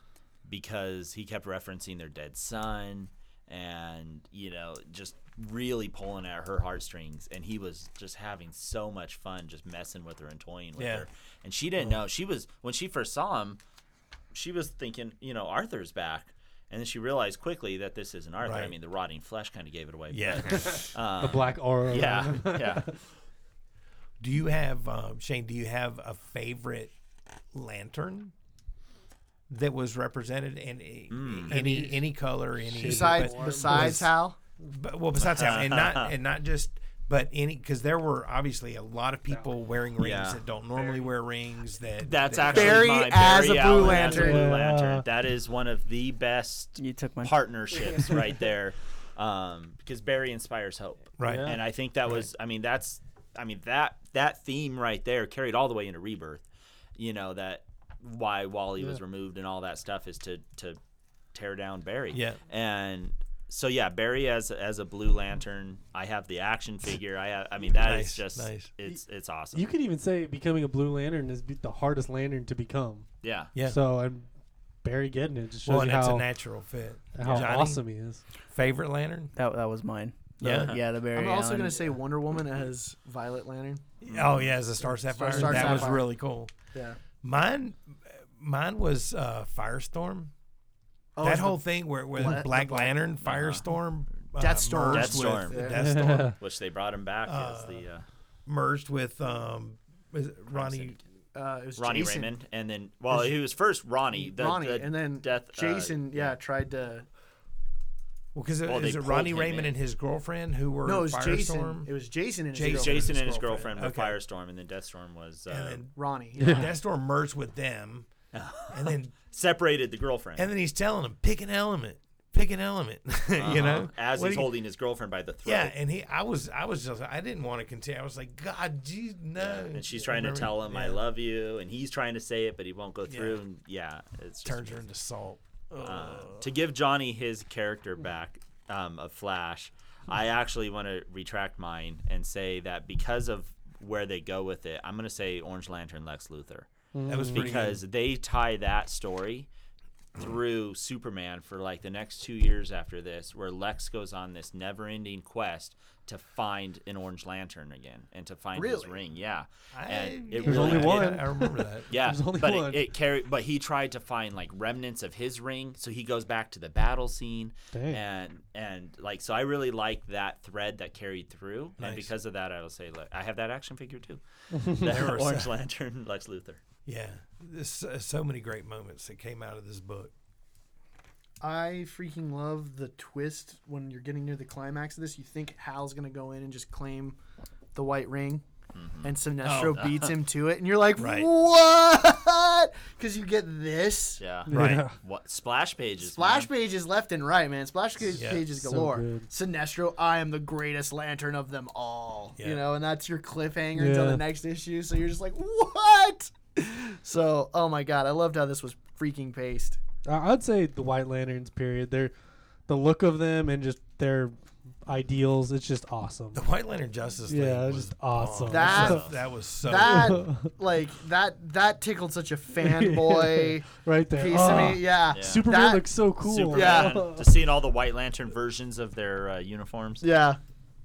Speaker 1: because he kept referencing their dead son and, you know, just really pulling at her heartstrings. And he was just having so much fun just messing with her and toying with
Speaker 4: Yeah.
Speaker 1: her. And she didn't know. She was, when she first saw him, she was thinking, you know, Arthur's back. And then she realized quickly that this isn't Arthur. I
Speaker 4: Right.
Speaker 1: mean, the rotting flesh kind of gave it away.
Speaker 4: Yeah.
Speaker 1: but, um,
Speaker 5: the black aura.
Speaker 1: Yeah.
Speaker 4: <laughs>
Speaker 1: Yeah.
Speaker 4: do you have um, Shane? Do you have a favorite lantern that was represented in a-
Speaker 1: Hmm.
Speaker 4: any any color? Any
Speaker 2: Besides,
Speaker 4: but-
Speaker 2: besides
Speaker 4: but-
Speaker 2: Hal,
Speaker 4: But, well, besides that, and
Speaker 1: <laughs>
Speaker 4: not and not just, but any because there were obviously a lot of people wearing rings
Speaker 1: Yeah.
Speaker 4: that don't normally wear rings. That
Speaker 1: That's
Speaker 4: that-
Speaker 1: actually
Speaker 2: Barry
Speaker 1: my
Speaker 2: as
Speaker 1: Barry
Speaker 2: a Blue
Speaker 1: Allen as a
Speaker 2: Lantern.
Speaker 1: Blue
Speaker 5: Yeah.
Speaker 1: Lantern. That is one of the best
Speaker 3: You took my
Speaker 1: partnerships right there, um, because Barry inspires hope.
Speaker 4: right.
Speaker 5: Yeah.
Speaker 1: And I think that was, I mean, that's, I mean, that that theme right there carried all the way into Rebirth. You know that why Wally was
Speaker 5: Yeah.
Speaker 1: removed and all that stuff is to to tear down Barry.
Speaker 4: Yeah.
Speaker 1: And so yeah, Barry as as a Blue Lantern. I have the action figure. I have, I mean that is
Speaker 4: Nice,
Speaker 1: just
Speaker 4: nice.
Speaker 1: it's it's awesome.
Speaker 5: You could even say becoming a Blue Lantern is be- the hardest lantern to become.
Speaker 1: yeah.
Speaker 4: Yeah.
Speaker 5: So I'm Barry getting it. Just shows
Speaker 4: well, and
Speaker 5: you
Speaker 4: it's
Speaker 5: how,
Speaker 4: a natural fit.
Speaker 5: how
Speaker 4: Johnny,
Speaker 5: awesome he is.
Speaker 4: Favorite lantern?
Speaker 3: <laughs> That that was mine.
Speaker 4: Yeah.
Speaker 3: The- yeah. The Barry.
Speaker 2: I'm also
Speaker 3: Allen.
Speaker 2: gonna say Wonder Woman as Violet Lantern.
Speaker 1: Mm.
Speaker 4: Oh yeah, as a star sapphire.
Speaker 2: Star
Speaker 4: that was
Speaker 2: Sapphire.
Speaker 4: really cool.
Speaker 2: Yeah.
Speaker 4: Mine, mine was uh, Firestorm. that whole thing where, where
Speaker 2: Oh, Bla-
Speaker 4: the
Speaker 2: the
Speaker 4: Black
Speaker 2: Black-
Speaker 4: Lantern, Firestorm, uh,
Speaker 2: Deathstorm.
Speaker 4: merged
Speaker 1: Deathstorm.
Speaker 4: with
Speaker 2: Yeah. <laughs>
Speaker 4: Deathstorm
Speaker 1: Which they brought him back as
Speaker 4: Uh,
Speaker 1: the. Uh,
Speaker 4: merged with um, is it Ronnie.
Speaker 2: uh, it was
Speaker 1: Ronnie
Speaker 2: Jason.
Speaker 1: Raymond, and then well, he was first Ronnie, the,
Speaker 2: Ronnie,
Speaker 1: the
Speaker 2: and then
Speaker 1: death uh,
Speaker 2: Jason. yeah, tried to.
Speaker 4: Well, because
Speaker 1: Well, they
Speaker 4: is it
Speaker 1: pulled
Speaker 4: Ronnie
Speaker 1: him
Speaker 4: Raymond
Speaker 1: in.
Speaker 4: and his girlfriend who were
Speaker 2: No, it was Jason.
Speaker 4: Firestorm,
Speaker 2: It was Jason and his
Speaker 4: Jason-
Speaker 2: girlfriend.
Speaker 1: Jason and his
Speaker 4: girlfriend.
Speaker 1: girlfriend were
Speaker 4: Okay.
Speaker 1: Firestorm, and then Deathstorm was uh,
Speaker 4: and then
Speaker 2: <laughs> Ronnie.
Speaker 4: Deathstorm merged
Speaker 1: <laughs>
Speaker 4: with them,
Speaker 1: Oh.
Speaker 4: and then
Speaker 1: separated the girlfriend.
Speaker 4: and then he's telling him pick an element, pick an element, <laughs> you know,
Speaker 1: Uh-huh. as
Speaker 4: What
Speaker 1: he's
Speaker 4: do you-
Speaker 1: holding his girlfriend by the throat.
Speaker 4: Yeah, and he, I was, I was just, I didn't want to continue. I was like, God, geez, no.
Speaker 1: and she's trying to tell him, "I
Speaker 4: Yeah.
Speaker 1: love you," and he's trying to say it, but he won't go through.
Speaker 4: Yeah.
Speaker 1: And yeah, it's just
Speaker 4: Turns her into salt.
Speaker 1: uh, to give Johnny his character back um, of Flash, I actually want to retract mine and say that because of where they go with it, I'm going to say Orange Lantern Lex Luthor.
Speaker 4: That was pretty good.
Speaker 1: because they tie that story through Superman for like the next two years after this, where Lex goes on this never ending quest to find an orange lantern again and to find his
Speaker 2: Really?
Speaker 1: ring. Yeah. and
Speaker 4: I-
Speaker 1: it
Speaker 5: There's
Speaker 1: really
Speaker 5: only
Speaker 1: did-
Speaker 5: one.
Speaker 4: I remember that.
Speaker 1: Yeah,
Speaker 5: There's only
Speaker 1: but
Speaker 5: one.
Speaker 1: It, it carried. But he tried to find like remnants of his ring, so he goes back to the battle scene,
Speaker 5: Dang.
Speaker 1: and and like so, I really like that thread that carried through,
Speaker 4: Nice.
Speaker 1: and because of that, I will say like, I have that action figure too, the
Speaker 4: were
Speaker 1: Orange Lantern Lex Luthor.
Speaker 4: Yeah, there's so, so many great moments that came out of this book.
Speaker 2: I freaking love the twist when you're getting near the climax of this. You think Hal's gonna go in and just claim the white ring, and Sinestro beats him to it, and you're like,
Speaker 4: Right.
Speaker 2: what? <laughs> Because you get this.
Speaker 1: Yeah,
Speaker 4: Right.
Speaker 5: Yeah.
Speaker 1: What splash pages?
Speaker 2: Splash
Speaker 1: man.
Speaker 2: pages left and right, man. Splash page
Speaker 4: Yeah.
Speaker 2: pages
Speaker 5: So
Speaker 2: galore.
Speaker 5: good.
Speaker 2: Sinestro, I am the greatest lantern of them all.
Speaker 4: Yeah.
Speaker 2: You know, and that's your cliffhanger until
Speaker 5: Yeah.
Speaker 2: the next issue. So you're just like, what? So, oh my god, I loved how this was freaking paced.
Speaker 5: I- I'd say the White Lanterns period. They're the look of them and just their ideals. It's just awesome.
Speaker 4: The White Lantern Justice League
Speaker 5: Yeah, it was
Speaker 4: was
Speaker 5: just awesome.
Speaker 4: on.
Speaker 2: That-
Speaker 4: that was
Speaker 2: <laughs>
Speaker 4: so.
Speaker 2: That,
Speaker 5: <laughs>
Speaker 2: like that, that tickled such a
Speaker 5: <laughs>
Speaker 2: fanboy
Speaker 5: right there.
Speaker 2: piece
Speaker 5: Ah,
Speaker 2: of me. Yeah.
Speaker 1: Yeah.
Speaker 5: Superman
Speaker 2: That-
Speaker 5: looks so cool.
Speaker 1: Superman.
Speaker 5: <laughs>
Speaker 2: Yeah.
Speaker 1: Just seeing all the White Lantern versions of their uh, uniforms.
Speaker 2: Yeah.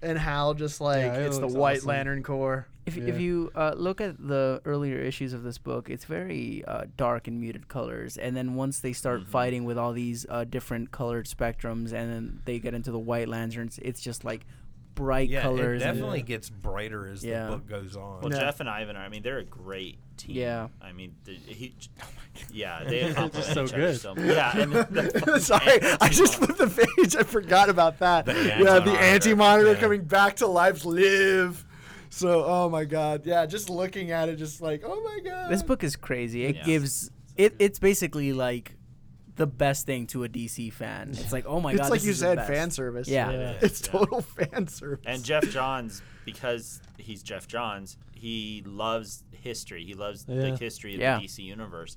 Speaker 2: And Hal just like
Speaker 5: Yeah, it
Speaker 2: it's the
Speaker 5: looks
Speaker 2: White
Speaker 5: awesome.
Speaker 2: Lantern Corps.
Speaker 3: If,
Speaker 5: Yeah.
Speaker 3: if you uh, look at the earlier issues of this book, it's very uh, dark and muted colors. And then once they start
Speaker 2: Mm-hmm.
Speaker 3: fighting with all these uh, different colored spectrums, and then they get into the white lanterns, it's just like bright
Speaker 4: yeah,
Speaker 3: colors.
Speaker 4: it
Speaker 3: and-
Speaker 4: definitely gets brighter as
Speaker 3: Yeah.
Speaker 4: the book goes on.
Speaker 1: Well,
Speaker 2: Yeah.
Speaker 1: Jeff and Ivan are. I mean, they're a great team.
Speaker 3: Yeah.
Speaker 1: I mean, the, he.
Speaker 2: Oh
Speaker 1: Yeah, they accomplished
Speaker 5: <laughs> so
Speaker 1: each other
Speaker 5: good.
Speaker 1: so
Speaker 2: <laughs>
Speaker 1: much. Yeah. I mean, the-
Speaker 2: Sorry, I just flipped the page. I forgot about that. yeah, the
Speaker 1: anti-monitor.
Speaker 2: anti monitor
Speaker 4: Yeah.
Speaker 2: coming back to life. Live. So, oh my God. Yeah, just looking at it, just like, oh my God.
Speaker 3: This book is crazy. It
Speaker 1: Yeah.
Speaker 3: gives it. It's basically like the best thing to a DC fan. It's like, oh
Speaker 2: <laughs>
Speaker 3: my
Speaker 2: It's
Speaker 3: god,
Speaker 2: like
Speaker 3: this
Speaker 2: you
Speaker 3: is the
Speaker 2: said,
Speaker 3: best.
Speaker 2: fan service.
Speaker 3: Yeah.
Speaker 1: Yeah.
Speaker 2: <laughs> It's
Speaker 1: Yeah.
Speaker 2: total fan service.
Speaker 1: and Jeff Johns, because he's Jeff Johns, he loves history. He loves
Speaker 5: Yeah.
Speaker 1: the history of
Speaker 3: Yeah.
Speaker 1: the DC universe.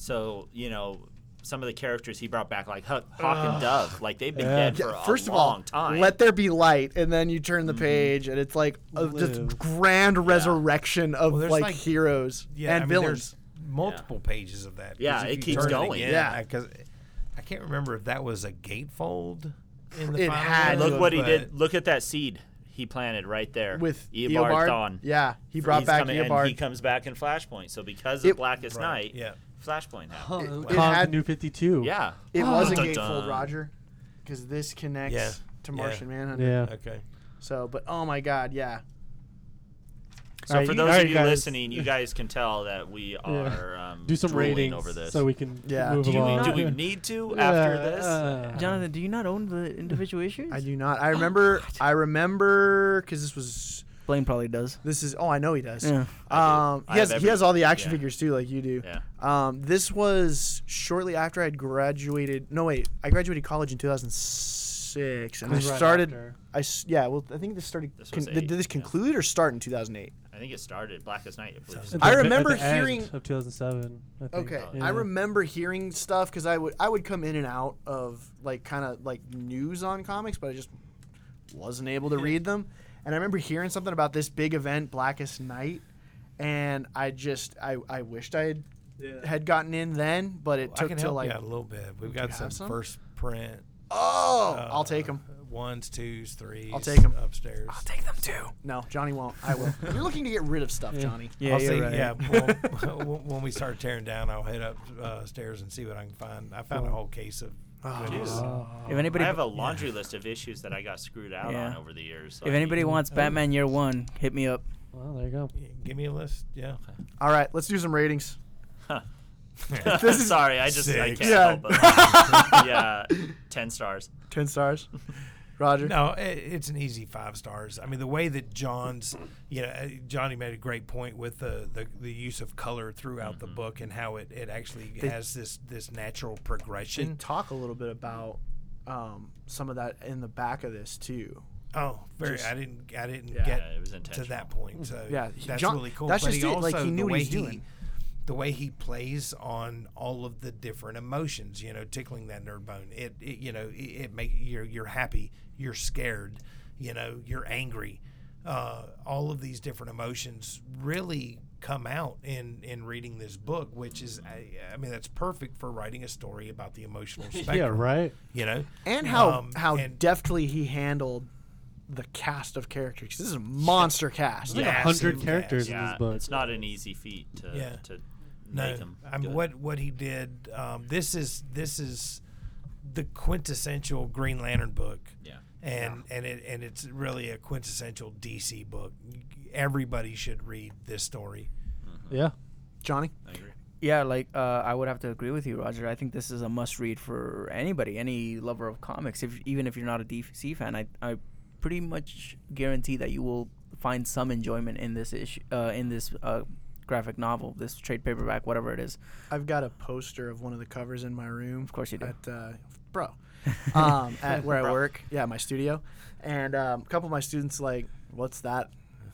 Speaker 1: So you know, some of the characters he brought back, like Huck, Hawk and Dove, like they've been
Speaker 5: Yeah.
Speaker 1: dead
Speaker 2: Yeah,
Speaker 1: for a
Speaker 2: first of all,
Speaker 1: long time. Mm-hmm.
Speaker 2: let there be light, and then you turn the page, and it's like a
Speaker 5: Live.
Speaker 2: just grand resurrection of
Speaker 4: Well, there's
Speaker 2: like,
Speaker 4: like-
Speaker 2: heroes
Speaker 4: yeah,
Speaker 2: and
Speaker 4: I mean,
Speaker 2: villains.
Speaker 4: There's multiple pages of that.
Speaker 1: Yeah,
Speaker 4: 'cause if
Speaker 1: it
Speaker 4: you
Speaker 1: keeps
Speaker 4: turn
Speaker 1: going.
Speaker 4: again,
Speaker 2: Yeah.
Speaker 4: because I can't remember if that was a gatefold. In the
Speaker 2: It
Speaker 4: final
Speaker 2: had
Speaker 4: one,
Speaker 2: to
Speaker 1: Look what he
Speaker 4: but-
Speaker 1: did. Look at that seed he planted right there
Speaker 2: with
Speaker 1: Eobard,
Speaker 2: Eobard.
Speaker 1: Thawne.
Speaker 2: Yeah, he brought
Speaker 1: He's
Speaker 2: back
Speaker 1: coming-
Speaker 2: Eobard.
Speaker 1: And he comes back in Flashpoint. So because of
Speaker 2: It-
Speaker 1: Blackest
Speaker 4: Right,
Speaker 1: Night,
Speaker 4: yeah.
Speaker 1: Flashpoint happened.
Speaker 5: Huh,
Speaker 2: It-
Speaker 5: <laughs> Cog
Speaker 2: it had-
Speaker 5: New 52.
Speaker 1: Yeah.
Speaker 2: it was a
Speaker 1: Dun,
Speaker 2: gatefold,
Speaker 1: dun.
Speaker 2: Roger, because this connects
Speaker 4: Yeah,
Speaker 2: to
Speaker 4: yeah.
Speaker 2: Martian Manhunter.
Speaker 5: Yeah.
Speaker 4: Okay.
Speaker 2: So, but oh my God, yeah,
Speaker 1: So
Speaker 5: Alright,
Speaker 1: for
Speaker 5: you-
Speaker 1: those
Speaker 5: alright,
Speaker 1: of you
Speaker 5: guys.
Speaker 1: listening, you guys can tell that we are um,
Speaker 5: Do some
Speaker 1: drooling
Speaker 5: ratings
Speaker 1: over this.
Speaker 5: so we can
Speaker 2: Yeah.
Speaker 5: move
Speaker 1: do, we,
Speaker 5: along. <laughs> uh,
Speaker 1: do we need to after this?
Speaker 3: Jonathan, do you not
Speaker 2: <laughs>
Speaker 3: own the individual issues?
Speaker 2: I do not.
Speaker 1: Oh,
Speaker 2: I remember. I remember because this was
Speaker 3: Blaine probably does.
Speaker 2: this is. Oh, I know he does.
Speaker 3: Yeah.
Speaker 1: I do.
Speaker 2: Um,
Speaker 1: I
Speaker 2: he has
Speaker 1: have
Speaker 2: he has
Speaker 1: every-
Speaker 2: all the action
Speaker 1: yeah.
Speaker 2: figures too, like you do.
Speaker 1: Yeah.
Speaker 2: Um, this was shortly after I'd graduated. No, wait, I graduated college in 2006, and I started. I s- yeah, well, I think this started.
Speaker 1: This
Speaker 2: con-
Speaker 1: was
Speaker 2: did
Speaker 1: eight,
Speaker 2: this
Speaker 1: yeah.
Speaker 2: conclude or start in 2008?
Speaker 1: I think it started Blackest Night. I believe.
Speaker 4: Sounds-
Speaker 2: I remember
Speaker 5: at the end
Speaker 2: hearing-
Speaker 5: of 2007. I think.
Speaker 2: Okay,
Speaker 5: Yeah.
Speaker 2: I remember hearing stuff because I would I would come in and out of like kind of like news on comics, but I just wasn't able to read them. And I remember hearing something about this big event, Blackest Night, and I just I, I wished I had, had gotten in then, but it
Speaker 4: I
Speaker 2: took
Speaker 4: can
Speaker 2: till
Speaker 4: help
Speaker 2: like
Speaker 4: you out a little bit. We've got
Speaker 2: you
Speaker 4: some,
Speaker 2: have some?
Speaker 4: first print.
Speaker 2: oh, I'll
Speaker 4: uh,
Speaker 2: take them.
Speaker 4: Ones, twos, threes.
Speaker 2: I'll take 'em.
Speaker 4: upstairs. I'll
Speaker 3: Take them too.
Speaker 2: No, Johnny won't. I
Speaker 4: <laughs>
Speaker 2: will. You're looking to get rid of stuff,
Speaker 5: Yeah.
Speaker 2: Johnny.
Speaker 3: Yeah,
Speaker 4: I'll
Speaker 3: you're
Speaker 4: see,
Speaker 3: right.
Speaker 4: yeah. Well, when- when we start tearing down, I'll head upstairs uh, stairs and see what I can find. I found a whole case of. goodies.
Speaker 5: Oh.
Speaker 3: If anybody,
Speaker 1: I have a laundry list of issues that I got screwed out
Speaker 3: Yeah.
Speaker 1: on over the years. so
Speaker 3: if
Speaker 1: I
Speaker 3: anybody
Speaker 1: need- <laughs>
Speaker 3: wants Batman Year One, hit me up.
Speaker 5: Well, there you go.
Speaker 4: Give me a list. Yeah.
Speaker 2: All right, let's do some ratings.
Speaker 1: <laughs> sorry, I just I can't
Speaker 4: Six.
Speaker 2: Yeah.
Speaker 1: help it. yeah, ten stars.
Speaker 2: Ten
Speaker 4: <laughs>
Speaker 2: stars, Roger.
Speaker 4: <laughs> No, i it's an easy five stars. I mean, the way that John's, you know, uh, Johnny made a great point with the the, the use of color throughout the book and how it, it actually has this this natural
Speaker 2: They
Speaker 4: progression.
Speaker 2: talk a little bit about um, some of that in the back of this too.
Speaker 4: Oh, very.
Speaker 2: Just-
Speaker 4: I didn't I didn't
Speaker 2: Yeah.
Speaker 4: get
Speaker 1: Yeah, it was
Speaker 4: to
Speaker 1: intentional.
Speaker 4: that point. So
Speaker 2: Yeah, he-
Speaker 4: that's
Speaker 2: John-
Speaker 4: really cool.
Speaker 2: that's
Speaker 4: but
Speaker 2: just
Speaker 4: he
Speaker 2: it,
Speaker 4: also
Speaker 2: like, he knew
Speaker 4: the
Speaker 2: what
Speaker 4: way
Speaker 2: he was
Speaker 4: he,
Speaker 2: doing.
Speaker 4: the way he plays on all of the different emotions, you know, tickling that nerd bone. It, it you know, it, it make you're you're happy, you're scared, you know, you're angry. Uh, all of these different emotions really come out in in reading this book, which is I, I mean that's perfect for writing a story about the emotional spectrum.
Speaker 5: <laughs> Yeah, right.
Speaker 4: You know,
Speaker 2: and how
Speaker 4: Um,
Speaker 2: how
Speaker 4: and-
Speaker 2: deftly he handled the cast of characters. This is a monster cast.
Speaker 4: Yeah.
Speaker 5: hundred
Speaker 4: Massive
Speaker 5: characters in
Speaker 1: Yeah,
Speaker 5: this book.
Speaker 1: it's not an easy feat to
Speaker 4: Yeah.
Speaker 1: to
Speaker 4: No,
Speaker 1: make them.
Speaker 4: I mean what what he did. Um, this is this is the quintessential Green Lantern book,
Speaker 1: Yeah.
Speaker 4: and and it and it's really a quintessential DC book. Everybody should read this story.
Speaker 5: Yeah.
Speaker 2: Johnny,
Speaker 1: I agree.
Speaker 3: Yeah, like uh, I would have to agree with you, Roger. I think this is a must-read for anybody, any lover of comics. If even if you're not a DC fan, I, I pretty much guarantee that you will find some enjoyment in this issue, uh, in this uh, graphic novel, this trade paperback, whatever it is.
Speaker 2: I've got a poster of one of the covers in my room.
Speaker 3: Of course you do.
Speaker 2: at uh, <laughs> bro, um, at where I work. Yeah, my studio, and um, a couple of my students like, "What's that?"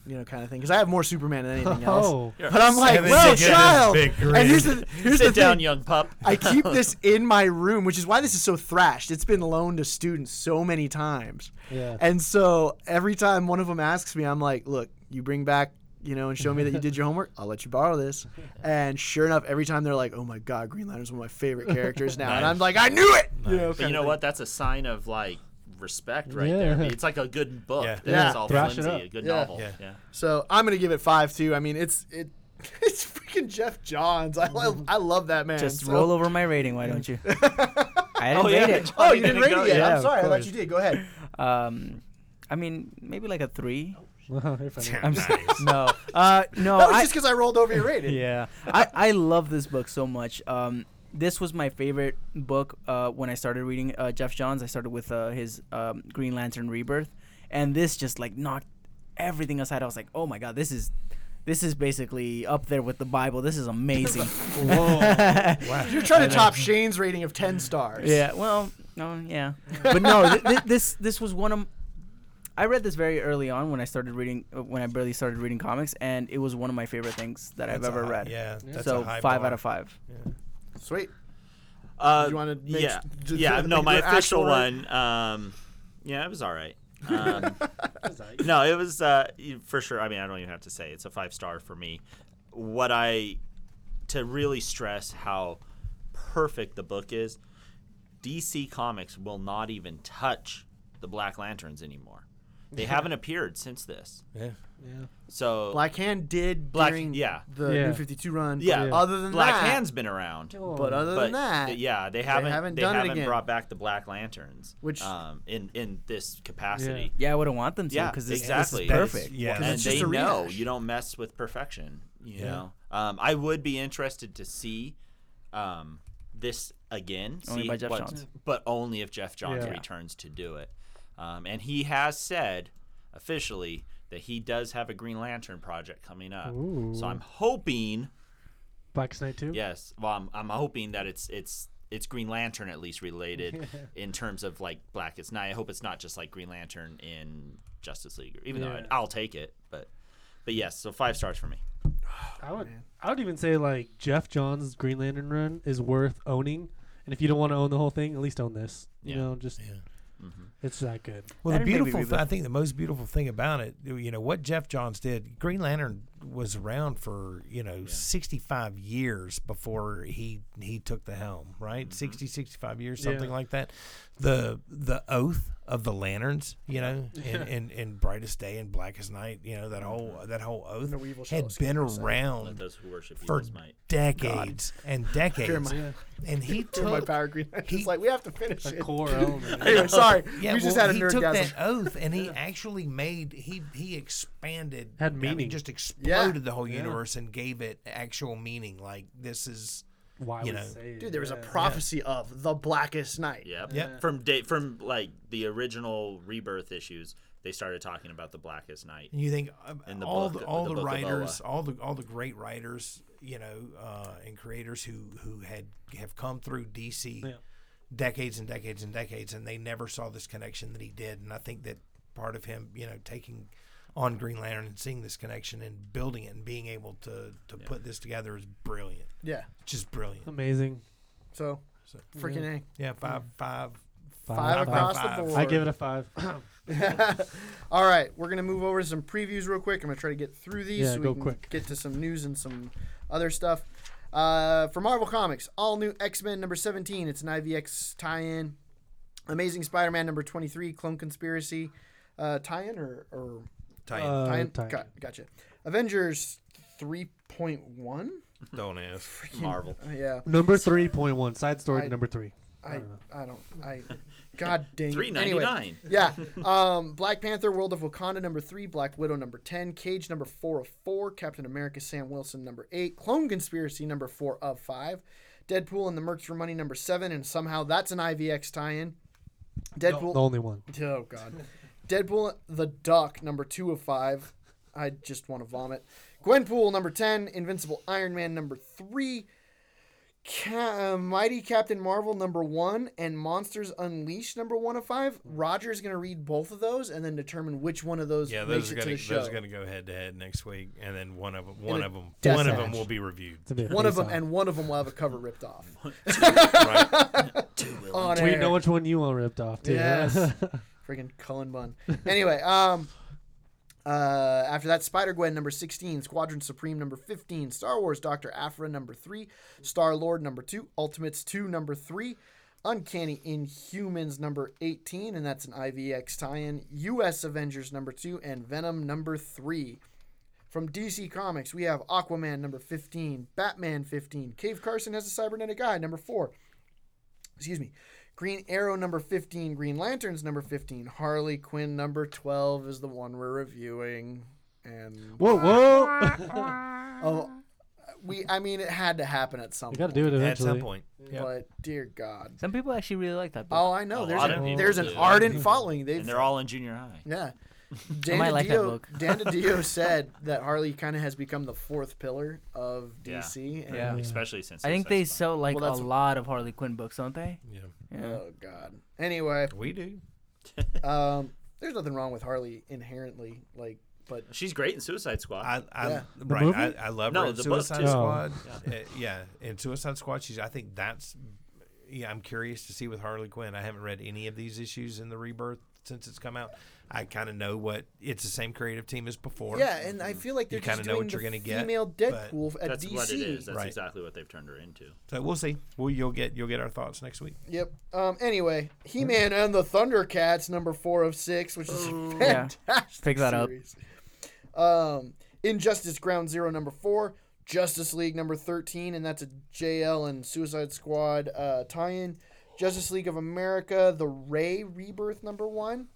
Speaker 2: You know, kind of thing. Because I have more Superman than <laughs> anything else.
Speaker 5: Oh.
Speaker 2: But I'm like,
Speaker 4: Seven
Speaker 2: well,
Speaker 4: dick in a
Speaker 2: child.
Speaker 4: big
Speaker 2: And here's the
Speaker 4: grin.
Speaker 2: here's
Speaker 1: Sit
Speaker 2: the
Speaker 1: down,
Speaker 2: thing.
Speaker 1: young pup.
Speaker 2: I
Speaker 3: <laughs>
Speaker 2: keep this in my room, which is why this is so thrashed. It's been loaned to students so many times.
Speaker 5: Yeah. <laughs>
Speaker 2: And so every time one of them asks me, I'm like, look, you bring back, you know, and show me that you did your homework. I'll let you borrow
Speaker 3: <laughs>
Speaker 2: this. And sure enough, every time they're like, oh my God, Green Lantern's one of my favorite characters now. And I'm like, I knew it. You
Speaker 1: <laughs>
Speaker 2: know,
Speaker 1: But
Speaker 2: kinda
Speaker 1: you know
Speaker 2: thing.
Speaker 1: what? That's a sign of like respect right
Speaker 5: Yeah.
Speaker 1: there. I mean, it's like a good book.
Speaker 4: Yeah.
Speaker 1: Yeah.
Speaker 2: Yeah.
Speaker 1: It's all
Speaker 5: Thrash it
Speaker 1: flimsy,
Speaker 5: up.
Speaker 1: a good
Speaker 2: Yeah.
Speaker 1: novel.
Speaker 4: Yeah.
Speaker 1: yeah.
Speaker 2: So I'm going to give it five, too. I mean, it's, it, <laughs> it's freaking Jeff Johns. I, love I love that man.
Speaker 3: Just
Speaker 2: So- <laughs>
Speaker 3: roll over my rating, why don't you? I didn't
Speaker 1: Oh,
Speaker 3: rate
Speaker 1: yeah.
Speaker 3: it.
Speaker 2: Oh,
Speaker 1: Johnny
Speaker 2: you
Speaker 1: didn't
Speaker 2: didn't rate
Speaker 1: go-
Speaker 2: it yet.
Speaker 3: yeah,
Speaker 2: I'm
Speaker 3: of
Speaker 2: sorry. I thought
Speaker 3: course.
Speaker 2: you did. Go
Speaker 1: Uh,
Speaker 2: ahead.
Speaker 3: Um, I mean, maybe like a three.
Speaker 5: You're funny.
Speaker 3: I'm
Speaker 4: Nice.
Speaker 3: s- <laughs> no, uh,
Speaker 2: <laughs>
Speaker 3: no.
Speaker 2: That was
Speaker 3: I,
Speaker 2: just because I rolled over your rating.
Speaker 3: <laughs> yeah I, I love this book so much um, this was my favorite book uh, when i started reading uh, jeff johns i started with uh, his um, green lantern rebirth and this just like knocked everything aside i was like oh my god this is this is basically up there with the bible this is
Speaker 4: <laughs>
Speaker 3: amazing <laughs>
Speaker 2: You're trying to top Shane's rating of 10 stars.
Speaker 3: Yeah. Well, no,
Speaker 4: <laughs>
Speaker 3: yeah. But no, th- th- this this was one of. I read this very early on when I started reading uh, when I barely started reading comics, and it was one of my favorite things that
Speaker 4: That's
Speaker 3: I've ever
Speaker 4: a high-
Speaker 3: read.
Speaker 4: Yeah, that's a
Speaker 3: so
Speaker 4: high
Speaker 3: five
Speaker 4: bar.
Speaker 3: out of five.
Speaker 2: Sweet.
Speaker 1: Uh,
Speaker 2: Did you wanna make
Speaker 1: yeah,
Speaker 2: s- d-
Speaker 1: yeah.
Speaker 2: d-
Speaker 1: No, my
Speaker 2: your
Speaker 1: official
Speaker 2: actual rank?
Speaker 1: one. Um, yeah, it was all
Speaker 2: <laughs>
Speaker 1: right. Um, no, it was uh, you- for sure. I mean, I don't even have to say it's a five star for me. What I to really stress how perfect the book is. DC Comics will not even touch the Black Lanterns anymore. They haven't appeared since this.
Speaker 4: Yeah.
Speaker 5: Yeah.
Speaker 1: So
Speaker 2: Black Hand did
Speaker 1: Black-
Speaker 2: during
Speaker 1: yeah.
Speaker 2: the
Speaker 5: Yeah.
Speaker 2: New 52 run.
Speaker 1: Yeah.
Speaker 2: But other than
Speaker 1: Black
Speaker 2: that,
Speaker 1: Hand's been around.
Speaker 2: But other
Speaker 1: but
Speaker 2: than that,
Speaker 1: th- yeah, they haven't they haven't,
Speaker 2: haven't done it again.
Speaker 1: brought back the Black Lanterns,
Speaker 2: Which-
Speaker 1: um, in in this capacity,
Speaker 3: Yeah, I wouldn't want them to
Speaker 1: Yeah,
Speaker 3: because this,
Speaker 1: exactly.
Speaker 3: this is perfect.
Speaker 4: Yeah.
Speaker 1: and
Speaker 2: it's
Speaker 1: they
Speaker 2: just a
Speaker 1: know
Speaker 2: rehash.
Speaker 1: you don't mess with perfection. You
Speaker 4: Yeah.
Speaker 1: know, um, I would be interested to see um, this again,
Speaker 3: Only
Speaker 1: see
Speaker 3: by Jeff
Speaker 1: what-
Speaker 3: Johns.
Speaker 1: but only if Jeff Johns
Speaker 5: Yeah.
Speaker 1: returns to do it. Um, and he has said officially that he does have a Green Lantern project coming up, so I'm hoping.
Speaker 5: Black Knight too.
Speaker 1: Yes. Well, I'm, I'm hoping that it's it's it's Green Lantern at least
Speaker 4: <laughs>
Speaker 1: related in terms of like Blackest Night. I hope it's not just like Green Lantern in Justice League, even though
Speaker 5: Yeah.
Speaker 1: I'd, I'll take it. But but yes, so five stars for me.
Speaker 5: I would. I would even say like Jeff Johns' Green Lantern run is worth owning, and if you don't want to own the whole thing, at least own this. You
Speaker 1: Yeah.
Speaker 5: know, just
Speaker 4: Yeah.
Speaker 5: it's that good.
Speaker 4: Well, the
Speaker 3: That'd make me
Speaker 4: beautiful,
Speaker 3: read
Speaker 4: th- I think the most beautiful thing about it, you know, what Jeff Johns did, Green Lantern was around for, you know, 65 years before he he took the helm, right? Sixty, sixty-five 60, 65 years, something
Speaker 5: Yeah.
Speaker 4: like that. The the oath of the lanterns, you know, and, and, and brightest day and blackest night, you know, that whole that whole oath
Speaker 2: No evil shall
Speaker 4: had
Speaker 2: escape
Speaker 4: been
Speaker 2: thy sight.
Speaker 1: Let
Speaker 4: around
Speaker 1: those who worship
Speaker 4: for
Speaker 1: evils might.
Speaker 4: decades and decades.
Speaker 2: Jeremiah.
Speaker 4: And he
Speaker 2: During my
Speaker 4: took
Speaker 2: power green. It's
Speaker 4: he-
Speaker 2: like we have to finish
Speaker 5: A
Speaker 2: it.
Speaker 5: <laughs> core element.
Speaker 2: <laughs> Anyway, sorry.
Speaker 4: Yeah,
Speaker 2: we just
Speaker 4: well,
Speaker 2: had a
Speaker 4: he
Speaker 2: nerd
Speaker 4: took
Speaker 2: gasm.
Speaker 4: that oath
Speaker 2: <laughs>
Speaker 4: and he actually made he he expanded
Speaker 5: Had
Speaker 4: I mean,
Speaker 5: meaning.
Speaker 4: just exploded
Speaker 2: Yeah.
Speaker 4: the whole universe and gave it actual meaning. Like this is
Speaker 5: Why
Speaker 4: You
Speaker 5: would
Speaker 4: know.
Speaker 5: say
Speaker 2: Dude, there was a
Speaker 5: yeah.
Speaker 2: prophecy of the blackest night.
Speaker 1: Yep.
Speaker 4: Yeah.
Speaker 1: From date from like the original rebirth issues, they started talking about the Blackest Night.
Speaker 4: and you think uh,
Speaker 1: In the
Speaker 4: all
Speaker 1: book-
Speaker 4: the all
Speaker 1: the
Speaker 4: the,
Speaker 1: book of
Speaker 4: writers, all the all the great writers, you know, uh, and creators who who had have come through DC
Speaker 5: Yeah.
Speaker 4: decades and decades and decades, and they never saw this connection that he did. And I think that part of him, you know, taking on Green Lantern and seeing this connection and building it and being able to to put this together is brilliant.
Speaker 2: Yeah.
Speaker 4: Just brilliant.
Speaker 5: amazing.
Speaker 2: So,
Speaker 4: So-
Speaker 2: freaking A.
Speaker 4: Yeah, five, five.
Speaker 2: Five
Speaker 4: Five
Speaker 2: across
Speaker 4: five.
Speaker 2: the board.
Speaker 5: I give it a five.
Speaker 2: <laughs> All right, we're gonna move over to some previews real quick. I'm gonna try to get through these
Speaker 5: Yeah,
Speaker 2: so we
Speaker 5: go
Speaker 2: can
Speaker 5: quick.
Speaker 2: get to some news and some other stuff. Uh, for Marvel Comics, all new X Men number 17. It's an IVX tie-in. Amazing Spider-Man number 23, Clone Conspiracy uh, tie-in or, or
Speaker 4: Tight.
Speaker 5: Uh,
Speaker 2: tie-in.
Speaker 5: tie-in.
Speaker 2: Got, gotcha. Avengers 3.1.
Speaker 4: Don't ask.
Speaker 1: Marvel.
Speaker 2: Uh, Yeah,
Speaker 5: Number three point one. Side story
Speaker 2: I-
Speaker 5: to number three.
Speaker 2: I I don't I. <laughs> God dang. it.
Speaker 1: Three ninety
Speaker 2: Anyway.
Speaker 1: nine.
Speaker 2: yeah. Um, Black Panther, World of Wakanda, number three. Black Widow, number 10. Cage, number four of four. Captain America, Sam Wilson, number eight. Clone Conspiracy, number four of five. Deadpool and the Mercs for Money, number seven. And somehow that's an IVX tie in. Deadpool.
Speaker 5: The only one.
Speaker 2: Oh God. Deadpool the Duck, number two of five. I just want to vomit. Gwenpool, number ten. Invincible Iron Man, number three. Ca- uh, Mighty Captain Marvel, number one, and Monsters Unleashed, number one of five. Roger's gonna read both of those and then determine which one of those
Speaker 6: Yeah,
Speaker 2: makes
Speaker 6: those
Speaker 2: it
Speaker 6: are
Speaker 2: to
Speaker 6: gonna
Speaker 2: the show.
Speaker 6: those are gonna go head to head next week, and then one of them, one
Speaker 2: a
Speaker 6: of them,
Speaker 2: death
Speaker 6: one of them
Speaker 2: match.
Speaker 6: will be reviewed.
Speaker 5: It's a bit
Speaker 2: one of them,
Speaker 5: face-off.
Speaker 2: and one of them will have a cover ripped off.
Speaker 6: <laughs> Right?
Speaker 2: On
Speaker 5: we
Speaker 2: air.
Speaker 5: know which one you all ripped off too.
Speaker 2: Yes. Freaking Cullen Bunn. Anyway, um, uh, after that, Spider Gwen number 16, Squadron Supreme number 15, Star Wars Dr. Aphra number 3, Star Lord number 2, Ultimates 2 number 3, Uncanny Inhumans number 18, and that's an IVX tie in, US Avengers number 2, and Venom number 3. From DC Comics, we have Aquaman number 15, Batman 15, Cave Carson has a cybernetic eye number 4, excuse me green arrow number 15 green lanterns number 15 harley quinn number 12 is the one we're reviewing and
Speaker 5: <laughs> Whoa, whoa!
Speaker 2: oh we i mean it had to happen at some
Speaker 5: you gotta
Speaker 2: point
Speaker 5: do it eventually.
Speaker 6: At some point,
Speaker 2: but dear god
Speaker 3: Some people actually really like that book.
Speaker 2: oh i know
Speaker 1: A
Speaker 2: there's,
Speaker 1: lot
Speaker 2: an-
Speaker 1: of people
Speaker 2: there's an
Speaker 1: do. <laughs>
Speaker 2: ardent following they've
Speaker 1: And they're all in junior high.
Speaker 3: <laughs>
Speaker 2: yeah Dan
Speaker 3: might like that
Speaker 2: DiDio-
Speaker 3: book.
Speaker 2: Dan
Speaker 3: <laughs>
Speaker 2: DiDio said that Harley kind of has become the fourth pillar of
Speaker 1: Yeah.
Speaker 2: DC. and-
Speaker 3: Yeah.
Speaker 1: Especially since
Speaker 3: I think they sell like
Speaker 2: Well, that's-
Speaker 3: a lot of Harley Quinn books, don't they?
Speaker 6: yeah,
Speaker 3: Yeah.
Speaker 2: Oh God. Anyway,
Speaker 6: we do.
Speaker 2: um, there's nothing wrong with Harley inherently, like, but
Speaker 1: She's great in Suicide Squad.
Speaker 4: I, I
Speaker 2: Yeah.
Speaker 4: right.
Speaker 5: movie?
Speaker 4: I, I love
Speaker 1: No,
Speaker 4: her in
Speaker 1: the book,
Speaker 4: Suicide
Speaker 5: too.
Speaker 4: Squad. Uh, Yeah. in Suicide Squad, she's. I think that's yeah, I'm curious to see with Harley Quinn. I haven't read any of these issues in the rebirth since it's come out. I kind of know what it's the same creative team as before.
Speaker 2: Yeah, and I feel like they're
Speaker 4: kinda
Speaker 2: just
Speaker 4: know
Speaker 2: doing
Speaker 4: what you're
Speaker 2: the
Speaker 4: gonna get,
Speaker 2: female
Speaker 4: but
Speaker 2: Deadpool at
Speaker 1: That's
Speaker 2: DC.
Speaker 1: what it is. That's
Speaker 4: Right.
Speaker 1: exactly what they've turned her into.
Speaker 4: So we'll see. Well, you'll get you'll get our thoughts next week.
Speaker 2: Yep. Um. Anyway, He Man and the Thundercats, number four of six, which is
Speaker 3: Yeah.
Speaker 2: fantastic.
Speaker 3: Pick that up.
Speaker 2: series. Um. Injustice Ground Zero, number four. Justice League, number thirteen, and that's a JL and Suicide Squad uh, tie-in. Justice League of America, The Ray Rebirth, number one.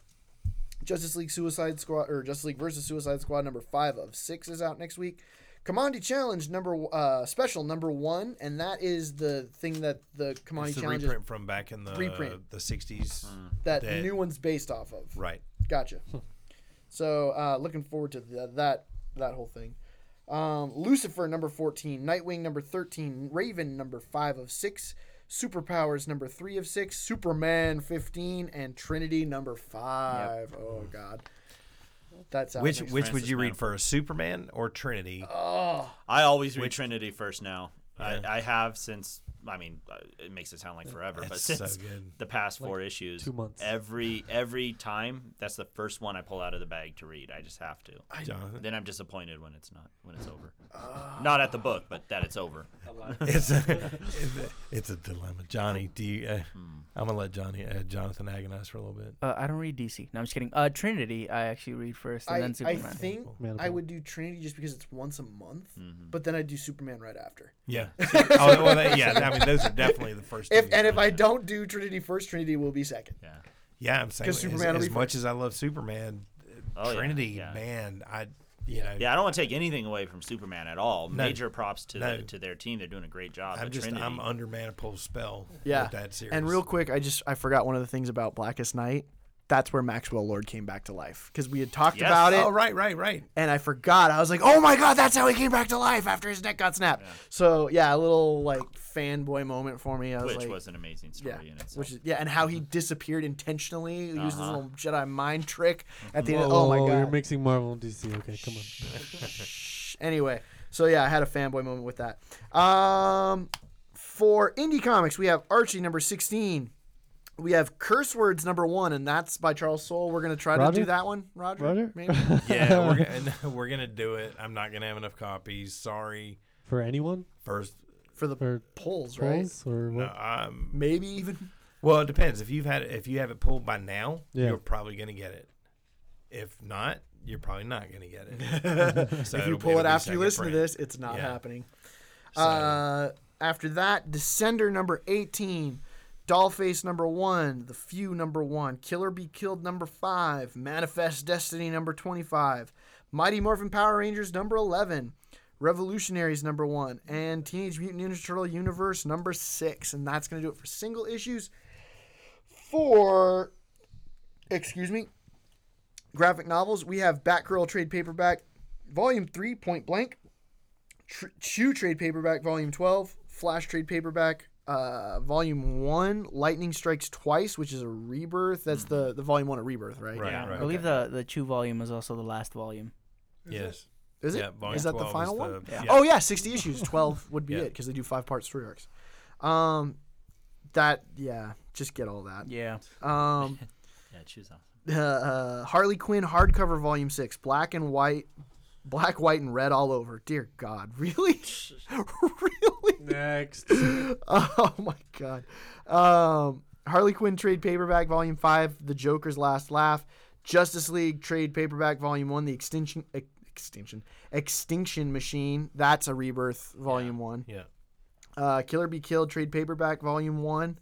Speaker 2: Justice League Suicide Squad or Justice League versus Suicide Squad number five of six is out next week. Commandi Challenge number uh, special number one, and that is the thing that the Commandi
Speaker 4: It's the
Speaker 2: Challenge is
Speaker 4: reprint from back in the
Speaker 2: Reprint.
Speaker 4: the 60s.
Speaker 1: Hmm.
Speaker 2: that
Speaker 4: that-
Speaker 2: new one's based off of.
Speaker 4: Right.
Speaker 2: Gotcha. so uh, looking forward to th- that that whole thing. Um, Lucifer number fourteen, Nightwing number thirteen, Raven number five of six, Superpowers number three of six, Superman fifteen, and Trinity number five. Oh God, that's out
Speaker 4: Which
Speaker 2: next-
Speaker 4: which would
Speaker 1: Francis
Speaker 4: you read
Speaker 1: Mann.
Speaker 4: first, Superman or Trinity?
Speaker 2: Uh,
Speaker 1: I always read Trinity first now. I, I have since. I mean, uh, it makes it sound like forever, but
Speaker 4: That's so
Speaker 1: since
Speaker 4: good.
Speaker 1: the past four issues,
Speaker 5: two months. <sighs>
Speaker 1: Every every time, that's the first one I pull out of the bag to read. I just have to.
Speaker 4: <laughs> Jonathan?
Speaker 1: Then I'm disappointed when it's not when it's over.
Speaker 4: Ah.
Speaker 1: not at the book, but that it's over.
Speaker 4: It's a,
Speaker 2: <laughs>
Speaker 4: it's a- it's a dilemma. Johnny, do you, uh,
Speaker 1: Hmm.
Speaker 4: I'm gonna let Johnny uh, Jonathan agonize for a little bit.
Speaker 3: Uh, I don't read DC. No, I'm just kidding. Uh, Trinity, I actually read first, and
Speaker 2: I,
Speaker 3: then
Speaker 2: I
Speaker 3: Superman.
Speaker 2: think
Speaker 4: Oh,
Speaker 5: Man of
Speaker 2: I
Speaker 5: Medan.
Speaker 2: would do Trinity just because it's once a month,
Speaker 4: Mm-hmm.
Speaker 2: but then I do Superman right after.
Speaker 4: Yeah. <laughs> oh, well, that- yeah. I mean, those are definitely the first.
Speaker 2: If
Speaker 4: two.
Speaker 2: and if I don't do Trinity first, Trinity will be second.
Speaker 1: Yeah.
Speaker 4: yeah, I'm saying
Speaker 2: 'cause
Speaker 4: as,
Speaker 2: Superman will
Speaker 4: as
Speaker 2: be
Speaker 4: much as I love Superman,
Speaker 1: Oh, yeah,
Speaker 4: Trinity,
Speaker 1: yeah.
Speaker 4: man, I you know,
Speaker 1: Yeah, I don't want to take anything away from Superman at all.
Speaker 4: No.
Speaker 1: Major props to
Speaker 4: No.
Speaker 1: the, to their team. They're doing a great job.
Speaker 4: I'm
Speaker 1: but
Speaker 4: just
Speaker 1: Trinity,
Speaker 4: I'm under Manipul's spell.
Speaker 2: Yeah.
Speaker 4: with that series.
Speaker 2: And real quick, I just I forgot one of the things about Blackest Night. That's where Maxwell Lord came back to life because we had talked
Speaker 1: Yes.
Speaker 2: about it,
Speaker 4: Oh, right, right, right.
Speaker 2: and I forgot. I was like, "Oh my God, that's how he came back to life after his neck got snapped." So yeah, a little like fanboy moment for me. I was
Speaker 1: which
Speaker 2: like,
Speaker 1: was an amazing story
Speaker 2: yeah,
Speaker 1: in itself.
Speaker 2: which is, yeah, and how he disappeared intentionally, he used his little Jedi mind trick at the end. Of,
Speaker 5: Whoa,
Speaker 2: oh my
Speaker 5: whoa,
Speaker 2: God!
Speaker 5: You're mixing Marvel and DC. Okay, come on.
Speaker 2: Shh. Anyway, so yeah, I had a fanboy moment with that. Um, for indie comics, we have Archie number sixteen. We have curse words number one, and that's by Charles Soule. We're gonna try to
Speaker 5: Roger?
Speaker 2: do that one, Roger.
Speaker 5: Roger?
Speaker 2: Maybe? <laughs>
Speaker 4: Yeah, we're gonna, <laughs> we're gonna do it. I'm not gonna have enough copies. Sorry.
Speaker 5: For anyone?
Speaker 4: First,
Speaker 2: for
Speaker 5: <laughs>
Speaker 2: the
Speaker 5: For
Speaker 2: polls, right?
Speaker 5: polls? Or
Speaker 4: no,
Speaker 5: what?
Speaker 4: um,
Speaker 2: Maybe even.
Speaker 4: Well, it depends. If you've had if you have it pulled by now,
Speaker 5: Yeah.
Speaker 4: you're probably gonna get it. If not, you're probably not gonna get <laughs> it. so
Speaker 2: if
Speaker 4: it'll
Speaker 2: you
Speaker 4: be-
Speaker 2: pull
Speaker 4: it'll
Speaker 2: it
Speaker 4: be
Speaker 2: after you
Speaker 4: second
Speaker 2: listen
Speaker 4: print.
Speaker 2: to this, it's not
Speaker 4: Yeah.
Speaker 2: happening. Uh, after that, Descender number 18, Dollface number 1, The Few number 1, Killer Be Killed number 5, Manifest Destiny number 25, Mighty Morphin Power Rangers number 11, Revolutionaries number 1, and Teenage Mutant Ninja Turtle Universe number 6. And that's going to do it for single issues. For, excuse me, graphic novels, we have Batgirl trade paperback, volume three, Point Blank, Tr- Chew trade paperback, volume twelve, Flash trade paperback, uh, volume one, Lightning Strikes Twice, which is a rebirth. That's the the volume one of rebirth, right?
Speaker 4: Right,
Speaker 1: Yeah.
Speaker 3: I
Speaker 4: right.
Speaker 3: believe the the two volume is also the last volume.
Speaker 4: Yes.
Speaker 2: Is it?
Speaker 4: Yeah, volume
Speaker 2: is that the
Speaker 4: 12 is
Speaker 2: final
Speaker 4: the-
Speaker 2: one?
Speaker 4: yeah.
Speaker 2: Oh yeah, sixty
Speaker 4: <laughs>
Speaker 2: issues. Twelve would be
Speaker 4: Yeah.
Speaker 2: it because they do five part story arcs. Um, that yeah, just get all that.
Speaker 3: Yeah.
Speaker 2: Um,
Speaker 1: yeah, choose awesome.
Speaker 2: uh, Harley Quinn hardcover volume six, black and white, black, white, and red all over. Dear God, <laughs> really, really?
Speaker 5: Next.
Speaker 2: Oh my God. Um, Harley Quinn trade paperback volume five, The Joker's Last Laugh, Justice League trade paperback volume one, The Extinction ex- Extinction Extinction Machine. That's a rebirth volume one.
Speaker 4: <laughs> Yeah.
Speaker 2: Uh, Killer Be Killed trade paperback volume one,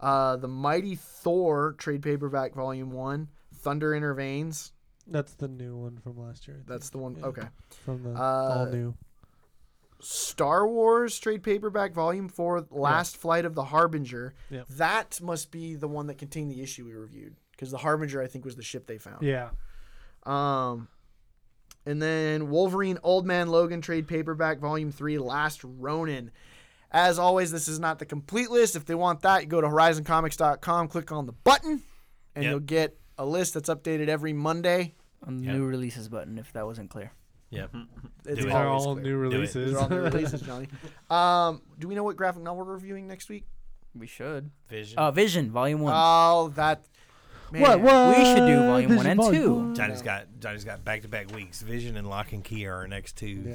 Speaker 2: uh, The Mighty Thor trade paperback volume one, Thunder in Her Veins.
Speaker 5: That's the new one from last year. I
Speaker 2: That's
Speaker 5: think,
Speaker 2: the one.
Speaker 5: Yeah.
Speaker 2: Okay.
Speaker 5: From the
Speaker 2: Uh,
Speaker 5: all new.
Speaker 2: Star Wars trade paperback volume 4 Last Flight of the Harbinger.
Speaker 5: Yep.
Speaker 2: That must be the one that contained the issue we reviewed cuz the Harbinger I think was the ship they found.
Speaker 5: Yeah.
Speaker 2: Um and then Wolverine Old Man Logan trade paperback volume 3 Last Ronin. As always, this is not the complete list. If they want that, you go to horizoncomics.com, click on the button and
Speaker 4: Yep.
Speaker 2: you'll get a list that's updated every Monday.
Speaker 3: On the
Speaker 4: Yeah.
Speaker 3: new releases button, if that wasn't clear.
Speaker 4: Yep.
Speaker 2: It's
Speaker 4: Do it.
Speaker 5: These are
Speaker 2: always
Speaker 5: all
Speaker 2: clear.
Speaker 5: new
Speaker 4: Do it.
Speaker 5: <laughs> releases.
Speaker 2: These are all new releases, Johnny. Um, do we know what graphic novel we're reviewing next week?
Speaker 3: We should.
Speaker 6: Vision.
Speaker 3: Uh, Vision Volume One.
Speaker 2: Oh, that. Man.
Speaker 3: What-
Speaker 2: Uh,
Speaker 3: what? We should do volume
Speaker 5: This
Speaker 3: one
Speaker 5: is
Speaker 3: and
Speaker 5: volume
Speaker 3: two.
Speaker 5: one.
Speaker 6: Johnny's got Johnny's got back to back weeks. Vision and Lock and Key are our next two.
Speaker 5: Yeah.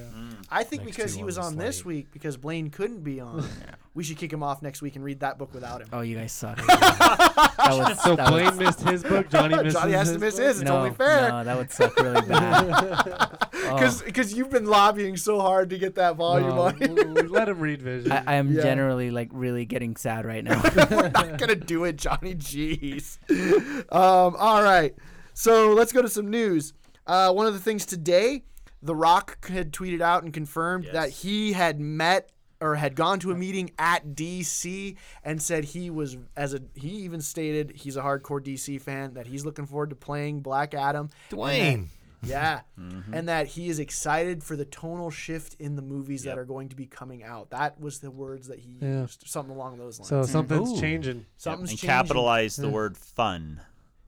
Speaker 2: I think
Speaker 6: Next
Speaker 2: because
Speaker 6: two
Speaker 2: he
Speaker 6: on
Speaker 2: was
Speaker 6: the
Speaker 2: on this
Speaker 6: slate.
Speaker 2: week because Blaine couldn't be on, we should kick him off next week and read that book without him.
Speaker 3: Oh, you
Speaker 2: <laughs>
Speaker 3: guys suck. that would,
Speaker 5: So
Speaker 3: that would,
Speaker 5: Blaine missed his book. Johnny missed
Speaker 2: Johnny has
Speaker 5: his.
Speaker 2: to miss
Speaker 5: book.
Speaker 2: his. It's
Speaker 3: no,
Speaker 2: only fair.
Speaker 3: No, that would suck really bad.
Speaker 2: <laughs>
Speaker 3: Oh,
Speaker 2: Because you've been lobbying so hard to get that volume
Speaker 5: No,
Speaker 2: on.
Speaker 5: l- l- let him read Vision.
Speaker 3: I, I am
Speaker 2: Yeah.
Speaker 3: generally like really getting sad right now.
Speaker 2: <laughs> We're not gonna do it, Johnny. Jeez. Um, all right. So let's go to some news. Uh, one of the things today, The Rock had tweeted out and confirmed that
Speaker 1: Yes.
Speaker 2: he had met or had gone to a meeting at DC and said he was as a he even stated he's a hardcore DC fan that he's looking forward to playing Black Adam.
Speaker 4: Dwayne.
Speaker 2: Yeah. And that he is excited for the tonal shift in the movies that are going to be coming out. That was the words that he
Speaker 5: Yeah.
Speaker 2: used, something along those lines.
Speaker 5: so something's changing.
Speaker 2: Something's
Speaker 1: and
Speaker 2: changing.
Speaker 1: capitalize the word fun.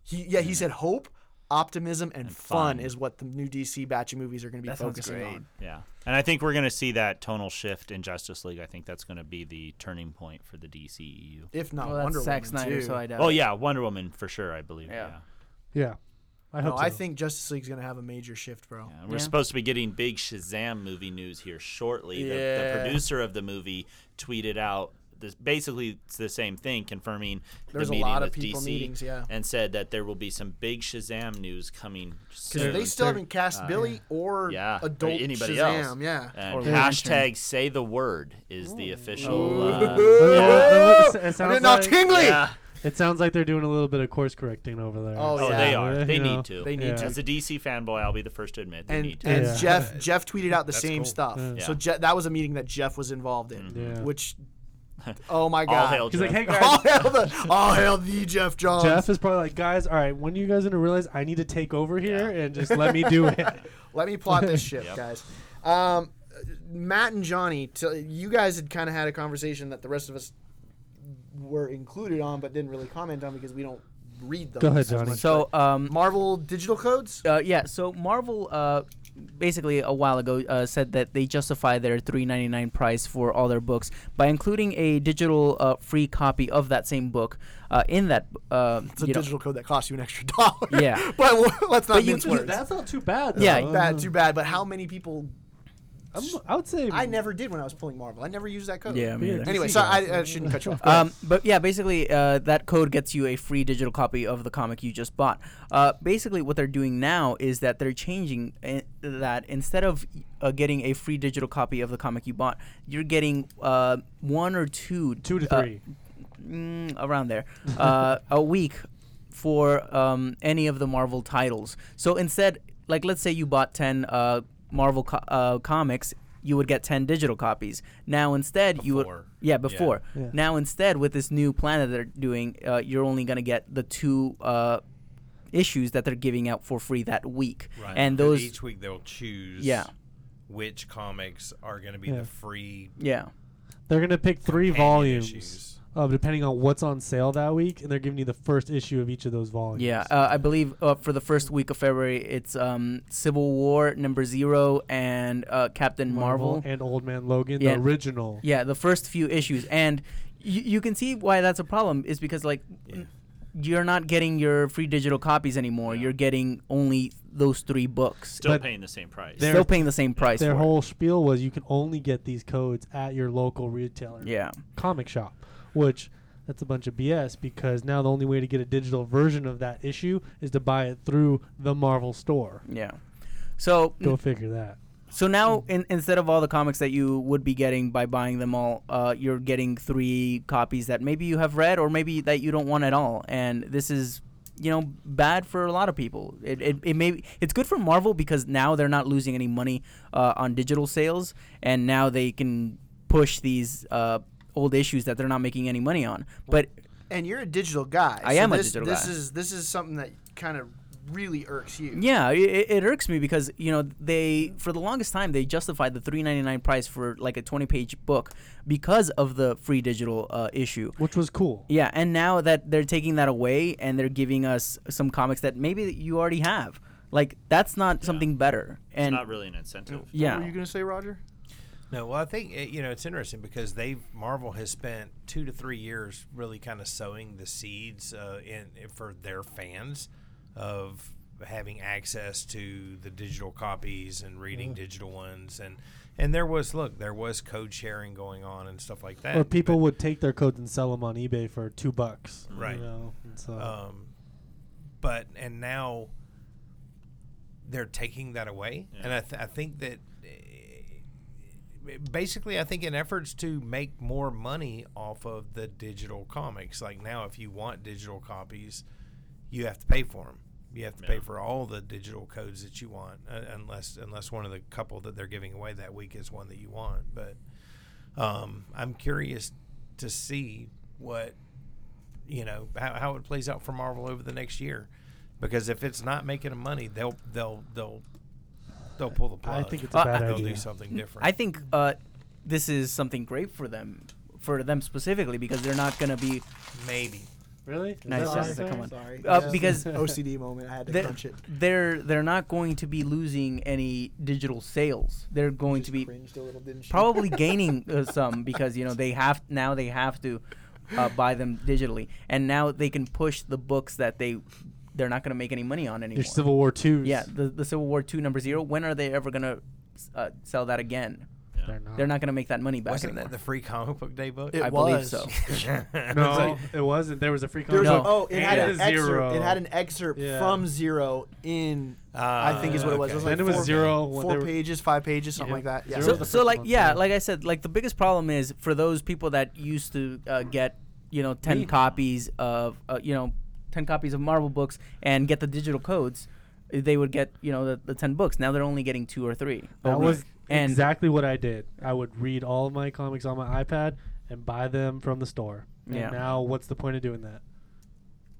Speaker 2: He yeah, he said hope, optimism, and, fun,
Speaker 1: fun.
Speaker 2: is what the new DC batch of movies are going to be
Speaker 3: That sounds
Speaker 2: focusing
Speaker 3: great.
Speaker 2: on.
Speaker 1: Yeah, and I think we're going to see that tonal shift in Justice League. I think that's going to be the turning point for the DCEU.
Speaker 2: If not
Speaker 3: well, Oh, that's
Speaker 2: Wonder
Speaker 3: Zack
Speaker 2: Woman
Speaker 3: Snyder,
Speaker 2: too.
Speaker 3: so I doubt.
Speaker 1: Oh yeah, Wonder Woman for sure. I believe.
Speaker 3: Yeah.
Speaker 1: Yeah,
Speaker 5: Yeah. I
Speaker 2: no,
Speaker 5: hope so.
Speaker 2: I think Justice League's going to have a major shift, bro.
Speaker 1: Yeah, We're
Speaker 3: Yeah.
Speaker 1: supposed to be getting big Shazam movie news here shortly. The,
Speaker 2: Yeah.
Speaker 1: the producer of the movie tweeted out this basically it's the same thing, confirming
Speaker 2: There's
Speaker 1: the
Speaker 2: a
Speaker 1: meeting
Speaker 2: lot of
Speaker 1: with
Speaker 2: people
Speaker 1: DC,
Speaker 2: meetings, yeah.
Speaker 1: and said that there will be some big Shazam news coming
Speaker 2: Because
Speaker 1: soon.
Speaker 2: they still haven't cast
Speaker 1: Uh,
Speaker 2: Billy or
Speaker 1: yeah, or
Speaker 2: adult
Speaker 1: anybody
Speaker 2: Shazam.
Speaker 1: else.
Speaker 2: Yeah.
Speaker 1: and
Speaker 3: Or Lantern.
Speaker 1: hashtag say the word is the official.
Speaker 2: <laughs>
Speaker 1: Uh,
Speaker 5: Oh, yeah, oh, it s- it
Speaker 2: I'm
Speaker 5: sounds
Speaker 2: getting all
Speaker 5: like-
Speaker 2: tingly.
Speaker 1: yeah.
Speaker 5: It sounds like they're doing a little bit of course correcting over there.
Speaker 2: Oh,
Speaker 1: Oh,
Speaker 2: yeah.
Speaker 1: they are. They
Speaker 5: You know.
Speaker 1: need to.
Speaker 2: They need
Speaker 5: Yeah.
Speaker 2: to.
Speaker 1: As a DC fanboy, I'll be the first to admit they
Speaker 2: and
Speaker 1: need to.
Speaker 2: and
Speaker 5: Yeah.
Speaker 2: Jeff Jeff tweeted out the same
Speaker 6: cool.
Speaker 2: stuff.
Speaker 5: Yeah.
Speaker 2: So Je- that was a meeting that Jeff was involved in,
Speaker 1: <laughs>
Speaker 5: Yeah.
Speaker 2: which oh my
Speaker 1: Mm-hmm. All
Speaker 2: god.
Speaker 1: hail
Speaker 5: He's like,
Speaker 1: Jeff.
Speaker 5: hey
Speaker 2: all
Speaker 5: guys.
Speaker 2: hail the all hail the Jeff
Speaker 3: Um,
Speaker 2: Johns.
Speaker 5: Jeff is probably like, guys, all right, when are you guys gonna realize I need to take over here and just let me do it?
Speaker 2: Let me plot
Speaker 5: <laughs>
Speaker 2: this ship,
Speaker 1: Yep.
Speaker 2: guys. Um, Matt and Johnny, t- you guys had kind of had a conversation that the rest of us were included on, but didn't really comment on because we don't read them.
Speaker 5: Go ahead,
Speaker 2: as much.
Speaker 5: Johnny.
Speaker 3: So um,
Speaker 2: Marvel digital codes.
Speaker 3: Uh, yeah. So Marvel, uh, basically a while ago, uh, said that they justify their three ninety nine price for all their books by including a digital uh, free copy of that same book uh, in that. Uh,
Speaker 2: It's a
Speaker 3: you know-
Speaker 2: digital code that costs you an extra <laughs> dollar.
Speaker 3: Yeah.
Speaker 2: but w- let's not
Speaker 3: But you-
Speaker 2: mince words. That's
Speaker 5: That's not too bad.
Speaker 3: Yeah,
Speaker 5: though.
Speaker 2: bad, too bad. But how many people?
Speaker 5: I'm, I would say
Speaker 2: I never did when I was pulling Marvel. I never used that code.
Speaker 3: Yeah, me neither.
Speaker 2: Anyway, sorry, I, I shouldn't cut you
Speaker 3: <laughs>
Speaker 2: off. Go ahead.
Speaker 3: Um, but yeah, basically, uh, that code gets you a free digital copy of the comic you just bought. Uh, basically, what they're doing now is that they're changing i that instead of uh, getting a free digital copy of the comic you bought, you're getting uh, one or two,
Speaker 5: two to
Speaker 3: uh,
Speaker 5: three.
Speaker 3: mm, around there uh, a week for um, any of the Marvel titles. So instead, like let's say you bought ten uh, Marvel co- uh, comics, you would get ten digital copies. Now instead you would
Speaker 6: Before.
Speaker 3: yeah before.
Speaker 5: Yeah.
Speaker 3: Now instead with this new plan that they're doing, uh, you're only gonna get the two. Uh, issues that they're giving out for free that week
Speaker 6: Right.
Speaker 3: and those
Speaker 6: each week they'll choose
Speaker 3: Yeah.
Speaker 6: which comics are going to be
Speaker 5: Yeah.
Speaker 6: the free
Speaker 3: yeah
Speaker 5: They're gonna pick three
Speaker 6: companion
Speaker 5: volumes,
Speaker 6: issues.
Speaker 5: uh, depending on what's on sale that week, and they're giving you the first issue of each of those volumes.
Speaker 3: yeah uh, i believe uh, for the first week of february it's um, civil war number zero and uh, captain marvel
Speaker 5: and Old Man Logan,
Speaker 3: Yeah.
Speaker 5: the original.
Speaker 3: Yeah, the first few issues, and you, you can see why that's a problem. Is because like n- you're not getting your free digital copies anymore. You're getting only those three books.
Speaker 1: Still
Speaker 5: But
Speaker 1: paying the same price.
Speaker 5: they're-
Speaker 3: Still paying the same price.
Speaker 5: Their
Speaker 3: for it.
Speaker 5: whole spiel was you can only get these codes at your local retailer,
Speaker 3: yeah,
Speaker 5: comic shop, which that's a bunch of BS because now the only way to get a digital version of that issue is to buy it through the Marvel store.
Speaker 3: yeah. So
Speaker 5: Go figure that.
Speaker 3: so now in, instead of all the comics that you would be getting by buying them all, uh, you're getting three copies that maybe you have read or maybe that you don't want at all, and this is. You know, bad for a lot of people. It, it, it may it's good for Marvel because now they're not losing any money uh, on digital sales, and now they can push these uh, old issues that they're not making any money on. But
Speaker 2: and you're a digital guy.
Speaker 3: I
Speaker 2: so
Speaker 3: am a
Speaker 2: this,
Speaker 3: digital
Speaker 2: this
Speaker 3: guy.
Speaker 2: is this is something that kind of really irks you.
Speaker 3: Yeah, i- i- it, it irks me because you know they for the longest time they justified the three ninety nine price for like a twenty page book because of the free digital uh, issue.
Speaker 5: which was cool.
Speaker 3: Yeah, and now that they're taking that away and they're giving us some comics that maybe you already have, like that's not something better.
Speaker 1: it's
Speaker 3: And
Speaker 1: not really an incentive.
Speaker 3: yeah,
Speaker 2: What were you gonna say, Roger?
Speaker 4: No, well, I think it, you know it's interesting because they've Marvel has spent two to three years really kind of sowing the seeds uh, in, in- for their fans of having access to the digital copies and reading digital ones and and there was look there was code sharing going on and stuff like that.
Speaker 5: Or people
Speaker 4: but,
Speaker 5: would take their codes and sell them on eBay for two bucks.
Speaker 4: Right.
Speaker 5: You know? and so,
Speaker 2: Uh,
Speaker 4: um, but and now they're taking that away, and I, th- I think that eh, basically, I think in efforts to make more money off of the digital comics, like now, if you want digital copies, you have to pay for them. You have to pay for all the digital codes that you want, uh, unless unless one of the couple that they're giving away that week is one that you want. But um, I'm curious to see what you know how, how it plays out for Marvel over the next year, because if it's not making them money, they'll they'll they'll they'll pull the
Speaker 5: I
Speaker 4: plug.
Speaker 5: think it's
Speaker 3: Uh,
Speaker 5: a bad
Speaker 4: they'll
Speaker 5: idea.
Speaker 4: do something different.
Speaker 3: I think uh, this is something great for them, for them specifically, because they're not gonna be
Speaker 4: maybe.
Speaker 5: Really? Is
Speaker 3: Nice,
Speaker 5: that
Speaker 3: Sorry,
Speaker 5: what
Speaker 3: Jessica,
Speaker 5: you're
Speaker 3: come
Speaker 5: saying?
Speaker 3: on.
Speaker 2: Sorry.
Speaker 3: uh,
Speaker 2: Yeah. <laughs>
Speaker 3: because
Speaker 2: OCD moment. I had to
Speaker 3: They're-
Speaker 2: crunch it.
Speaker 3: they're they're not going to be losing any digital sales. They're going
Speaker 2: Just
Speaker 3: to be
Speaker 2: cringed a little, didn't you?
Speaker 3: probably gaining uh, some because you know they have now they have to uh, buy them digitally, and now they can push the books that they they're not going to make any money on anymore.
Speaker 5: Your Civil War twos.
Speaker 3: yeah, the, the Civil War two number zero. When are they ever going to uh, sell that again?
Speaker 5: They're not.
Speaker 3: They're not going to make that money back.
Speaker 4: Wasn't
Speaker 3: anymore.
Speaker 4: that the free comic book day book?
Speaker 2: It
Speaker 3: I believe
Speaker 2: was.
Speaker 3: so.
Speaker 4: <laughs>
Speaker 5: No, it wasn't. There was a free
Speaker 2: There was
Speaker 5: comic.
Speaker 3: No.
Speaker 2: a, oh, it had
Speaker 5: And
Speaker 2: an
Speaker 5: a zero.
Speaker 2: excerpt. It had an excerpt
Speaker 5: Yeah. Uh,
Speaker 2: from zero in. I think is what it was. It was
Speaker 5: okay.
Speaker 2: like
Speaker 5: Then it was
Speaker 2: four,
Speaker 5: zero when
Speaker 2: four
Speaker 5: they were-
Speaker 2: pages, five pages, something
Speaker 5: Yeah.
Speaker 2: like that. Yeah.
Speaker 5: Zero
Speaker 3: so,
Speaker 5: was the
Speaker 3: so
Speaker 5: first
Speaker 3: like
Speaker 5: one,
Speaker 3: yeah,
Speaker 5: yeah.
Speaker 3: like I said, like the biggest problem is for those people that used to uh, get you know ten copies of uh, you know ten copies of Marvel books and get the digital codes, they would get you know the, the ten books. Now they're only getting two or three.
Speaker 5: That was
Speaker 3: and
Speaker 5: exactly what I did. I would read all of my comics on my iPad and buy them from the store. And
Speaker 3: Yeah.
Speaker 5: now what's the point of doing that?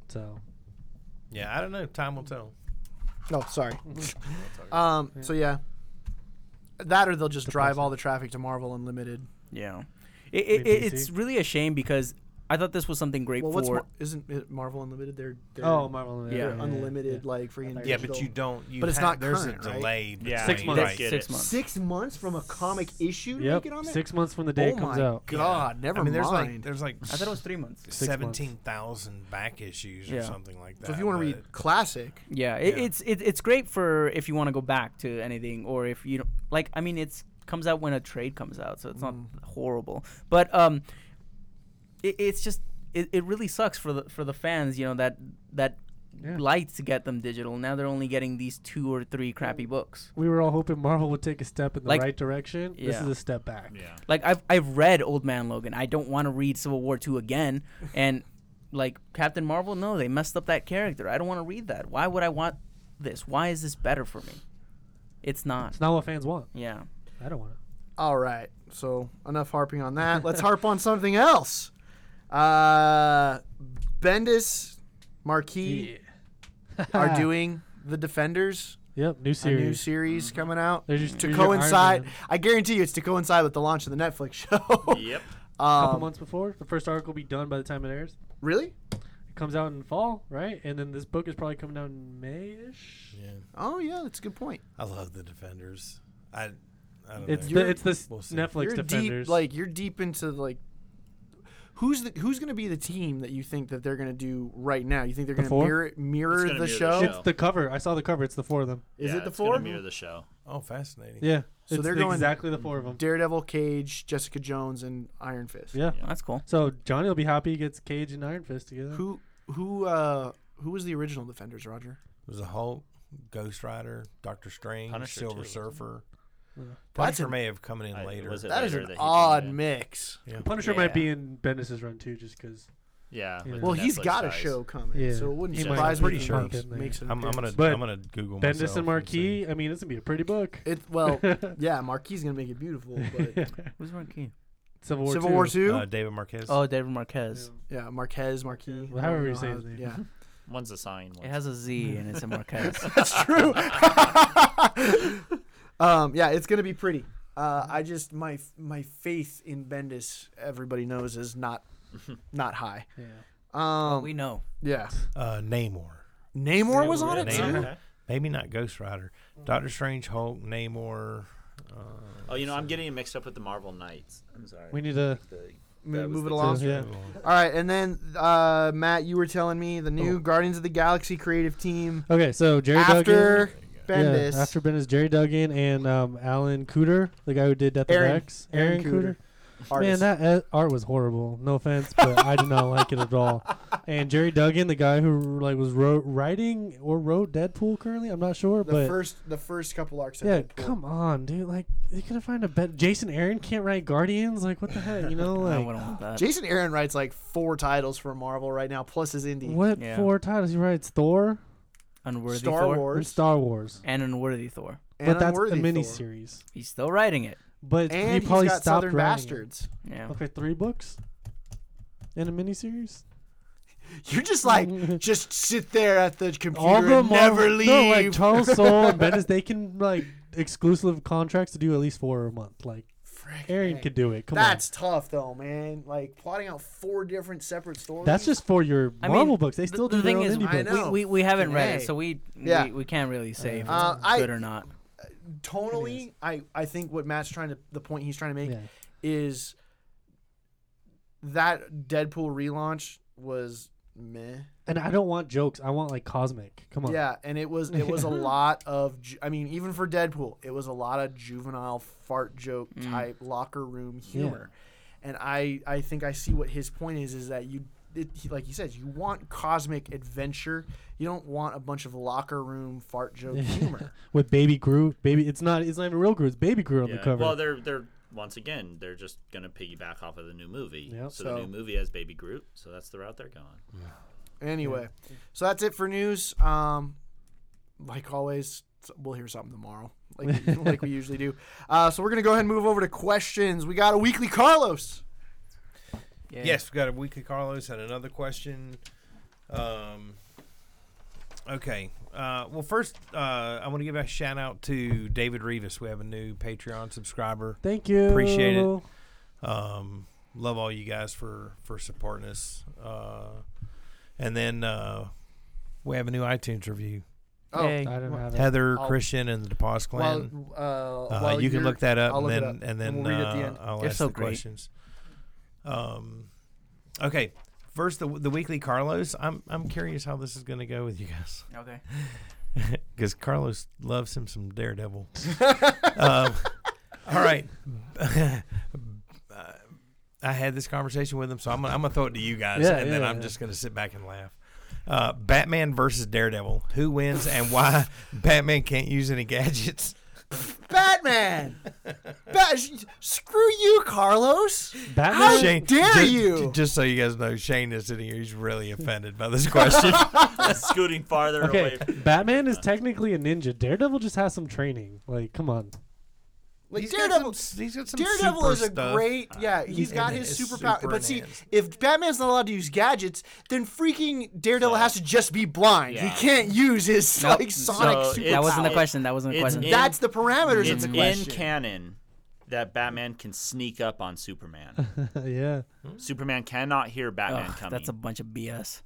Speaker 5: So
Speaker 4: Yeah, I don't know. Time will tell.
Speaker 2: No,
Speaker 5: <laughs>
Speaker 2: sorry. um. So yeah. That or they'll just drive all the traffic to Marvel Unlimited.
Speaker 3: yeah, it, it,
Speaker 5: Maybe
Speaker 3: it, it's
Speaker 5: DC.
Speaker 3: really a shame because I thought this was something great
Speaker 2: Well, what's
Speaker 3: for.
Speaker 2: Mar- isn't it Marvel Unlimited? They're, they're
Speaker 5: Oh Marvel
Speaker 3: Yeah.
Speaker 2: they're
Speaker 3: yeah,
Speaker 2: unlimited like freaking.
Speaker 4: Yeah,
Speaker 2: digital.
Speaker 4: but you don't. You
Speaker 2: But it's
Speaker 4: have-
Speaker 2: not
Speaker 4: There's
Speaker 2: current,
Speaker 4: a
Speaker 2: right?
Speaker 4: delay.
Speaker 1: Yeah,
Speaker 4: between,
Speaker 1: Six months.
Speaker 4: Right.
Speaker 1: Get
Speaker 3: six
Speaker 1: it.
Speaker 3: months.
Speaker 2: six months from a comic issue to
Speaker 5: Yep.
Speaker 2: make it on there.
Speaker 5: Six months from the day
Speaker 2: oh
Speaker 5: it comes
Speaker 2: my
Speaker 5: out.
Speaker 2: god! Never
Speaker 4: I mean, there's like
Speaker 2: mind.
Speaker 4: there's like
Speaker 3: I thought it was three months.
Speaker 5: Six months.
Speaker 4: seventeen thousand back issues or
Speaker 3: Yeah.
Speaker 4: something like that.
Speaker 2: so if you want to
Speaker 4: but-
Speaker 2: read classic,
Speaker 3: Yeah, it,
Speaker 4: Yeah.
Speaker 3: it's it, it's great for if you want to go back to anything or if you don't, like. I mean, it's comes out when a trade comes out, so it's not horrible. But um, it, it's just it, it really sucks for the for the fans, you know that that
Speaker 5: Yeah.
Speaker 3: like to get them digital. Now they're only getting these two or three crappy books.
Speaker 5: We were all hoping Marvel would take a step in the
Speaker 3: Like-
Speaker 5: right direction. This
Speaker 3: Yeah.
Speaker 5: is a step back.
Speaker 1: Yeah.
Speaker 3: Like I've I've read Old Man Logan. I don't want to read Civil War two again, and like Captain Marvel. No, they messed up that character. I don't want to read that. Why would I want this? Why is this better for me? It's not.
Speaker 5: It's not what fans want.
Speaker 3: Yeah.
Speaker 5: I don't want it.
Speaker 2: all right. So enough harping on that.
Speaker 5: <laughs>
Speaker 2: Let's harp on something else. Uh, Bendis, Marquis are doing the Defenders,
Speaker 5: Yep, new
Speaker 2: a new
Speaker 5: series.
Speaker 2: series
Speaker 4: Mm-hmm.
Speaker 2: coming out
Speaker 5: There's just
Speaker 2: to
Speaker 5: there's your Iron
Speaker 2: coincide.
Speaker 5: Man.
Speaker 2: I guarantee you, it's to coincide with the launch of the Netflix <laughs> show.
Speaker 1: Yep.
Speaker 5: couple
Speaker 2: um,
Speaker 5: months before the first article will be done by the time it airs.
Speaker 2: really?
Speaker 5: It comes out in fall, right? And then this book is probably coming out in Mayish.
Speaker 4: Yeah.
Speaker 2: Oh yeah, that's a good point.
Speaker 4: I love the Defenders. I, I don't
Speaker 5: It's
Speaker 4: know.
Speaker 5: the, it's this
Speaker 4: We'll see.
Speaker 5: Netflix
Speaker 2: you're
Speaker 5: Defenders.
Speaker 2: deep, like you're deep into like. Who's the, who's going to be the team that you think that they're going to do right now? You think they're going to
Speaker 5: four?
Speaker 2: mirror mirror
Speaker 1: gonna
Speaker 2: the
Speaker 1: mirror the
Speaker 2: show?
Speaker 1: show.
Speaker 5: it's the cover. I saw the cover. It's the four of them.
Speaker 2: Is
Speaker 1: Yeah,
Speaker 2: it the
Speaker 1: it's gonna
Speaker 2: four?
Speaker 1: Mirror the show.
Speaker 4: oh, fascinating.
Speaker 5: Yeah.
Speaker 2: So
Speaker 5: it's
Speaker 2: they're going-
Speaker 5: exactly the four of them.
Speaker 2: Daredevil, Cage, Jessica Jones, and Iron Fist.
Speaker 5: Yeah.
Speaker 3: That's cool.
Speaker 5: So Johnny will be happy he gets Cage and Iron Fist together.
Speaker 2: Who who uh who was the original Defenders, Roger?
Speaker 4: It was a Hulk, Ghost Rider, Doctor Strange,
Speaker 1: Punisher,
Speaker 4: Silver
Speaker 1: too, wasn't it?
Speaker 4: Surfer.
Speaker 2: That's
Speaker 4: Punisher
Speaker 2: an-
Speaker 4: may have come in
Speaker 1: I-
Speaker 4: later.
Speaker 1: was it
Speaker 2: That is
Speaker 1: later
Speaker 2: an
Speaker 1: that he
Speaker 2: odd
Speaker 1: joined in.
Speaker 2: mix.
Speaker 5: Punisher might
Speaker 1: Yeah.
Speaker 5: be in Bendis's run too, just because.
Speaker 1: Yeah.
Speaker 5: Yeah.
Speaker 1: with
Speaker 2: Well,
Speaker 1: the
Speaker 2: he's
Speaker 1: Netflix
Speaker 2: got a
Speaker 1: guys.
Speaker 2: show coming,
Speaker 5: Yeah.
Speaker 2: so it wouldn't
Speaker 5: He might
Speaker 2: surprise
Speaker 4: be.
Speaker 2: me.
Speaker 4: Pretty
Speaker 2: if he
Speaker 4: sure.
Speaker 2: makes-
Speaker 5: Something.
Speaker 2: makes an
Speaker 4: I'm, I'm gonna
Speaker 2: appearance.
Speaker 5: But
Speaker 4: I'm gonna Google myself
Speaker 5: Bendis and
Speaker 4: see.
Speaker 5: Marquis. I mean, this would be a pretty book.
Speaker 2: It,
Speaker 5: <laughs>
Speaker 2: well, yeah, Marquis gonna make it beautiful, but
Speaker 3: Who's Marquis?
Speaker 5: Civil <laughs> War.
Speaker 2: Civil
Speaker 5: II.
Speaker 2: War Two,
Speaker 4: Uh, David Marquez.
Speaker 3: Oh, David Marquez.
Speaker 2: yeah, Marquez, Marquis,
Speaker 5: Well, however
Speaker 2: I don't
Speaker 5: you
Speaker 2: know
Speaker 5: say
Speaker 2: how-
Speaker 5: his name.
Speaker 2: Yeah,
Speaker 1: One's a sign. One's
Speaker 3: It has a Z and it's a Marquez.
Speaker 2: <laughs>
Speaker 3: <laughs>
Speaker 2: That's true. um, yeah, it's gonna be pretty. Uh, I just my my faith in Bendis, everybody knows, is not not high.
Speaker 5: Yeah.
Speaker 2: Um,
Speaker 3: we know.
Speaker 2: yeah,
Speaker 4: Uh, Namor.
Speaker 2: Namor was on it
Speaker 4: Namor.
Speaker 2: too.
Speaker 4: Maybe not Ghost Rider. Doctor Strange, Hulk, Namor. uh,
Speaker 1: Oh, you know, I'm getting it mixed up with the Marvel Knights. I'm sorry.
Speaker 5: We need to.
Speaker 1: The-
Speaker 2: Mo-
Speaker 1: that was
Speaker 2: move
Speaker 1: the
Speaker 2: it along.
Speaker 1: teaser.
Speaker 5: Yeah.
Speaker 2: All right, and then uh, Matt, you were telling me the new Guardians of the Galaxy creative team
Speaker 5: Okay, so Oh. Jerry Duggan.
Speaker 2: after
Speaker 5: yeah,
Speaker 2: Bendis.
Speaker 5: after Bendis, Jerry Duggan and um, Alan Cooter, the guy who did Death
Speaker 2: Aaron-
Speaker 5: of X.
Speaker 2: Aaron Cooter,
Speaker 5: Man,
Speaker 2: artist.
Speaker 5: that uh, art was horrible. No offense, but I did not like it
Speaker 2: <laughs>
Speaker 5: at all. And Jerry Duggan, the guy who like was wrote, writing or wrote Deadpool currently, I'm not sure,
Speaker 2: the
Speaker 5: but
Speaker 2: first, the first couple arcs. of
Speaker 5: yeah,
Speaker 2: Deadpool.
Speaker 5: come on, dude. Like, you could have find a bet. Jason Aaron can't write Guardians. Like, what the heck? You know,
Speaker 3: I
Speaker 5: like
Speaker 3: wouldn't want <laughs> that.
Speaker 2: Jason Aaron writes like four titles for Marvel right now, plus his indie.
Speaker 5: what
Speaker 3: Yeah.
Speaker 5: four titles he writes? Thor
Speaker 3: Unworthy
Speaker 2: Star
Speaker 3: Thor
Speaker 5: and
Speaker 2: Wars,
Speaker 5: Star Wars,
Speaker 3: and Unworthy Thor.
Speaker 2: and
Speaker 5: but that's a
Speaker 2: Unworthy
Speaker 5: mini
Speaker 2: Thor.
Speaker 5: series.
Speaker 3: He's still writing it.
Speaker 5: But
Speaker 2: And
Speaker 5: he
Speaker 2: he's
Speaker 5: probably
Speaker 2: got
Speaker 5: stopped
Speaker 2: Southern
Speaker 5: writing it.
Speaker 2: Bastards. <laughs>
Speaker 3: Yeah.
Speaker 5: Okay, three books and a miniseries.
Speaker 2: You just
Speaker 5: <laughs>
Speaker 2: like just sit there at the computer
Speaker 5: All the
Speaker 2: and
Speaker 5: Marvel-
Speaker 2: never leave.
Speaker 5: No, like Charles
Speaker 2: <laughs>
Speaker 5: Soule and Bendis, they can like exclusive contracts to do at least four a month. Like
Speaker 2: Frick,
Speaker 5: Aaron
Speaker 2: man.
Speaker 5: could do it. Come
Speaker 2: That's tough though, man. Like plotting out four different separate stories.
Speaker 5: on, that's just for your
Speaker 3: I mean,
Speaker 5: Marvel books. They still
Speaker 3: the,
Speaker 5: do
Speaker 3: the
Speaker 5: their
Speaker 3: thing
Speaker 5: own
Speaker 3: is,
Speaker 5: indie
Speaker 2: I
Speaker 5: books.
Speaker 2: know.
Speaker 3: we, we, we haven't read it,
Speaker 2: Hey.
Speaker 3: so we,
Speaker 2: Yeah.
Speaker 3: we we can't really say if it's
Speaker 2: Uh, I-
Speaker 3: good or not.
Speaker 2: tonally. I I think what Matt's trying to the point he's trying to make
Speaker 5: Yeah.
Speaker 2: is that Deadpool relaunch was meh.
Speaker 5: And I don't want jokes. I want like cosmic. Come on.
Speaker 2: Yeah, and it was it was a lot of ju- I mean even for Deadpool, it was a lot of juvenile fart joke type locker room humor. And I I think I see what his point is is that you it, he, like he says you want cosmic adventure. You don't want a bunch of locker room fart joke humor.
Speaker 5: With baby Groot, baby, it's not. It's not even real Groot. It's baby Groot on the
Speaker 1: Yeah.
Speaker 5: cover.
Speaker 1: Well, they're they're once again they're just gonna piggyback off of the new movie.
Speaker 5: Yep.
Speaker 1: so,
Speaker 2: So-
Speaker 1: the new movie has Baby Groot, so that's the route they're going. <laughs>
Speaker 2: Anyway, so that's it for news. Um, like always, s- we'll hear something tomorrow, like we, like we usually do. Uh, so we're gonna go ahead and move over to questions. We got a weekly Carlos.
Speaker 3: Yeah.
Speaker 4: Yes, we got a weekly Carlos and another question. Um, okay. Uh, well, first, uh, I want to give a shout out to David Rivas. We have a new Patreon subscriber.
Speaker 5: Thank you.
Speaker 4: Appreciate it. Um, love all you guys for for supporting us. Uh, and then uh, we have a new iTunes review.
Speaker 2: Oh,
Speaker 5: I don't have it.
Speaker 4: Heather
Speaker 2: I'll-
Speaker 4: Christian and the DePaus
Speaker 2: Well,
Speaker 4: clan.
Speaker 2: uh,
Speaker 4: uh,
Speaker 2: while
Speaker 4: you can
Speaker 2: you're-
Speaker 4: look that up,
Speaker 2: I'll
Speaker 4: and
Speaker 2: look it
Speaker 4: then,
Speaker 2: up,
Speaker 4: and then
Speaker 2: we'll read it at the
Speaker 4: uh,
Speaker 2: end.
Speaker 4: I'll
Speaker 3: They're
Speaker 4: ask
Speaker 3: so
Speaker 4: the
Speaker 3: great.
Speaker 4: questions. Um, okay, first the the weekly Carlos. I'm I'm curious how this is going to go with you guys
Speaker 3: Okay.
Speaker 4: because Carlos loves him some Daredevil. um, all right, <laughs> Uh, I had this conversation with him, so I'm gonna, I'm gonna throw it to you guys,
Speaker 5: Yeah,
Speaker 4: and then
Speaker 5: yeah,
Speaker 4: I'm
Speaker 5: yeah.
Speaker 4: just gonna sit back and laugh. Uh, Batman versus Daredevil. Who wins and why? <laughs> Batman can't use any gadgets.
Speaker 2: <laughs> Batman. Bat- sh- screw you, Carlos.
Speaker 5: Batman.
Speaker 2: How dare
Speaker 4: ju-
Speaker 2: you!
Speaker 4: ju- Just so you guys know, Shane is sitting here. He's really offended by this question.
Speaker 1: Scooting farther
Speaker 5: Okay,
Speaker 1: away. From,
Speaker 5: Batman is technically a ninja. Daredevil just has some training. Like, come on.
Speaker 2: <laughs>
Speaker 5: <laughs>
Speaker 2: Like
Speaker 4: He's got
Speaker 2: Daredevil.
Speaker 4: some- he's got some
Speaker 2: Daredevil
Speaker 4: super
Speaker 2: is a
Speaker 4: stuff. Uh,
Speaker 2: great, yeah. He's
Speaker 4: And
Speaker 2: got
Speaker 4: it
Speaker 2: his
Speaker 4: is
Speaker 2: superpower,
Speaker 4: super
Speaker 2: but see,
Speaker 4: enhanced.
Speaker 2: if Batman's not allowed to use gadgets, then freaking Daredevil
Speaker 1: Yeah.
Speaker 2: has to just be blind. He
Speaker 1: Yeah.
Speaker 2: can't use his
Speaker 3: Nope.
Speaker 2: like sonic
Speaker 1: So
Speaker 2: superpower.
Speaker 1: it's-
Speaker 3: That wasn't the
Speaker 1: It-
Speaker 3: question. That wasn't the
Speaker 1: it's
Speaker 3: question.
Speaker 1: in-
Speaker 2: That's the parameters of
Speaker 1: it's
Speaker 2: the
Speaker 1: in
Speaker 2: question.
Speaker 1: canon that Batman can sneak up on Superman.
Speaker 5: yeah.
Speaker 1: Superman cannot hear Batman
Speaker 3: Ugh,
Speaker 1: coming.
Speaker 3: that's a bunch of BS.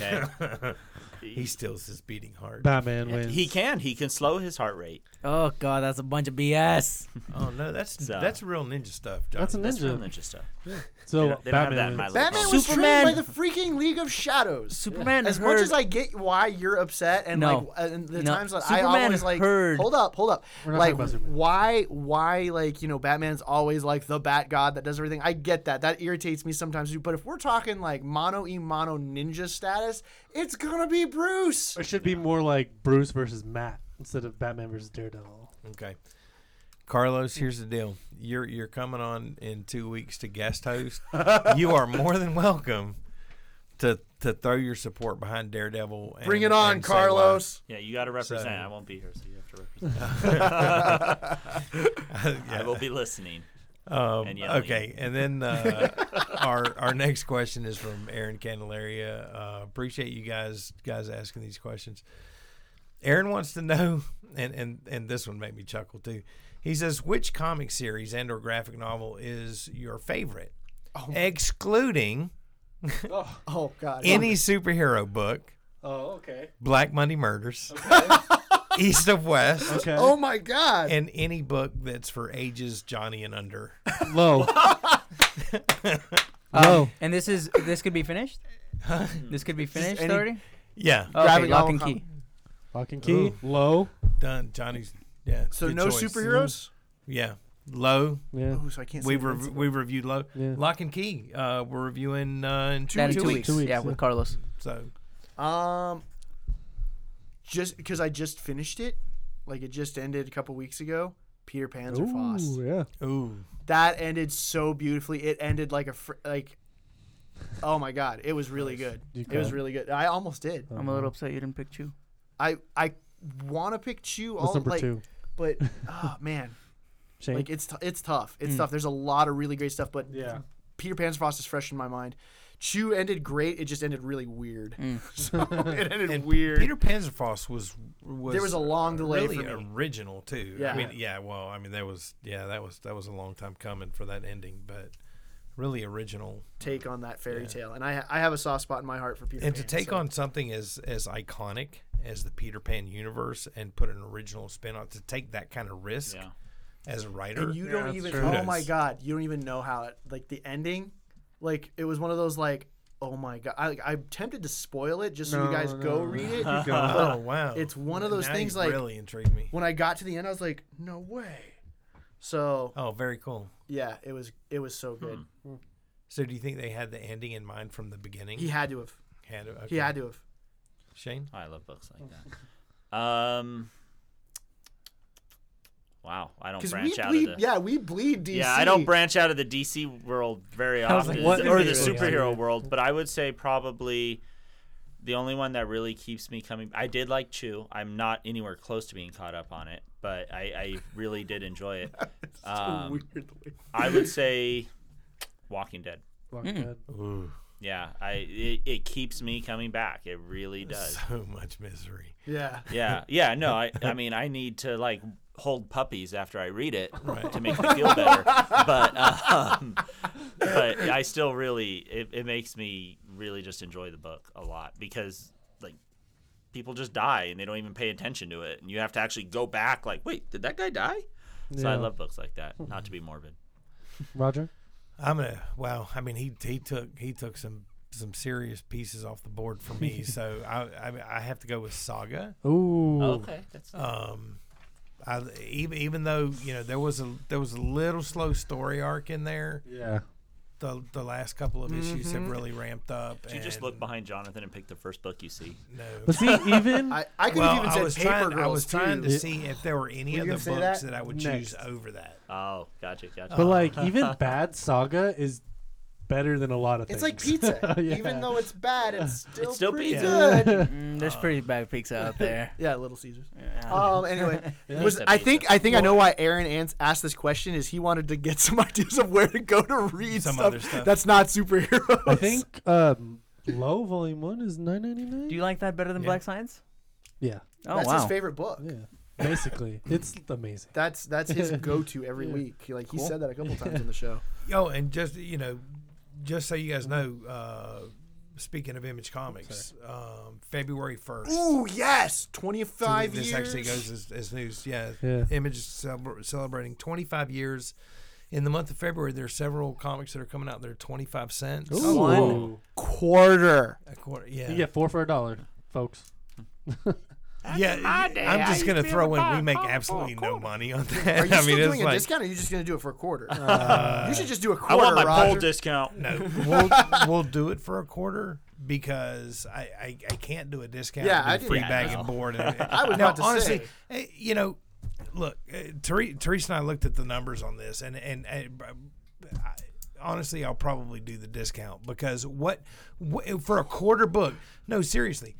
Speaker 1: okay?
Speaker 4: He steals his beating heart.
Speaker 5: Batman wins.
Speaker 1: he can. He can slow his heart rate.
Speaker 3: Oh god, that's a bunch of BS.
Speaker 4: Oh no, that's
Speaker 1: So-
Speaker 4: that's real ninja stuff. John.
Speaker 5: That's a
Speaker 1: That's real
Speaker 5: ninja.
Speaker 1: ninja stuff.
Speaker 5: so
Speaker 1: They don't- they don't have
Speaker 5: Batman
Speaker 1: that in my
Speaker 5: wins.
Speaker 1: list.
Speaker 2: Batman was
Speaker 3: Superman-
Speaker 2: trained by the freaking League of Shadows.
Speaker 3: Superman
Speaker 2: As
Speaker 3: heard,
Speaker 2: much as I get why you're upset and
Speaker 3: No.
Speaker 2: like uh, and the
Speaker 3: No.
Speaker 2: times that I
Speaker 3: Superman
Speaker 2: always like
Speaker 3: heard-
Speaker 2: hold up, hold up.
Speaker 5: We're not
Speaker 2: Like
Speaker 5: talking about Superman.
Speaker 2: why why like, you know, Batman's always like the bat god that does everything. I get that. That irritates me sometimes too. But if we're talking like mono e mono ninja status, it's gonna be Bruce.
Speaker 5: It should be more like Bruce versus Matt instead of Batman versus Daredevil.
Speaker 4: Okay. Carlos, here's the deal. You're you're coming on in two weeks to guest host. you are more than welcome to to throw your support behind Daredevil. And,
Speaker 2: Bring it on,
Speaker 4: and say why.
Speaker 2: Carlos.
Speaker 1: Yeah, you got to represent.
Speaker 4: So-
Speaker 1: I won't be here, so you have to represent. I will be listening.
Speaker 4: Um,
Speaker 1: And yelling.
Speaker 4: okay, and then uh, our our next question is from Aaron Candelaria. Uh, appreciate you guys guys asking these questions. Aaron wants to know, and and and this one made me chuckle too. He says, which comic series and or graphic novel is your favorite, excluding
Speaker 2: Oh god.
Speaker 4: any superhero book,
Speaker 5: Oh, okay.
Speaker 4: Black Monday Murders, east of west,
Speaker 5: Okay.
Speaker 2: Oh my god.
Speaker 4: and any book that's for ages Johnny and under.
Speaker 2: <laughs>
Speaker 5: Low.
Speaker 3: Um,
Speaker 5: Low.
Speaker 3: And this is this could
Speaker 1: <laughs>
Speaker 3: be finished. this could be finished
Speaker 2: any-
Speaker 3: already.
Speaker 4: Yeah,
Speaker 3: Okay,
Speaker 2: Gravity
Speaker 3: lock
Speaker 2: Novel
Speaker 3: and
Speaker 2: Com-
Speaker 3: key.
Speaker 5: Lock and key. Low.
Speaker 4: done. Johnny's. Yeah.
Speaker 2: so
Speaker 4: good
Speaker 2: no
Speaker 4: choice. Mm-hmm.
Speaker 2: superheroes.
Speaker 4: Yeah. Low.
Speaker 5: Yeah.
Speaker 2: Ooh, so I can't.
Speaker 4: We
Speaker 2: say
Speaker 4: rev-
Speaker 2: Invincible.
Speaker 4: we reviewed low.
Speaker 5: Yeah.
Speaker 4: Lock and key. Uh, we're reviewing uh, in two,
Speaker 3: That in
Speaker 4: weeks.
Speaker 3: two weeks.
Speaker 5: Two weeks,
Speaker 3: Yeah,
Speaker 5: yeah.
Speaker 3: with Carlos.
Speaker 4: So
Speaker 2: Um, just because I just finished it, like it just ended a couple weeks ago. Peter Pan's or Foss.
Speaker 5: Ooh, yeah.
Speaker 4: ooh.
Speaker 2: That ended so beautifully. It ended like a fr- like. Oh my god, it was really good.
Speaker 5: You
Speaker 2: It was
Speaker 5: cried?
Speaker 2: really good. I almost did.
Speaker 5: Oh,
Speaker 3: I'm a little upset you didn't pick Chew.
Speaker 2: I I want to pick Chew
Speaker 5: What's
Speaker 2: all
Speaker 5: number
Speaker 2: like,
Speaker 5: two? <laughs>
Speaker 2: but oh man,
Speaker 5: Shane.
Speaker 2: like it's t- it's tough. It's
Speaker 3: Mm.
Speaker 2: tough. There's a lot of really great stuff, but
Speaker 5: yeah.
Speaker 2: Peter Pan's Frost is fresh in my mind. Chew ended great. It just ended really weird.
Speaker 3: Mm.
Speaker 2: <laughs>
Speaker 5: <laughs>
Speaker 2: so it ended
Speaker 4: And
Speaker 2: weird.
Speaker 4: Peter Panzerfaust was, was
Speaker 2: there was a long delay
Speaker 4: really
Speaker 2: for me.
Speaker 4: original too.
Speaker 2: Yeah.
Speaker 4: I mean, yeah. Well, I mean, that was yeah, that was that was a long time coming for that ending, but really original.
Speaker 2: take on that fairy
Speaker 4: Yeah.
Speaker 2: tale, and I I have a soft spot in my heart for Peter
Speaker 4: and
Speaker 2: Pan.
Speaker 4: to take
Speaker 2: so-
Speaker 4: on something as as iconic as the Peter Pan universe and put an original spin on to take that kind of risk
Speaker 1: Yeah.
Speaker 4: as a writer.
Speaker 2: and you
Speaker 3: <laughs> Yeah,
Speaker 2: don't
Speaker 3: that's
Speaker 2: even
Speaker 3: true.
Speaker 2: oh
Speaker 4: Kudos.
Speaker 2: my god, you don't even know how it like the ending, like it was one of those like oh my god, I, I'm tempted to spoil it just so you guys go read
Speaker 4: <laughs>
Speaker 2: it.
Speaker 4: oh wow!
Speaker 2: It's one of those
Speaker 4: Now
Speaker 2: things
Speaker 4: you
Speaker 2: like
Speaker 4: really intrigued me.
Speaker 2: when I got to the end, I was like, no way. So
Speaker 4: Oh, very cool.
Speaker 2: yeah, it was it was so
Speaker 1: Hmm.
Speaker 2: good.
Speaker 4: So, do you think they had the ending in mind from the beginning?
Speaker 2: He had to have.
Speaker 4: Had, okay.
Speaker 2: He had to have.
Speaker 4: Shane.
Speaker 1: Oh, I love books like that. Um, wow, I don't
Speaker 2: Because
Speaker 1: branch
Speaker 2: we
Speaker 1: out of
Speaker 2: bleed,
Speaker 1: the.
Speaker 2: yeah, we bleed DC.
Speaker 1: Yeah, I don't branch out of the DC world very
Speaker 3: was
Speaker 1: often,
Speaker 3: like, what
Speaker 1: or
Speaker 3: is
Speaker 1: the
Speaker 3: this?
Speaker 1: superhero world. But I would say probably the only one that really keeps me coming. I did like Chew. I'm not anywhere close to being caught up on it, but I, I really did enjoy
Speaker 3: <laughs>
Speaker 1: it. Um,
Speaker 2: Weirdly.
Speaker 1: I would say Walking Dead.
Speaker 5: Walking
Speaker 2: hmm.
Speaker 3: Mm.
Speaker 5: Dead.
Speaker 4: Ooh,
Speaker 1: Yeah, I it, it keeps me coming back. It really does.
Speaker 4: <laughs> so much misery.
Speaker 2: Yeah.
Speaker 1: Yeah, yeah. No, I I mean I need to like hold puppies after I read it
Speaker 4: Right.
Speaker 1: to make me feel better. But um, but I still really it, it makes me really just enjoy the book a lot because like people just die and they don't even pay attention to it and you have to actually go back like wait did that guy die? So I
Speaker 5: Yeah.
Speaker 1: love books like that. Not to be morbid.
Speaker 5: Roger.
Speaker 4: I'm gonna. Wow. I mean, he he took he took some some serious pieces off the board
Speaker 2: <laughs>
Speaker 4: for me. so I, I I have to go with Saga.
Speaker 5: Ooh.
Speaker 1: that's
Speaker 4: um I, even even though you know there was a there was a little slow story arc in there,
Speaker 5: Yeah.
Speaker 4: the the last couple of issues
Speaker 2: Mm-hmm.
Speaker 4: have really ramped up.
Speaker 1: Did you just
Speaker 4: and
Speaker 1: look behind Jonathan and pick the first book you see?
Speaker 4: No,
Speaker 5: But see,
Speaker 2: <laughs>
Speaker 5: even
Speaker 2: I, I could
Speaker 4: well,
Speaker 2: have even
Speaker 4: I
Speaker 2: said
Speaker 4: was
Speaker 2: Paper
Speaker 4: trying.
Speaker 2: Girls
Speaker 4: I was trying
Speaker 2: too.
Speaker 4: to see if there were any
Speaker 2: Were you
Speaker 4: other
Speaker 2: gonna
Speaker 4: books
Speaker 2: say
Speaker 4: that?
Speaker 2: that?
Speaker 4: I would
Speaker 5: Next.
Speaker 4: choose over that.
Speaker 1: Oh, gotcha, gotcha.
Speaker 5: But
Speaker 2: uh.
Speaker 5: like even bad saga is better than a lot of
Speaker 2: It's
Speaker 5: things.
Speaker 2: like pizza.
Speaker 4: <laughs>
Speaker 5: <laughs> Yeah.
Speaker 2: Even though it's bad, it's still,
Speaker 1: It's still
Speaker 2: pretty
Speaker 1: pizza.
Speaker 2: good.
Speaker 3: Mm, there's pretty bad pizza <laughs> out there.
Speaker 2: yeah, Little Caesars.
Speaker 3: Yeah.
Speaker 2: Um.
Speaker 4: <laughs>
Speaker 2: Anyway,
Speaker 5: Yeah.
Speaker 2: was
Speaker 1: Pizza,
Speaker 2: I
Speaker 1: pizza.
Speaker 2: think I think I know why Aaron ans- asked this question is he wanted to get <laughs> some ideas of where to go to read
Speaker 4: Some
Speaker 2: stuff,
Speaker 4: other stuff.
Speaker 2: that's not superheroes.
Speaker 5: I think um, low volume one is nine ninety nine.
Speaker 3: Do you like that better than
Speaker 4: Yeah.
Speaker 3: Black Science?
Speaker 5: yeah,
Speaker 3: Oh
Speaker 2: that's
Speaker 3: wow.
Speaker 2: his favorite book.
Speaker 5: yeah. Basically, it's amazing.
Speaker 2: That's that's
Speaker 4: <laughs>
Speaker 2: his go-to every
Speaker 5: Yeah.
Speaker 2: week. He, like he
Speaker 5: Cool.
Speaker 2: said that a couple times in the show.
Speaker 4: Yo, and just you know, just so you guys know, uh, speaking of Image Comics, um, February first.
Speaker 2: Ooh yes, twenty-five
Speaker 4: this
Speaker 2: years.
Speaker 4: actually goes as, as news. Yeah,
Speaker 5: Yeah.
Speaker 4: Image is celebra- celebrating 25 years. In the month of February, there are several comics that are coming out. They're 25 cents.
Speaker 5: Ooh.
Speaker 3: One.
Speaker 2: quarter.
Speaker 4: A quarter, yeah.
Speaker 5: You get four for a dollar, folks.
Speaker 4: yeah. I'm just going to throw in, we make absolutely no money on that. <laughs>
Speaker 2: Are you
Speaker 4: I
Speaker 2: still
Speaker 4: mean, it's
Speaker 2: doing a
Speaker 4: like,
Speaker 2: discount? Or are you just gonna do it for a quarter?
Speaker 4: uh,
Speaker 2: you should just do a quarter.
Speaker 1: I want my
Speaker 2: Roger.
Speaker 1: poll discount.
Speaker 4: no, we'll, we'll do it for a quarter because I, I, I can't do a discount.
Speaker 2: Yeah,
Speaker 4: with
Speaker 2: I didn't-
Speaker 4: free
Speaker 2: Yeah,
Speaker 4: bag
Speaker 1: no.
Speaker 4: and board.
Speaker 2: <laughs>
Speaker 4: And,
Speaker 2: I was
Speaker 4: now,
Speaker 2: about to
Speaker 4: honestly,
Speaker 2: say.
Speaker 4: eh, you know, look, uh, Tere- Teresa and I looked at the numbers on this, and and uh, I, honestly, I'll probably do the discount because what, wh- eh, for a quarter book? No, seriously,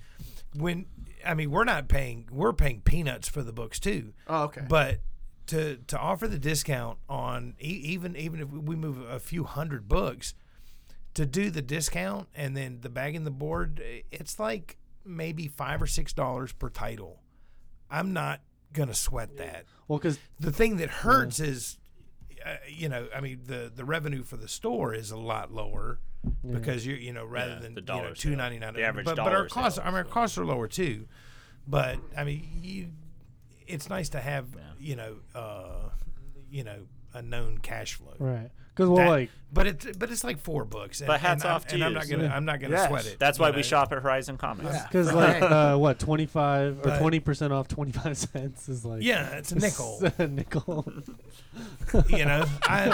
Speaker 4: when I mean we're not paying, we're paying peanuts for the books too.
Speaker 2: Oh, okay.
Speaker 4: But to to offer the discount on e- even even if we move a few hundred books, to do the discount and then the bag and the board, eh, it's like maybe five or six dollars per title. I'm not gonna sweat that
Speaker 5: Well, because
Speaker 4: the thing that hurts is uh, you know i mean the the revenue for the store is a lot lower because you you know rather
Speaker 1: Mm-hmm. Yeah,
Speaker 4: than
Speaker 1: the
Speaker 4: you
Speaker 1: dollar
Speaker 4: know,
Speaker 1: sale.
Speaker 4: 299
Speaker 1: The average
Speaker 4: but, but
Speaker 1: dollar
Speaker 4: our costs
Speaker 1: sale
Speaker 4: i mean our costs are lower too but i mean you it's nice to have
Speaker 1: Yeah.
Speaker 4: you know uh, you know a known cash flow.
Speaker 5: Right. Because well,
Speaker 4: That-
Speaker 5: like
Speaker 4: but it's but it's like four books. And,
Speaker 1: But hats
Speaker 4: and
Speaker 1: off
Speaker 4: I'm,
Speaker 1: to
Speaker 4: and I'm
Speaker 1: you.
Speaker 4: not gonna I'm not gonna
Speaker 2: Yes.
Speaker 4: sweat it.
Speaker 1: That's
Speaker 4: you
Speaker 1: why
Speaker 4: know?
Speaker 1: we shop at Horizon Comics.
Speaker 2: Yeah.
Speaker 4: <laughs>
Speaker 5: because like
Speaker 2: Right.
Speaker 5: uh, what twenty five or
Speaker 4: Right.
Speaker 5: twenty percent off twenty five <laughs> cents is like
Speaker 4: Yeah, it's a
Speaker 5: <laughs>
Speaker 4: nickel.
Speaker 5: nickel.
Speaker 4: you
Speaker 5: <laughs>
Speaker 4: know, I,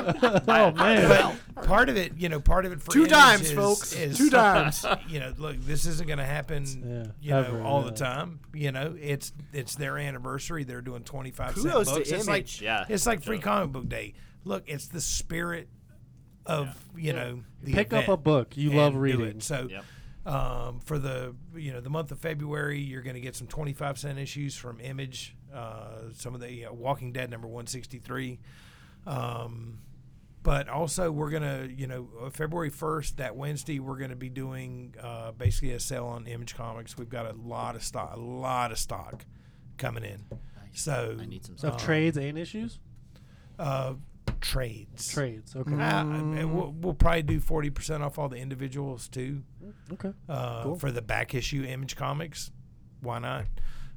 Speaker 5: oh man.
Speaker 4: but part of it, you know, part of it for
Speaker 2: Two
Speaker 4: image
Speaker 2: dimes,
Speaker 4: is-
Speaker 2: folks.
Speaker 4: is-
Speaker 2: Two dimes.
Speaker 4: You know, look, this isn't going to happen.
Speaker 5: Yeah,
Speaker 4: you know,
Speaker 5: ever,
Speaker 4: all
Speaker 5: yeah.
Speaker 4: the time. You know, it's it's their anniversary. They're doing twenty five cent
Speaker 2: Kudos
Speaker 4: books.
Speaker 2: to
Speaker 4: it's like
Speaker 2: Image.
Speaker 1: Yeah.
Speaker 4: it's like free comic book day. Look, it's the spirit of you know the
Speaker 5: Pick up a
Speaker 4: event
Speaker 5: book you love
Speaker 4: and do it.
Speaker 5: reading.
Speaker 4: So.
Speaker 1: Yep.
Speaker 4: Um, for the you know the month of February, you're going to get some 25 cent issues from Image. Uh, some of the uh, Walking Dead number 163. Um, but also we're gonna you know uh, February 1st that Wednesday we're gonna be doing uh, basically a sale on Image Comics. We've got a lot of stock, a lot of stock coming in. So
Speaker 1: I need some
Speaker 5: Of
Speaker 4: Um,
Speaker 1: stuff.
Speaker 5: trades and issues.
Speaker 4: uh, trades.
Speaker 5: Trades. Okay.
Speaker 4: Uh, I- we'll, we'll probably do 40% off all the individuals too
Speaker 5: Okay.
Speaker 4: uh,
Speaker 5: Cool.
Speaker 4: for the back issue image comics. Why not?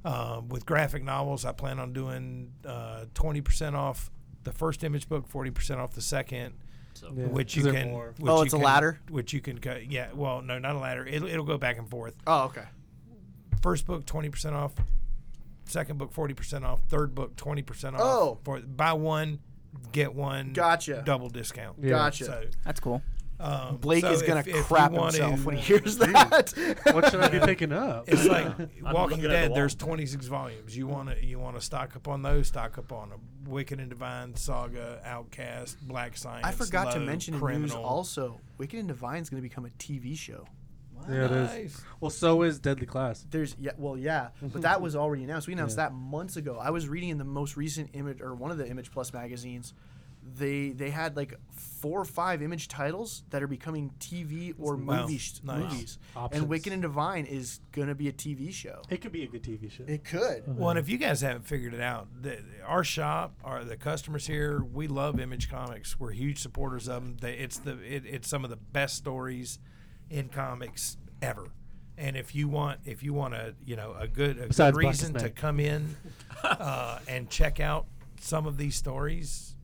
Speaker 4: Um, with graphic novels, I plan on doing uh, twenty percent off the first image book, forty percent off the second,
Speaker 1: So,
Speaker 5: Yeah.
Speaker 4: which
Speaker 5: Is
Speaker 4: you
Speaker 5: there
Speaker 4: can. <laughs>
Speaker 5: more?
Speaker 4: which
Speaker 2: Oh,
Speaker 4: you
Speaker 2: it's a
Speaker 4: can-
Speaker 2: ladder?
Speaker 4: Which you can cut. Yeah. Well, no, not a ladder. It'll, it'll go back and forth.
Speaker 2: Oh, okay.
Speaker 4: First book, twenty percent off. Second book, forty percent off. Third book, twenty percent off.
Speaker 2: Oh.
Speaker 4: For buy one, get one.
Speaker 2: Gotcha.
Speaker 4: Double discount.
Speaker 5: Yeah.
Speaker 2: Gotcha.
Speaker 4: So,
Speaker 3: That's cool.
Speaker 4: um,
Speaker 2: Blake
Speaker 4: so
Speaker 2: is gonna
Speaker 4: if- if you
Speaker 2: crap
Speaker 4: want to-
Speaker 2: himself when he hears that.
Speaker 4: <laughs>
Speaker 5: What should I be picking up?
Speaker 4: It's like Walking
Speaker 1: looking at the
Speaker 4: Dead.
Speaker 1: wall.
Speaker 4: There's 26 volumes. You want to you want to stock up on those. Stock up on 'em. Wicked and Divine, Saga, Outcast, Black Science.
Speaker 2: I forgot to
Speaker 4: Low,
Speaker 2: mention in
Speaker 4: Criminal.
Speaker 2: news also. Wicked and Divine's going to become a TV show.
Speaker 5: <laughs> Yeah, it is.
Speaker 4: Nice.
Speaker 5: Well, so is Deadly Class.
Speaker 2: There's yeah, well, yeah, but that was already announced. We announced
Speaker 5: Yeah.
Speaker 2: that months ago. I was reading in the most recent image or one of the Image Plus magazines. They they had like four or five image titles that are becoming TV or
Speaker 4: Wow.
Speaker 2: movies.
Speaker 4: Nice.
Speaker 2: Movies.
Speaker 5: Options.
Speaker 2: And Wicked and Divine is gonna be a TV show.
Speaker 5: It could be a good TV show.
Speaker 2: It could.
Speaker 4: Well, and if you guys haven't figured it out, the, our shop, our the customers here, we love Image Comics. We're huge supporters of them. They, it's the it, it's some of the best stories in comics ever. And if you want if you want a you know a good, a good
Speaker 5: Besides Black
Speaker 4: reason to
Speaker 5: Snake.
Speaker 4: come
Speaker 5: <laughs>
Speaker 4: in uh, and check out some of these stories,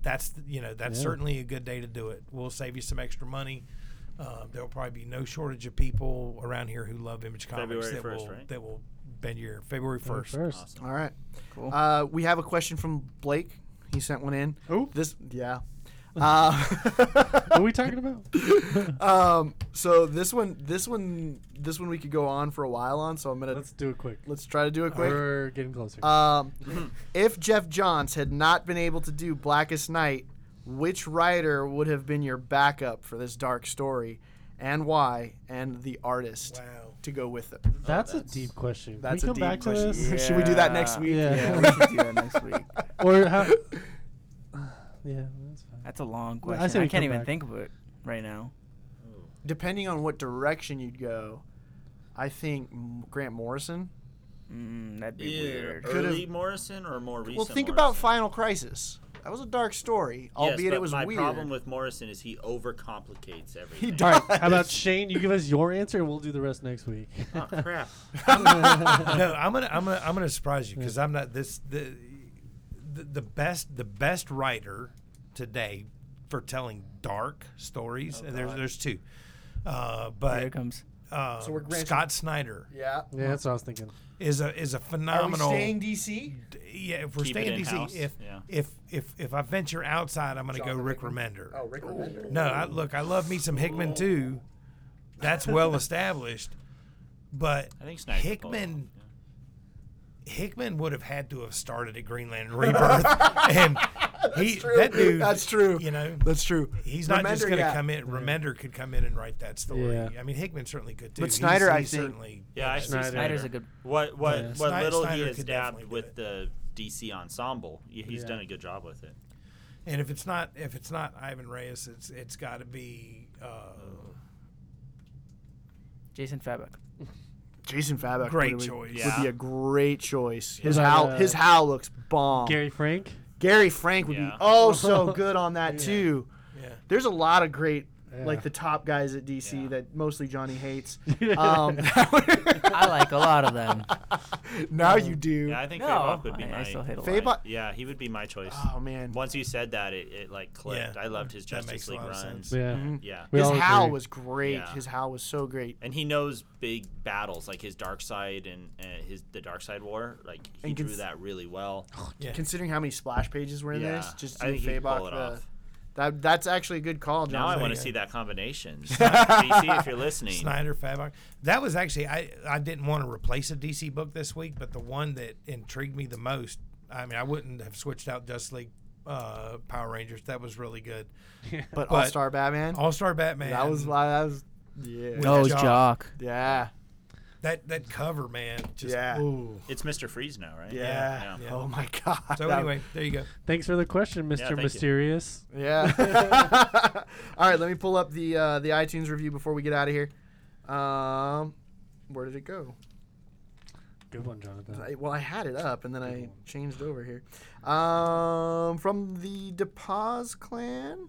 Speaker 4: that's the- you know that's
Speaker 5: Yeah.
Speaker 4: certainly a good day to do it. We'll save you some extra money. Uh, there'll probably be no shortage of people around here who love Image Comics
Speaker 1: February
Speaker 4: that
Speaker 1: 1st,
Speaker 4: will
Speaker 1: right?
Speaker 4: that will bend your February first.
Speaker 5: First.
Speaker 1: Awesome.
Speaker 2: All right.
Speaker 3: Cool.
Speaker 2: Uh, we have a question from Blake. He sent one in.
Speaker 5: Who?
Speaker 2: This yeah. Uh, <laughs>
Speaker 5: what are we
Speaker 4: <laughs>
Speaker 5: talking about?
Speaker 2: um, so this one, this one, this one we could go on for a while on. So I'm gonna
Speaker 5: Let's do it quick.
Speaker 2: let's try to do it quick.
Speaker 5: We're getting closer.
Speaker 4: Uh,
Speaker 2: Um,
Speaker 1: Mm-hmm.
Speaker 2: if Jeff Johns had not been able to do Blackest Night, which writer would have been your backup for this dark story, and why, and the artist
Speaker 4: Wow. <laughs>
Speaker 2: to go with it?
Speaker 5: that's, a deep question. Can
Speaker 2: That's a
Speaker 5: we come
Speaker 2: deep
Speaker 5: back
Speaker 2: question.
Speaker 5: to this?
Speaker 2: Should we do that next week?
Speaker 5: Yeah.
Speaker 3: Yeah, we should do that next week.
Speaker 5: or <laughs> how? yeah, that's fine.
Speaker 3: That's a long
Speaker 5: Well, I
Speaker 3: question. <laughs>
Speaker 5: say
Speaker 3: I,
Speaker 5: we
Speaker 3: can't
Speaker 5: come
Speaker 3: even
Speaker 5: back.
Speaker 3: think of it right now.
Speaker 2: Depending on what direction you'd go, I think M- Grant Morrison.
Speaker 3: Mm, that'd be weird.
Speaker 2: Could've-
Speaker 1: Early Morrison or more recent?
Speaker 2: well, think about
Speaker 1: Morrison?
Speaker 2: Final Crisis. That was a dark story, albeit
Speaker 1: yes, but
Speaker 2: it was
Speaker 1: my
Speaker 2: weird.
Speaker 1: problem with Morrison is he overcomplicates everything.
Speaker 2: He
Speaker 5: All right.
Speaker 2: does.
Speaker 5: How <laughs> about Shane? You give us your answer, and we'll do the rest next week.
Speaker 1: Oh <laughs> crap!
Speaker 4: no, I'm gonna I'm gonna I'm gonna surprise you because I'm not this the, the the best the best writer today for telling dark stories.
Speaker 1: Oh,
Speaker 4: and there's there's two, uh,
Speaker 3: Here it
Speaker 4: but
Speaker 3: comes.
Speaker 4: uh,
Speaker 2: So we're granting-
Speaker 4: Scott Snyder
Speaker 2: Yeah.
Speaker 5: <laughs> yeah, that's what I was thinking.
Speaker 4: is a is a phenomenal.
Speaker 2: DC?
Speaker 4: yeah, if we're
Speaker 1: Keep it
Speaker 4: staying in
Speaker 1: in-house,
Speaker 4: DC, if
Speaker 1: yeah.
Speaker 4: if if if I venture outside, I'm gonna go Rick Remender.
Speaker 1: Oh,
Speaker 2: Rick Remender.
Speaker 4: No, I, look, I love me some Hickman too.
Speaker 2: <laughs>
Speaker 4: That's well established, but
Speaker 1: I think Snyder.
Speaker 4: Hickman. Hickman would have had to have started at Greenland
Speaker 2: <laughs>
Speaker 4: Rebirth, and he
Speaker 2: true.
Speaker 4: that dude.
Speaker 2: That's true.
Speaker 4: You know,
Speaker 2: That's true.
Speaker 4: he's not just
Speaker 2: Remender,
Speaker 4: going to
Speaker 2: yeah.
Speaker 4: come in. Remender could come in and write that story.
Speaker 5: Yeah.
Speaker 4: I mean, Hickman certainly could too.
Speaker 2: But Snyder, I think-
Speaker 4: certainly.
Speaker 1: Yeah, I see
Speaker 5: Snyder.
Speaker 1: Snyder.
Speaker 3: Snyder's a good.
Speaker 1: What what
Speaker 5: Yeah.
Speaker 1: what
Speaker 4: Snyder-
Speaker 1: little
Speaker 4: Snyder
Speaker 1: he has
Speaker 4: could
Speaker 1: dabbed
Speaker 4: definitely do
Speaker 1: with
Speaker 4: it.
Speaker 1: the DC ensemble, y- he's
Speaker 5: Yeah.
Speaker 1: done a good job with it.
Speaker 4: And if it's not if it's not Ivan Reyes, it's it's got to be uh,
Speaker 1: Oh.
Speaker 3: Jason Fabek.
Speaker 2: Jason Fabak.
Speaker 4: Great
Speaker 2: would be-
Speaker 4: choice.
Speaker 1: Yeah.
Speaker 2: Would be a great choice. His
Speaker 5: that,
Speaker 2: howl,
Speaker 5: uh,
Speaker 2: his howl looks bomb. Gary,
Speaker 5: <laughs> Gary <laughs> Frank.
Speaker 2: Frank would be
Speaker 1: Yeah.
Speaker 2: oh so good on that too.
Speaker 4: yeah.
Speaker 2: There's a lot of great like the top guys at DC
Speaker 1: Yeah.
Speaker 2: that mostly Johnny hates.
Speaker 5: <laughs>
Speaker 2: Um, that <laughs> would-
Speaker 3: I like a lot of them.
Speaker 2: now you do.
Speaker 1: Yeah, I think
Speaker 3: No,
Speaker 1: Fabok would be
Speaker 3: I- I
Speaker 1: my.
Speaker 3: still hate a lot.
Speaker 2: Fabok.
Speaker 1: yeah, he would be my choice.
Speaker 2: Oh man,
Speaker 1: Once you said that, it, it like clicked.
Speaker 6: Yeah,
Speaker 1: I loved his
Speaker 6: that
Speaker 1: Justice
Speaker 6: makes a
Speaker 1: League
Speaker 6: lot of
Speaker 1: run.
Speaker 6: sense.
Speaker 5: yeah.
Speaker 1: Yeah,
Speaker 5: We
Speaker 2: his
Speaker 5: all
Speaker 2: howl
Speaker 5: agree.
Speaker 2: was great.
Speaker 1: Yeah.
Speaker 2: His howl was so great.
Speaker 1: and he knows big battles like his Dark Side and uh, his the Dark Side War. Like he
Speaker 2: And
Speaker 1: drew
Speaker 2: cons-
Speaker 1: that really well.
Speaker 2: Considering how many splash pages were in
Speaker 1: Yeah,
Speaker 2: this, just
Speaker 1: I
Speaker 2: do
Speaker 1: think he could pull
Speaker 2: Fabok.
Speaker 1: it
Speaker 2: The,
Speaker 1: off.
Speaker 2: that that's actually a good call, John.
Speaker 1: Now I
Speaker 2: Like,
Speaker 1: want to see that
Speaker 5: <laughs>
Speaker 1: combination. DC, if you're listening,
Speaker 6: Snyder Fabok.
Speaker 4: That was actually I, I didn't want to replace a DC book this week, but the one that intrigued me the most. I mean, I wouldn't have switched out Just League uh, Power Rangers. That was really good.
Speaker 2: but
Speaker 4: but- Oh,
Speaker 2: All Star Batman.
Speaker 4: All Star Batman.
Speaker 2: that was why that was. Yeah.
Speaker 4: With
Speaker 3: Oh,
Speaker 4: Jock.
Speaker 3: Jock.
Speaker 2: Yeah.
Speaker 4: that that cover, man. Just,
Speaker 2: Yeah.
Speaker 4: ooh.
Speaker 1: it's Mister Freeze now, right?
Speaker 2: Yeah.
Speaker 4: Yeah.
Speaker 2: Oh my god.
Speaker 4: So
Speaker 2: That- <laughs>
Speaker 4: anyway, there you go.
Speaker 5: Thanks for the question,
Speaker 1: Yeah,
Speaker 5: Mr.
Speaker 1: thank you.
Speaker 5: Mysterious.
Speaker 2: Yeah. <laughs> All right, let me pull up the uh, the iTunes review before we get out of here. Um, where did it go?
Speaker 5: Good one, Jonathan.
Speaker 2: I, well, I had it up and then I changed over here. Um, from the DePaz clan,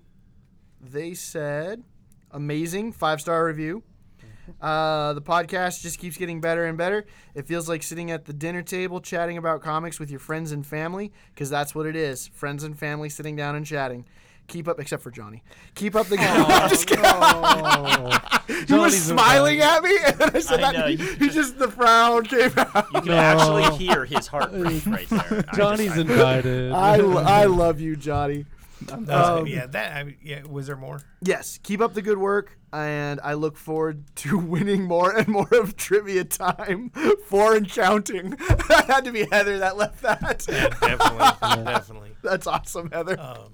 Speaker 2: they said, amazing five star review.
Speaker 1: Mm-hmm.
Speaker 2: Uh, the podcast just keeps getting better and better. It feels like sitting at the dinner table chatting about comics with your friends and family, because that's what it is friends and family sitting down and chatting. Keep up, except for Johnny. Keep up the. <laughs> I'm just kidding.
Speaker 5: <laughs> Oh.
Speaker 2: You were
Speaker 5: Johnny's a-
Speaker 2: smiling at me, <laughs> and then I said
Speaker 1: I
Speaker 2: that.
Speaker 1: know,
Speaker 2: he,
Speaker 1: you-
Speaker 2: he just the frown came
Speaker 1: <laughs>
Speaker 2: out.
Speaker 1: You can
Speaker 5: No.
Speaker 1: actually hear his heart
Speaker 5: <laughs>
Speaker 1: rate right there. I
Speaker 5: Johnny's
Speaker 1: just- I-
Speaker 5: invited.
Speaker 2: I, lo-
Speaker 5: <laughs>
Speaker 2: I love you, Johnny.
Speaker 4: That was-
Speaker 2: Um,
Speaker 4: yeah, that. I, yeah, was there more?
Speaker 2: Yes, keep up the good work, and I look forward to <laughs> winning more and more of trivia time, four and counting. <laughs> that had to be Heather that left that. <laughs>
Speaker 4: Yeah, <laughs> definitely, definitely.
Speaker 2: That's awesome, Heather.
Speaker 4: Um,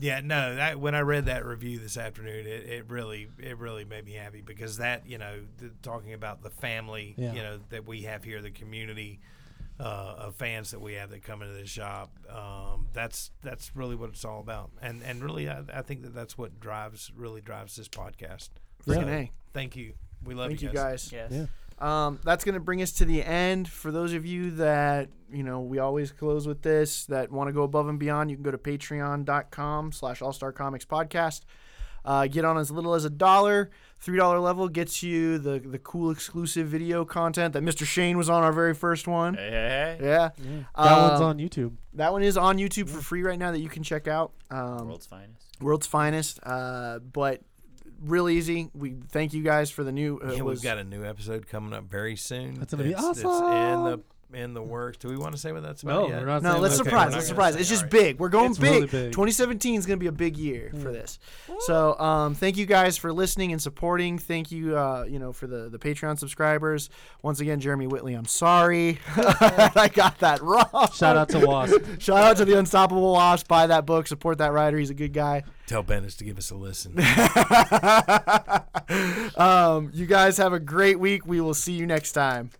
Speaker 4: yeah, no. That, when I read that review this afternoon, it, it really it really made me happy because that you know the, talking about the family
Speaker 5: Yeah.
Speaker 4: you know that we have here, the community uh, of fans that we have that come into the shop. Um, that's that's really what it's all about, and and really I, I think that that's what drives really drives this podcast.
Speaker 5: Yeah.
Speaker 2: Freaking A.
Speaker 4: Thank you. We love
Speaker 2: Thank
Speaker 4: you
Speaker 2: you
Speaker 4: guys.
Speaker 2: guys.
Speaker 3: Yes.
Speaker 5: Yeah.
Speaker 2: Um, that's going to bring us to the end. For those of you that, you know, we always close with this, that want to go above and beyond, you can go to patreon.com slash allstarcomics podcast. Uh, get on as little as a dollar. Three dollar level gets you the, the cool exclusive video content that Mr. Shane was on our very first one.
Speaker 1: Hey, hey, hey.
Speaker 2: Yeah.
Speaker 5: That one's
Speaker 2: Uh,
Speaker 5: on YouTube.
Speaker 2: That one is on YouTube for free right now that you can check out. Um,
Speaker 1: World's finest.
Speaker 2: world's finest. Uh, but real easy. We thank you guys for the new. Uh,
Speaker 6: Yeah,
Speaker 2: was-
Speaker 6: we've got a new episode coming up very soon.
Speaker 5: That's gonna be
Speaker 6: It's- it's
Speaker 5: awesome.
Speaker 6: in the in the works. Do we want to say what that's about?
Speaker 5: No,
Speaker 6: yet?
Speaker 5: we're not
Speaker 2: No,
Speaker 5: saying
Speaker 2: let's
Speaker 5: that.
Speaker 6: Okay,
Speaker 2: surprise.
Speaker 6: we're
Speaker 2: Let's
Speaker 6: not gonna
Speaker 2: surprise. It's
Speaker 6: say,
Speaker 2: just
Speaker 6: all right.
Speaker 2: big. We're going
Speaker 5: It's
Speaker 2: big.
Speaker 5: really big.
Speaker 2: 2017 is going to be a big year for
Speaker 6: Hmm.
Speaker 2: this. So, um, thank you guys for listening and supporting. Thank you, uh, you know, for the the Patreon subscribers. Once again, Jeremy Whitley. I'm sorry, <laughs> I got that wrong.
Speaker 5: Shout out to Wasp. <laughs>
Speaker 2: Shout out to the Unstoppable Wasp. Buy that book. Support that writer. He's a good guy. <laughs>
Speaker 6: Tell Bendis to give us a listen.
Speaker 2: um, you guys have a great week. We will see you next time.